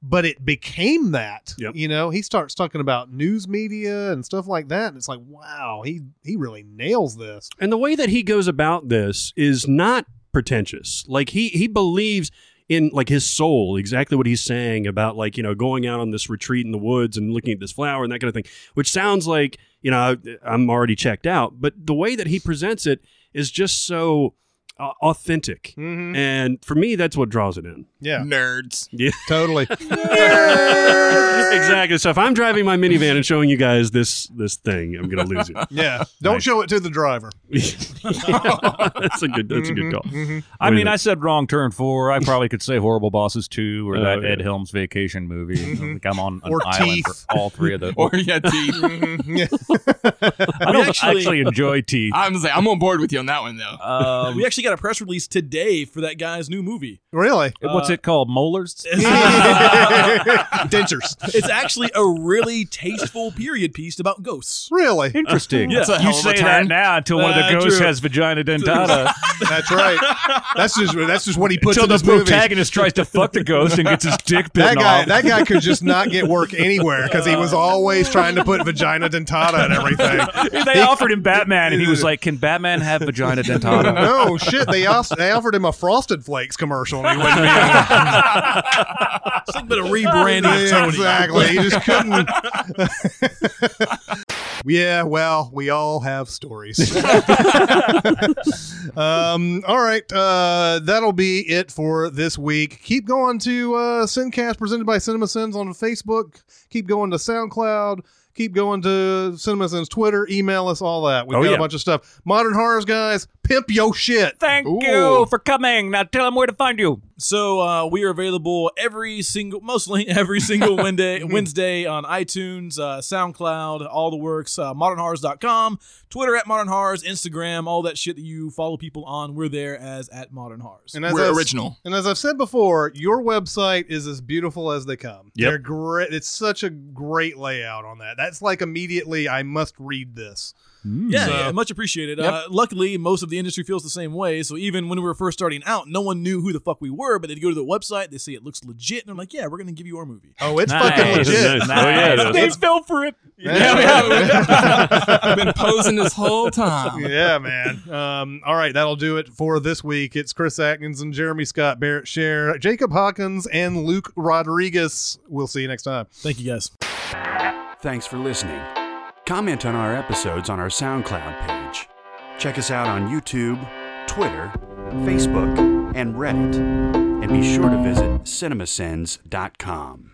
Speaker 3: but it became that.
Speaker 6: Yep.
Speaker 3: You know, he starts talking about news media and stuff like that and it's like, wow, he he really nails this.
Speaker 6: And the way that he goes about this is not pretentious. Like he he believes in like his soul exactly what he's saying about like you know going out on this retreat in the woods and looking at this flower and that kind of thing which sounds like you know I, i'm already checked out but the way that he presents it is just so uh, authentic
Speaker 3: Mhm.
Speaker 6: and for me that's what draws it in
Speaker 3: Yeah,
Speaker 5: Nerds.
Speaker 3: totally.
Speaker 6: exactly so if i'm driving my minivan and showing you guys this this thing i'm gonna lose it
Speaker 3: Yeah. Don't
Speaker 6: Nice.
Speaker 3: show it to the driver.
Speaker 6: that's a good that's a good call
Speaker 2: I
Speaker 6: Wait a
Speaker 2: mean,
Speaker 6: minute.
Speaker 2: I said wrong turn four. I probably could say Horrible Bosses two or
Speaker 6: Oh,
Speaker 2: that
Speaker 6: yeah.
Speaker 2: Ed Helms vacation movie. I think I'm on an
Speaker 3: Or
Speaker 2: island
Speaker 3: Teeth.
Speaker 2: for all three of those.
Speaker 5: Or yeah, T.
Speaker 3: Yeah.
Speaker 2: I don't
Speaker 1: actually-
Speaker 2: actually, enjoy Teeth.
Speaker 5: I'm, say- I'm on board with you on that one though.
Speaker 2: Um,
Speaker 1: We actually got a press release today for that guy's new movie.
Speaker 3: Really?
Speaker 2: what's it called? Molars.
Speaker 3: Dentures.
Speaker 1: It's actually a really tasteful period piece about ghosts.
Speaker 3: Really?
Speaker 2: Interesting.
Speaker 1: Yeah. That's
Speaker 5: a hell
Speaker 2: you
Speaker 5: of a
Speaker 2: say
Speaker 5: turn.
Speaker 2: that now until one of the
Speaker 1: Ah,
Speaker 2: ghosts
Speaker 1: true.
Speaker 2: has vagina dentata.
Speaker 3: That's right. That's just that's just what he puts
Speaker 2: until
Speaker 3: in
Speaker 2: the
Speaker 3: his movie.
Speaker 2: protagonist tries to fuck the ghost and gets his dick bitten
Speaker 3: That guy,
Speaker 2: off.
Speaker 3: that guy could just not get work anywhere because he was always trying to put vagina dentata and everything.
Speaker 2: they offered him Batman, and he was like, "Can Batman have vagina dentata?"
Speaker 3: No shit, they also, they offered him a Frosted Flakes commercial and he wouldn't be able to.
Speaker 1: It's like a bit of rebranding. of
Speaker 3: Yeah,
Speaker 1: Tony.
Speaker 3: exactly. He just couldn't. yeah, well, we all have stories. um, all right, uh, that'll be it for this week. Keep going to uh, Sincast presented by CinemaSins on Facebook. Keep going to SoundCloud. Keep going to CinemaSins Twitter, email us, all that. We've
Speaker 6: Oh,
Speaker 3: got
Speaker 6: yeah.
Speaker 3: a bunch of stuff. Modern Horrors, guys, pimp yo shit.
Speaker 9: Thank
Speaker 3: Ooh.
Speaker 9: you for coming. Now tell them where to find you.
Speaker 1: So uh, we are available every single, mostly every single Wednesday, Wednesday on iTunes, uh, SoundCloud, all the works, uh, modernhorrors.com, Twitter at Modern Horrors, Instagram, all that shit that you follow people on. We're there as at Modern Horrors.
Speaker 3: And as
Speaker 5: We're
Speaker 3: I've-
Speaker 5: original.
Speaker 3: And as I've said before, your website is as beautiful as they come.
Speaker 6: Yep.
Speaker 3: They're great. It's such a great layout on that. That's like immediately I must read this.
Speaker 1: yeah, yeah, much appreciated. Uh, luckily, most of the industry feels the same way. So even when we were first starting out, no one knew who the fuck we were, but they'd go to the website, they say it looks legit, and they're like, yeah, we're going to give you our movie.
Speaker 3: Oh, it's
Speaker 9: Nice.
Speaker 3: fucking legit.
Speaker 6: Nice. Oh, yeah, it is.
Speaker 9: They fell for it.
Speaker 5: Yeah, we have. We've been posing this whole time.
Speaker 3: yeah, man. Um, all right, that'll do it for this week. It's Chris Atkins and Jeremy Scott Barrett Share, Jacob Hawkins and Luke Rodriguez. We'll see you next time.
Speaker 1: Thank you guys.
Speaker 4: Thanks for listening. Comment on our episodes on our SoundCloud page. Check us out on YouTube, Twitter, Facebook, and Reddit. And be sure to visit cinemasins.com.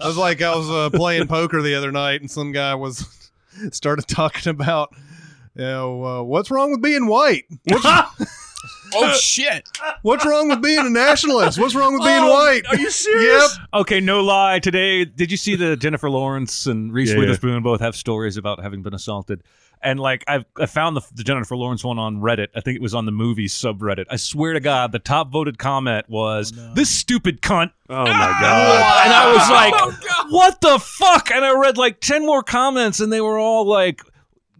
Speaker 3: I was like, I was uh, playing poker the other night, and some guy was started talking about, you know, uh, what's wrong with being white?
Speaker 5: Oh shit!
Speaker 3: What's wrong with being a nationalist? What's wrong with being white? Oh, Are you serious? Yep.
Speaker 9: Okay, no lie. Today, did you see the Jennifer Lawrence and Reese
Speaker 6: Yeah, yeah.
Speaker 9: Witherspoon both have stories about having been assaulted? And like, I've I found the, the Jennifer Lawrence one on Reddit. I think it was on the movie subreddit. I swear to God, the top voted comment was "this stupid cunt."
Speaker 6: Oh my god.
Speaker 9: and I
Speaker 3: Oh,
Speaker 9: was like, "What the fuck?" And I read like ten more comments, and they were all like,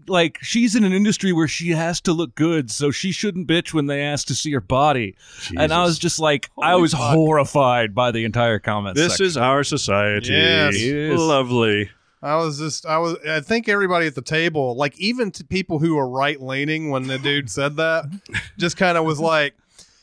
Speaker 9: "Like she's in an industry where she has to look good, so she shouldn't bitch when they ask to see her body." And I
Speaker 6: Jesus.
Speaker 9: was just like, I was horrified by the entire comment.
Speaker 6: This
Speaker 9: section.
Speaker 6: is our society.
Speaker 3: Yes.
Speaker 9: Yes.
Speaker 6: Lovely.
Speaker 3: I was just, I was, I think everybody at the table, like even to people who are right leaning when the dude said that, just kind of was like,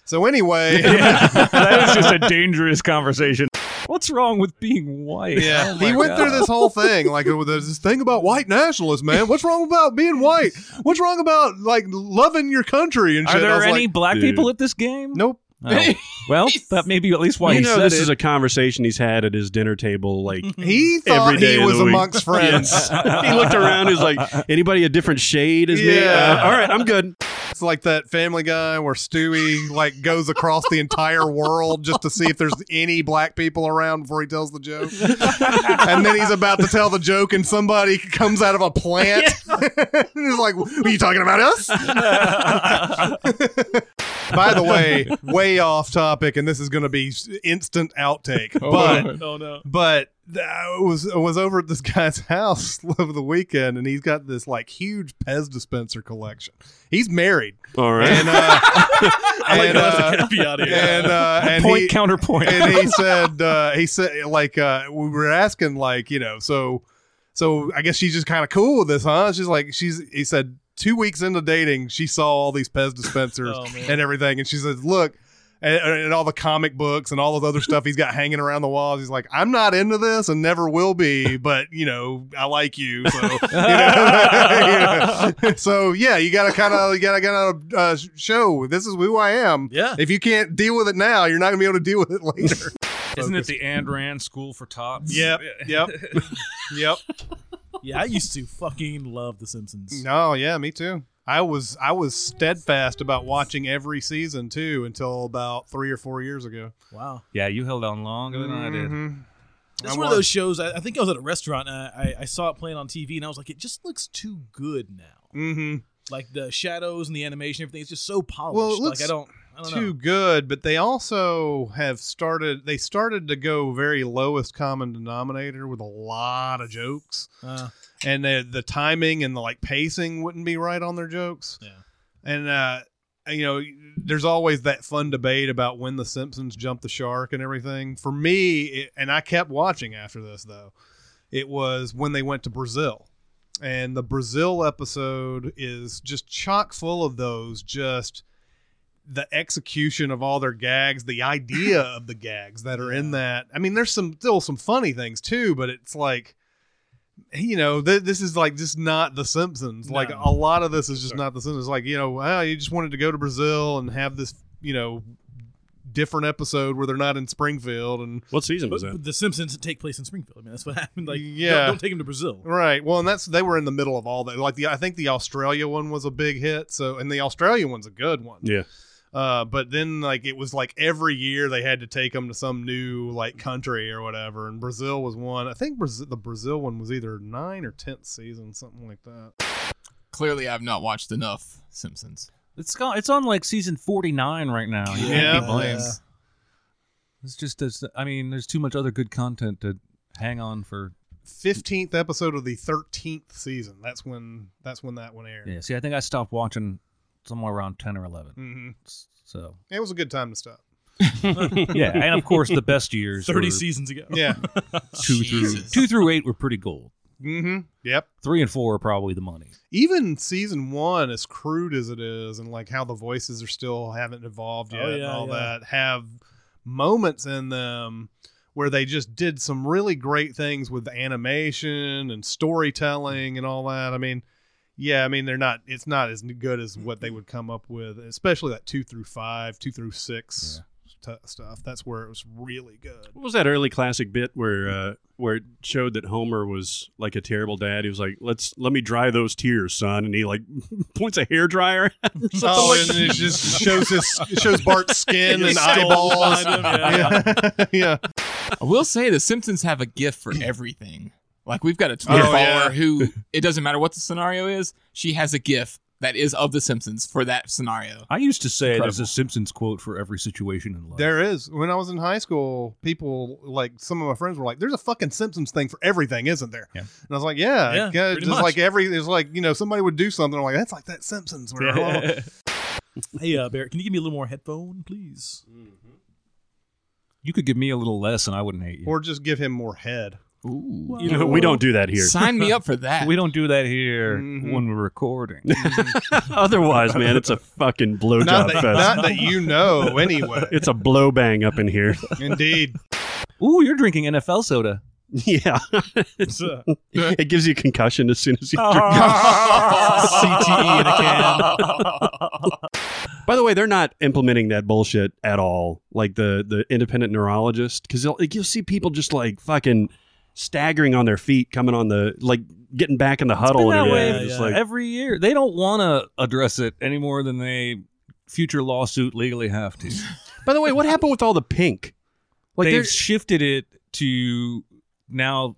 Speaker 3: so anyway.
Speaker 9: that is just a dangerous conversation. What's wrong with being white? Oh
Speaker 3: Yeah, he went through this whole thing like oh, there's this thing about white nationalists, man. What's wrong about being white? What's wrong about like loving your country and
Speaker 9: Are
Speaker 3: shit? I
Speaker 9: there
Speaker 3: was
Speaker 9: any
Speaker 3: Like,
Speaker 9: black
Speaker 6: dude.
Speaker 9: people at this game?
Speaker 3: nope.
Speaker 9: Oh. Well, that may be at least why
Speaker 6: you
Speaker 9: he
Speaker 6: know
Speaker 9: said
Speaker 6: this
Speaker 9: it.
Speaker 6: is a conversation he's had at his dinner table like every
Speaker 3: He thought
Speaker 6: day
Speaker 3: he
Speaker 6: of
Speaker 3: was
Speaker 6: the week.
Speaker 3: amongst friends.
Speaker 6: he looked around. He was like, "Anybody a different shade as me?"
Speaker 3: Yeah.
Speaker 6: Uh, all right, I'm good.
Speaker 3: It's like that Family Guy where Stewie like goes across the entire world just to see if there's any black people around before he tells the joke, and then he's about to tell the joke, and somebody comes out of a plant. and he's like, "Are you talking about us?" By the way, way off topic, and this is going to be instant outtake, but
Speaker 1: Oh, no.
Speaker 3: but I was I was over at this guy's house over the weekend, and he's got this like huge Pez dispenser collection. He's married,
Speaker 6: All right.
Speaker 3: and uh, and uh,
Speaker 1: Get me out of here.
Speaker 3: and uh, and
Speaker 9: Point
Speaker 3: he,
Speaker 9: counterpoint.
Speaker 3: and he said uh, he said like uh, we were asking like you know so so I guess she's just kind of cool with this, huh? She's like she's he said two weeks into dating she saw all these Pez dispensers
Speaker 1: Oh, man.
Speaker 3: and everything, and she says look. And, and all the comic books and all those other stuff he's got hanging around the walls. He's like, I'm not into this and never will be, but you know, I like you. So, you know? so yeah, you gotta kind of, you gotta, gotta uh, show this is who I am.
Speaker 1: Yeah.
Speaker 3: If you can't deal with it now, you're not gonna be able to deal with it later.
Speaker 9: Isn't it the Andran School for Tops?
Speaker 3: Yep. yep.
Speaker 1: Yeah, I used to fucking love The Simpsons.
Speaker 3: No, yeah, me too. I was I was steadfast about watching every season too until about three or four years ago.
Speaker 1: Wow.
Speaker 9: Yeah, you held on longer than I did.
Speaker 3: Mm-hmm.
Speaker 1: It's
Speaker 3: I'm
Speaker 1: one
Speaker 3: on-
Speaker 1: of those shows. I, I think I was at a restaurant. And I, I saw it playing on TV, and I was like, it just looks too good now.
Speaker 3: Mm-hmm.
Speaker 1: Like the shadows and the animation, everything. It's just so polished.
Speaker 3: Well, it looks
Speaker 1: like I don't. I don't
Speaker 3: Too
Speaker 1: know.
Speaker 3: good, but they also have started. They started to go very lowest common denominator with a lot of jokes,
Speaker 1: Uh,
Speaker 3: and the the timing and the like pacing wouldn't be right on their jokes.
Speaker 1: Yeah.
Speaker 3: and uh, you know, there's always that fun debate about when the Simpsons jumped the shark and everything. For me, it, and I kept watching after this though. It was when they went to Brazil, and the Brazil episode is just chock full of those. Just the execution of all their gags, the idea of the gags that are in that. I mean, there's some still some funny things too, but it's like you know, th- this is like just not The Simpsons. Like a lot of this is just not The Simpsons. Like you know, well, you just wanted to go to Brazil and have this, you know, different episode where they're not in Springfield and
Speaker 6: What season was
Speaker 1: But,
Speaker 6: that?
Speaker 1: but the Simpsons take place in Springfield. I mean, that's what happened. Like, don't,
Speaker 3: Yeah.
Speaker 1: don't take him to Brazil.
Speaker 3: Right. Well, and that's they were in the middle of all that. Like the I think the Australia one was a big hit. So and the Australia one's a good one.
Speaker 6: Yeah.
Speaker 3: Uh, but then like it was like every year they had to take them to some new like country or whatever. And Brazil was one. I think Brazil, the Brazil one was either nine or tenth season, something like that.
Speaker 5: Clearly, I've not watched enough Simpsons.
Speaker 2: It's gone. It's on like season forty nine right now. You can't
Speaker 3: Yeah.
Speaker 2: be blamed. It's just. It's, I mean, there's too much other good content to hang on for.
Speaker 3: Fifteenth episode of the thirteenth season. That's when that's when that one aired.
Speaker 2: Yeah. See, I think I stopped watching somewhere around ten or eleven.
Speaker 3: hmm
Speaker 2: So
Speaker 3: It was a good time to stop.
Speaker 2: yeah, and of course the best years.
Speaker 1: Thirty
Speaker 2: were
Speaker 1: seasons ago.
Speaker 3: Yeah.
Speaker 2: two through
Speaker 5: Jesus.
Speaker 2: two through eight were pretty gold.
Speaker 3: mm-hmm. Yep.
Speaker 2: Three and four are probably the money.
Speaker 3: even season one, as crude as it is, and like how the voices are still haven't evolved yet,
Speaker 1: Oh,
Speaker 3: and
Speaker 1: yeah,
Speaker 3: all
Speaker 1: yeah.
Speaker 3: that, have moments in them where they just did some really great things with animation and storytelling and all that. I mean, yeah, I mean they're not. It's not as good as what they would come up with, especially that two through five, two through six t- stuff. That's where it was really good.
Speaker 6: What was that early classic bit where uh, where it showed that Homer was like a terrible dad? He was like, "Let's let me dry those tears, son," and he like points a hair dryer.
Speaker 3: Oh, and it just shows his shows Bart's skin and eyeballs. yeah. yeah.
Speaker 5: I will say the Simpsons have a gift for everything. Like we've got a Twitter
Speaker 3: Oh,
Speaker 5: follower
Speaker 3: yeah.
Speaker 5: who it doesn't matter what the scenario is, she has a gift that is of the Simpsons for that scenario.
Speaker 2: I used to say there's a Simpsons quote for every situation in life.
Speaker 3: There is. When I was in high school, people like some of my friends were like, "There's a fucking Simpsons thing for everything, isn't there?"
Speaker 2: Yeah.
Speaker 3: And I was like, "Yeah,
Speaker 1: Yeah,
Speaker 3: yeah,
Speaker 1: pretty
Speaker 3: just
Speaker 1: much.
Speaker 3: like every, it's like you know, somebody would do something. I'm like, that's like that Simpsons." "Oh," Where
Speaker 1: Hey, uh, Barrett, can you give me a little more headphone, please?
Speaker 2: Mm-hmm. you could give me a little less, and I wouldn't hate you.
Speaker 3: Or just give him more head.
Speaker 5: Ooh.
Speaker 6: You know, we don't do that here.
Speaker 5: Sign me up for that.
Speaker 2: we don't do that here
Speaker 1: Mm-hmm.
Speaker 3: Mhm.
Speaker 2: when we're recording.
Speaker 6: Otherwise, man, it's a fucking
Speaker 3: Not
Speaker 6: blowjob
Speaker 3: that,
Speaker 6: fest.
Speaker 3: not that you know, anyway.
Speaker 6: it's a blow bang up in here.
Speaker 3: Indeed.
Speaker 2: Ooh, you're drinking NFL soda.
Speaker 6: yeah, It's, uh, it gives you a concussion as soon as you. drink.
Speaker 1: CTE in a can.
Speaker 6: By the way, they're not implementing that bullshit at all. Like the the independent neurologist, because like, you'll see people just like fucking staggering on their feet, coming on the like getting back in the huddle
Speaker 2: been
Speaker 6: and
Speaker 2: that
Speaker 6: everything.
Speaker 2: way
Speaker 6: It's
Speaker 1: yeah.
Speaker 6: like,
Speaker 2: Every year, they don't want to address it any more than they future lawsuit legally have to.
Speaker 6: by the way, what happened with all the pink? Like
Speaker 2: They've
Speaker 6: they're
Speaker 2: shifted it to now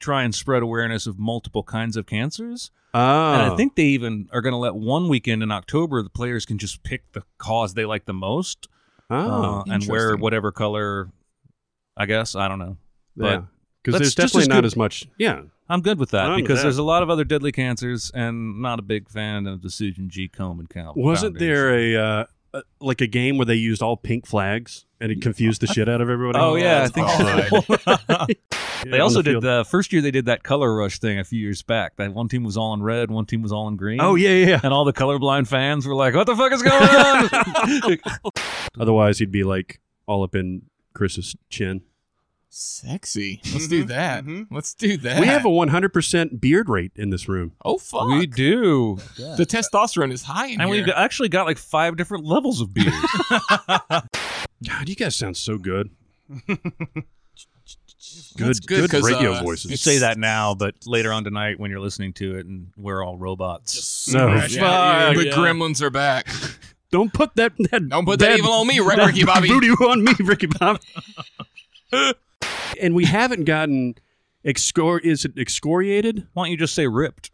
Speaker 2: try and spread awareness of multiple kinds of cancers.
Speaker 6: oh,
Speaker 2: And I think they even are going to let one weekend in October the players can just pick the cause they like the most uh,
Speaker 6: oh,
Speaker 2: and wear
Speaker 5: Interesting.
Speaker 2: whatever color. I guess I don't know. but that's
Speaker 6: because there's
Speaker 2: just
Speaker 6: definitely
Speaker 2: as
Speaker 6: not
Speaker 2: good-
Speaker 6: as much. Yeah,
Speaker 2: I'm good with that
Speaker 6: I'm with
Speaker 2: because
Speaker 6: that.
Speaker 2: there's a lot of other deadly cancers, and not a big fan of the Susan G. Komen Cal.
Speaker 6: wasn't there a. Uh, uh, like a game where they used all pink flags and it confused the shit out of everybody.
Speaker 2: Oh yeah, I think
Speaker 5: All
Speaker 2: so.
Speaker 6: Yeah,
Speaker 2: they
Speaker 6: on
Speaker 2: also
Speaker 6: the
Speaker 2: did
Speaker 6: field.
Speaker 2: the first year they did that color rush thing a few years back. That one team was all in red, one team was all in green.
Speaker 6: Oh yeah, yeah, yeah.
Speaker 2: and all the colorblind fans were like, "What the fuck is going on?"
Speaker 6: Otherwise, he'd be like all up in Chris's chin.
Speaker 5: Sexy. Let's do that.
Speaker 3: mhm.
Speaker 5: Let's do that.
Speaker 6: We have a 100% beard rate in this room.
Speaker 5: oh fuck.
Speaker 2: we do,
Speaker 5: the testosterone is high in
Speaker 2: and
Speaker 5: here.
Speaker 2: we've actually got like five different levels of beer.
Speaker 6: God, you guys sound so good.
Speaker 5: That's
Speaker 6: good, good,
Speaker 5: 'cause,
Speaker 6: radio
Speaker 5: uh,
Speaker 2: you
Speaker 6: voices.
Speaker 2: say that now, but later on tonight when you're listening to it, and we're all robots.
Speaker 6: No,
Speaker 1: Scratch
Speaker 5: Yeah,
Speaker 6: Oh,
Speaker 1: that
Speaker 5: the
Speaker 1: ear, yeah.
Speaker 5: gremlins are back.
Speaker 6: don't put that. that
Speaker 5: Don't put that evil on me, right, Ricky Bobby.
Speaker 6: Voodoo on me, Ricky Bobby. and we haven't gotten excor. Is it excoriated?
Speaker 2: Why don't you just say ripped?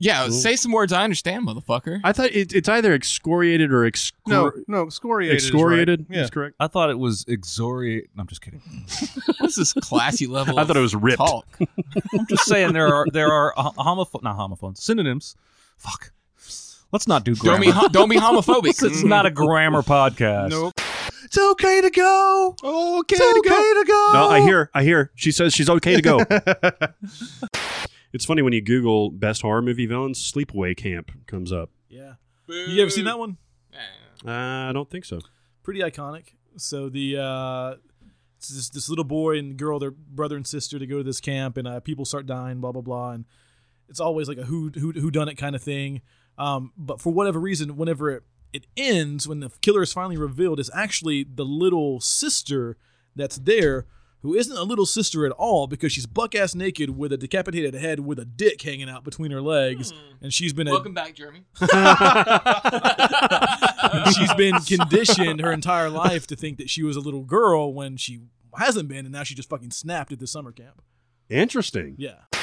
Speaker 5: Yeah, say some words I understand, motherfucker.
Speaker 6: I thought it, it's either excoriated or excor-
Speaker 3: No, no, excoriated. is right.
Speaker 6: excoriated.
Speaker 3: Yeah.
Speaker 6: is correct.
Speaker 2: I thought it was exoriate. No, I'm just kidding.
Speaker 5: What's this classy level?
Speaker 6: I thought it
Speaker 5: of
Speaker 6: was ripped.
Speaker 5: Talk.
Speaker 2: I'm just saying there are there are homophones, not homophones, synonyms. Fuck. Let's not do
Speaker 5: Don't
Speaker 2: grammar.
Speaker 5: be, don't be homophobic. Mm-hmm.
Speaker 2: it's not a grammar podcast.
Speaker 3: Nope. It's okay to go. Okay, it's okay to go.
Speaker 6: No, I hear. I hear. She says she's okay to go. it's funny when you Google best horror movie villains, Sleepaway Camp comes up.
Speaker 1: Yeah. You ever seen that one?
Speaker 6: Uh, I don't think so.
Speaker 1: Pretty iconic. So the uh, it's this, this little boy and girl, their brother and sister, to go to this camp, and uh, people start dying, blah blah blah, and it's always like a who who who done it kind of thing. Um, but for whatever reason, whenever it, it ends, when the killer is finally revealed, it's actually the little sister that's there, who isn't a little sister at all because she's buck ass naked with a decapitated head with a dick hanging out between her legs, and she's been a,
Speaker 5: Welcome back, Jeremy.
Speaker 1: she's been conditioned her entire life to think that she was a little girl when she hasn't been, and now she just fucking snapped at the summer camp.
Speaker 6: Interesting.
Speaker 1: Yeah.